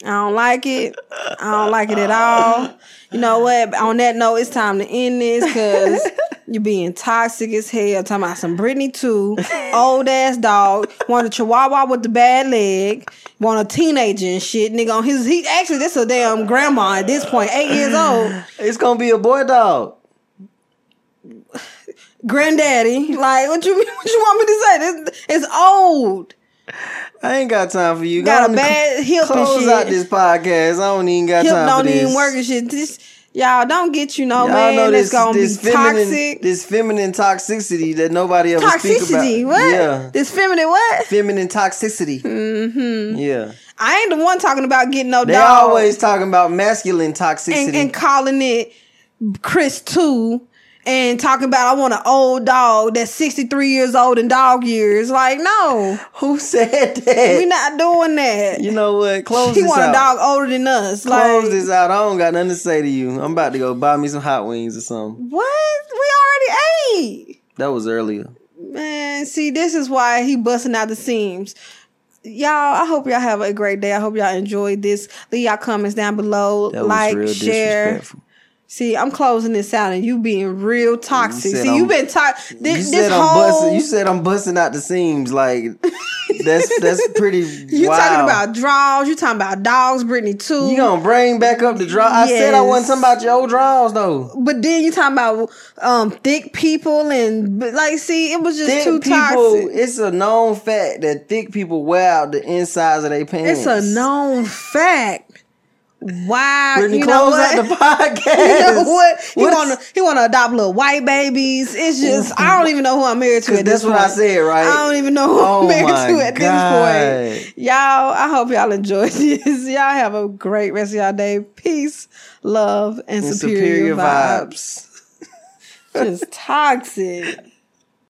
S1: I don't like it. I don't like it at all. You know what? On that note, it's time to end this because you're being toxic as hell. Talking about some Britney too, old ass dog. Want a Chihuahua with the bad leg. Want a teenager and shit, nigga. On his he actually this a damn grandma at this point, eight years old,
S2: It's gonna be a boy dog.
S1: granddaddy. Like what you what you want me to say? This it's old.
S2: I ain't got time for you. Go
S1: Got
S2: on
S1: a
S2: and
S1: bad
S2: cl-
S1: hip and
S2: Close
S1: shit.
S2: out this podcast. I don't even got
S1: hip
S2: time for
S1: don't
S2: this.
S1: even work and shit. This y'all don't get you no
S2: Y'all
S1: man
S2: know
S1: that's
S2: this,
S1: gonna
S2: this
S1: be
S2: feminine,
S1: toxic.
S2: this feminine toxicity that nobody ever speak about.
S1: Toxicity, what?
S2: Yeah,
S1: This feminine what?
S2: feminine toxicity. Mm-hmm. Yeah,
S1: I ain't the one talking about getting no
S2: they
S1: dog
S2: always talking about masculine
S1: and,
S2: toxicity.
S1: and calling it Chris too. And talking about I want an old dog that's sixty three years old in dog years. Like, no,
S2: Who said that?
S1: we not doing that.
S2: you know what? Close
S1: He
S2: this
S1: want
S2: out.
S1: a dog older than us.
S2: Close
S1: like
S2: this out. I don't got nothing to say to you. I'm about to go buy me some hot wings or something.
S1: what? We already ate.
S2: That was earlier.
S1: Man, see, this is why he busting out the seams. Y'all, I hope y'all have a great day. I hope y'all enjoyed this. Leave y'all comments down below.
S2: That
S1: like,
S2: was real
S1: share.
S2: disrespectful.
S1: See, I'm closing this out and you being real toxic.
S2: said
S1: see,
S2: I'm-
S1: you've been toxic.
S2: you
S1: This,
S2: said
S1: this
S2: I'm busting.
S1: whole.
S2: You said I'm busting out the seams. Like that's that's pretty.
S1: You
S2: wild.
S1: talking about draws. You talking about dogs, Brittany too.
S2: You gonna bring back up the draw? I said I wasn't talking about your old draws though.
S1: but then you talking about um thick people and but, like, see, it was just
S2: Thick
S1: too
S2: people.
S1: toxic.
S2: It's a known fact that thick people wear out the insides of their pants.
S1: It's a known fact. Wow,
S2: Brittany,
S1: you know
S2: close
S1: what?
S2: out the podcast.
S1: You know what? He
S2: What's-
S1: want to he want to adopt little white babies. It's just I don't even know who I'm married to. At
S2: Mm-hmm. 'Cause that's
S1: this
S2: what
S1: point.
S2: I said, right?
S1: I don't even know who
S2: Oh
S1: I'm married
S2: my
S1: to at this
S2: God.
S1: point. Y'all, I hope y'all enjoyed this. Y'all have a great rest of y'all day. Peace, love, and,
S2: And
S1: superior, vibes. Just toxic.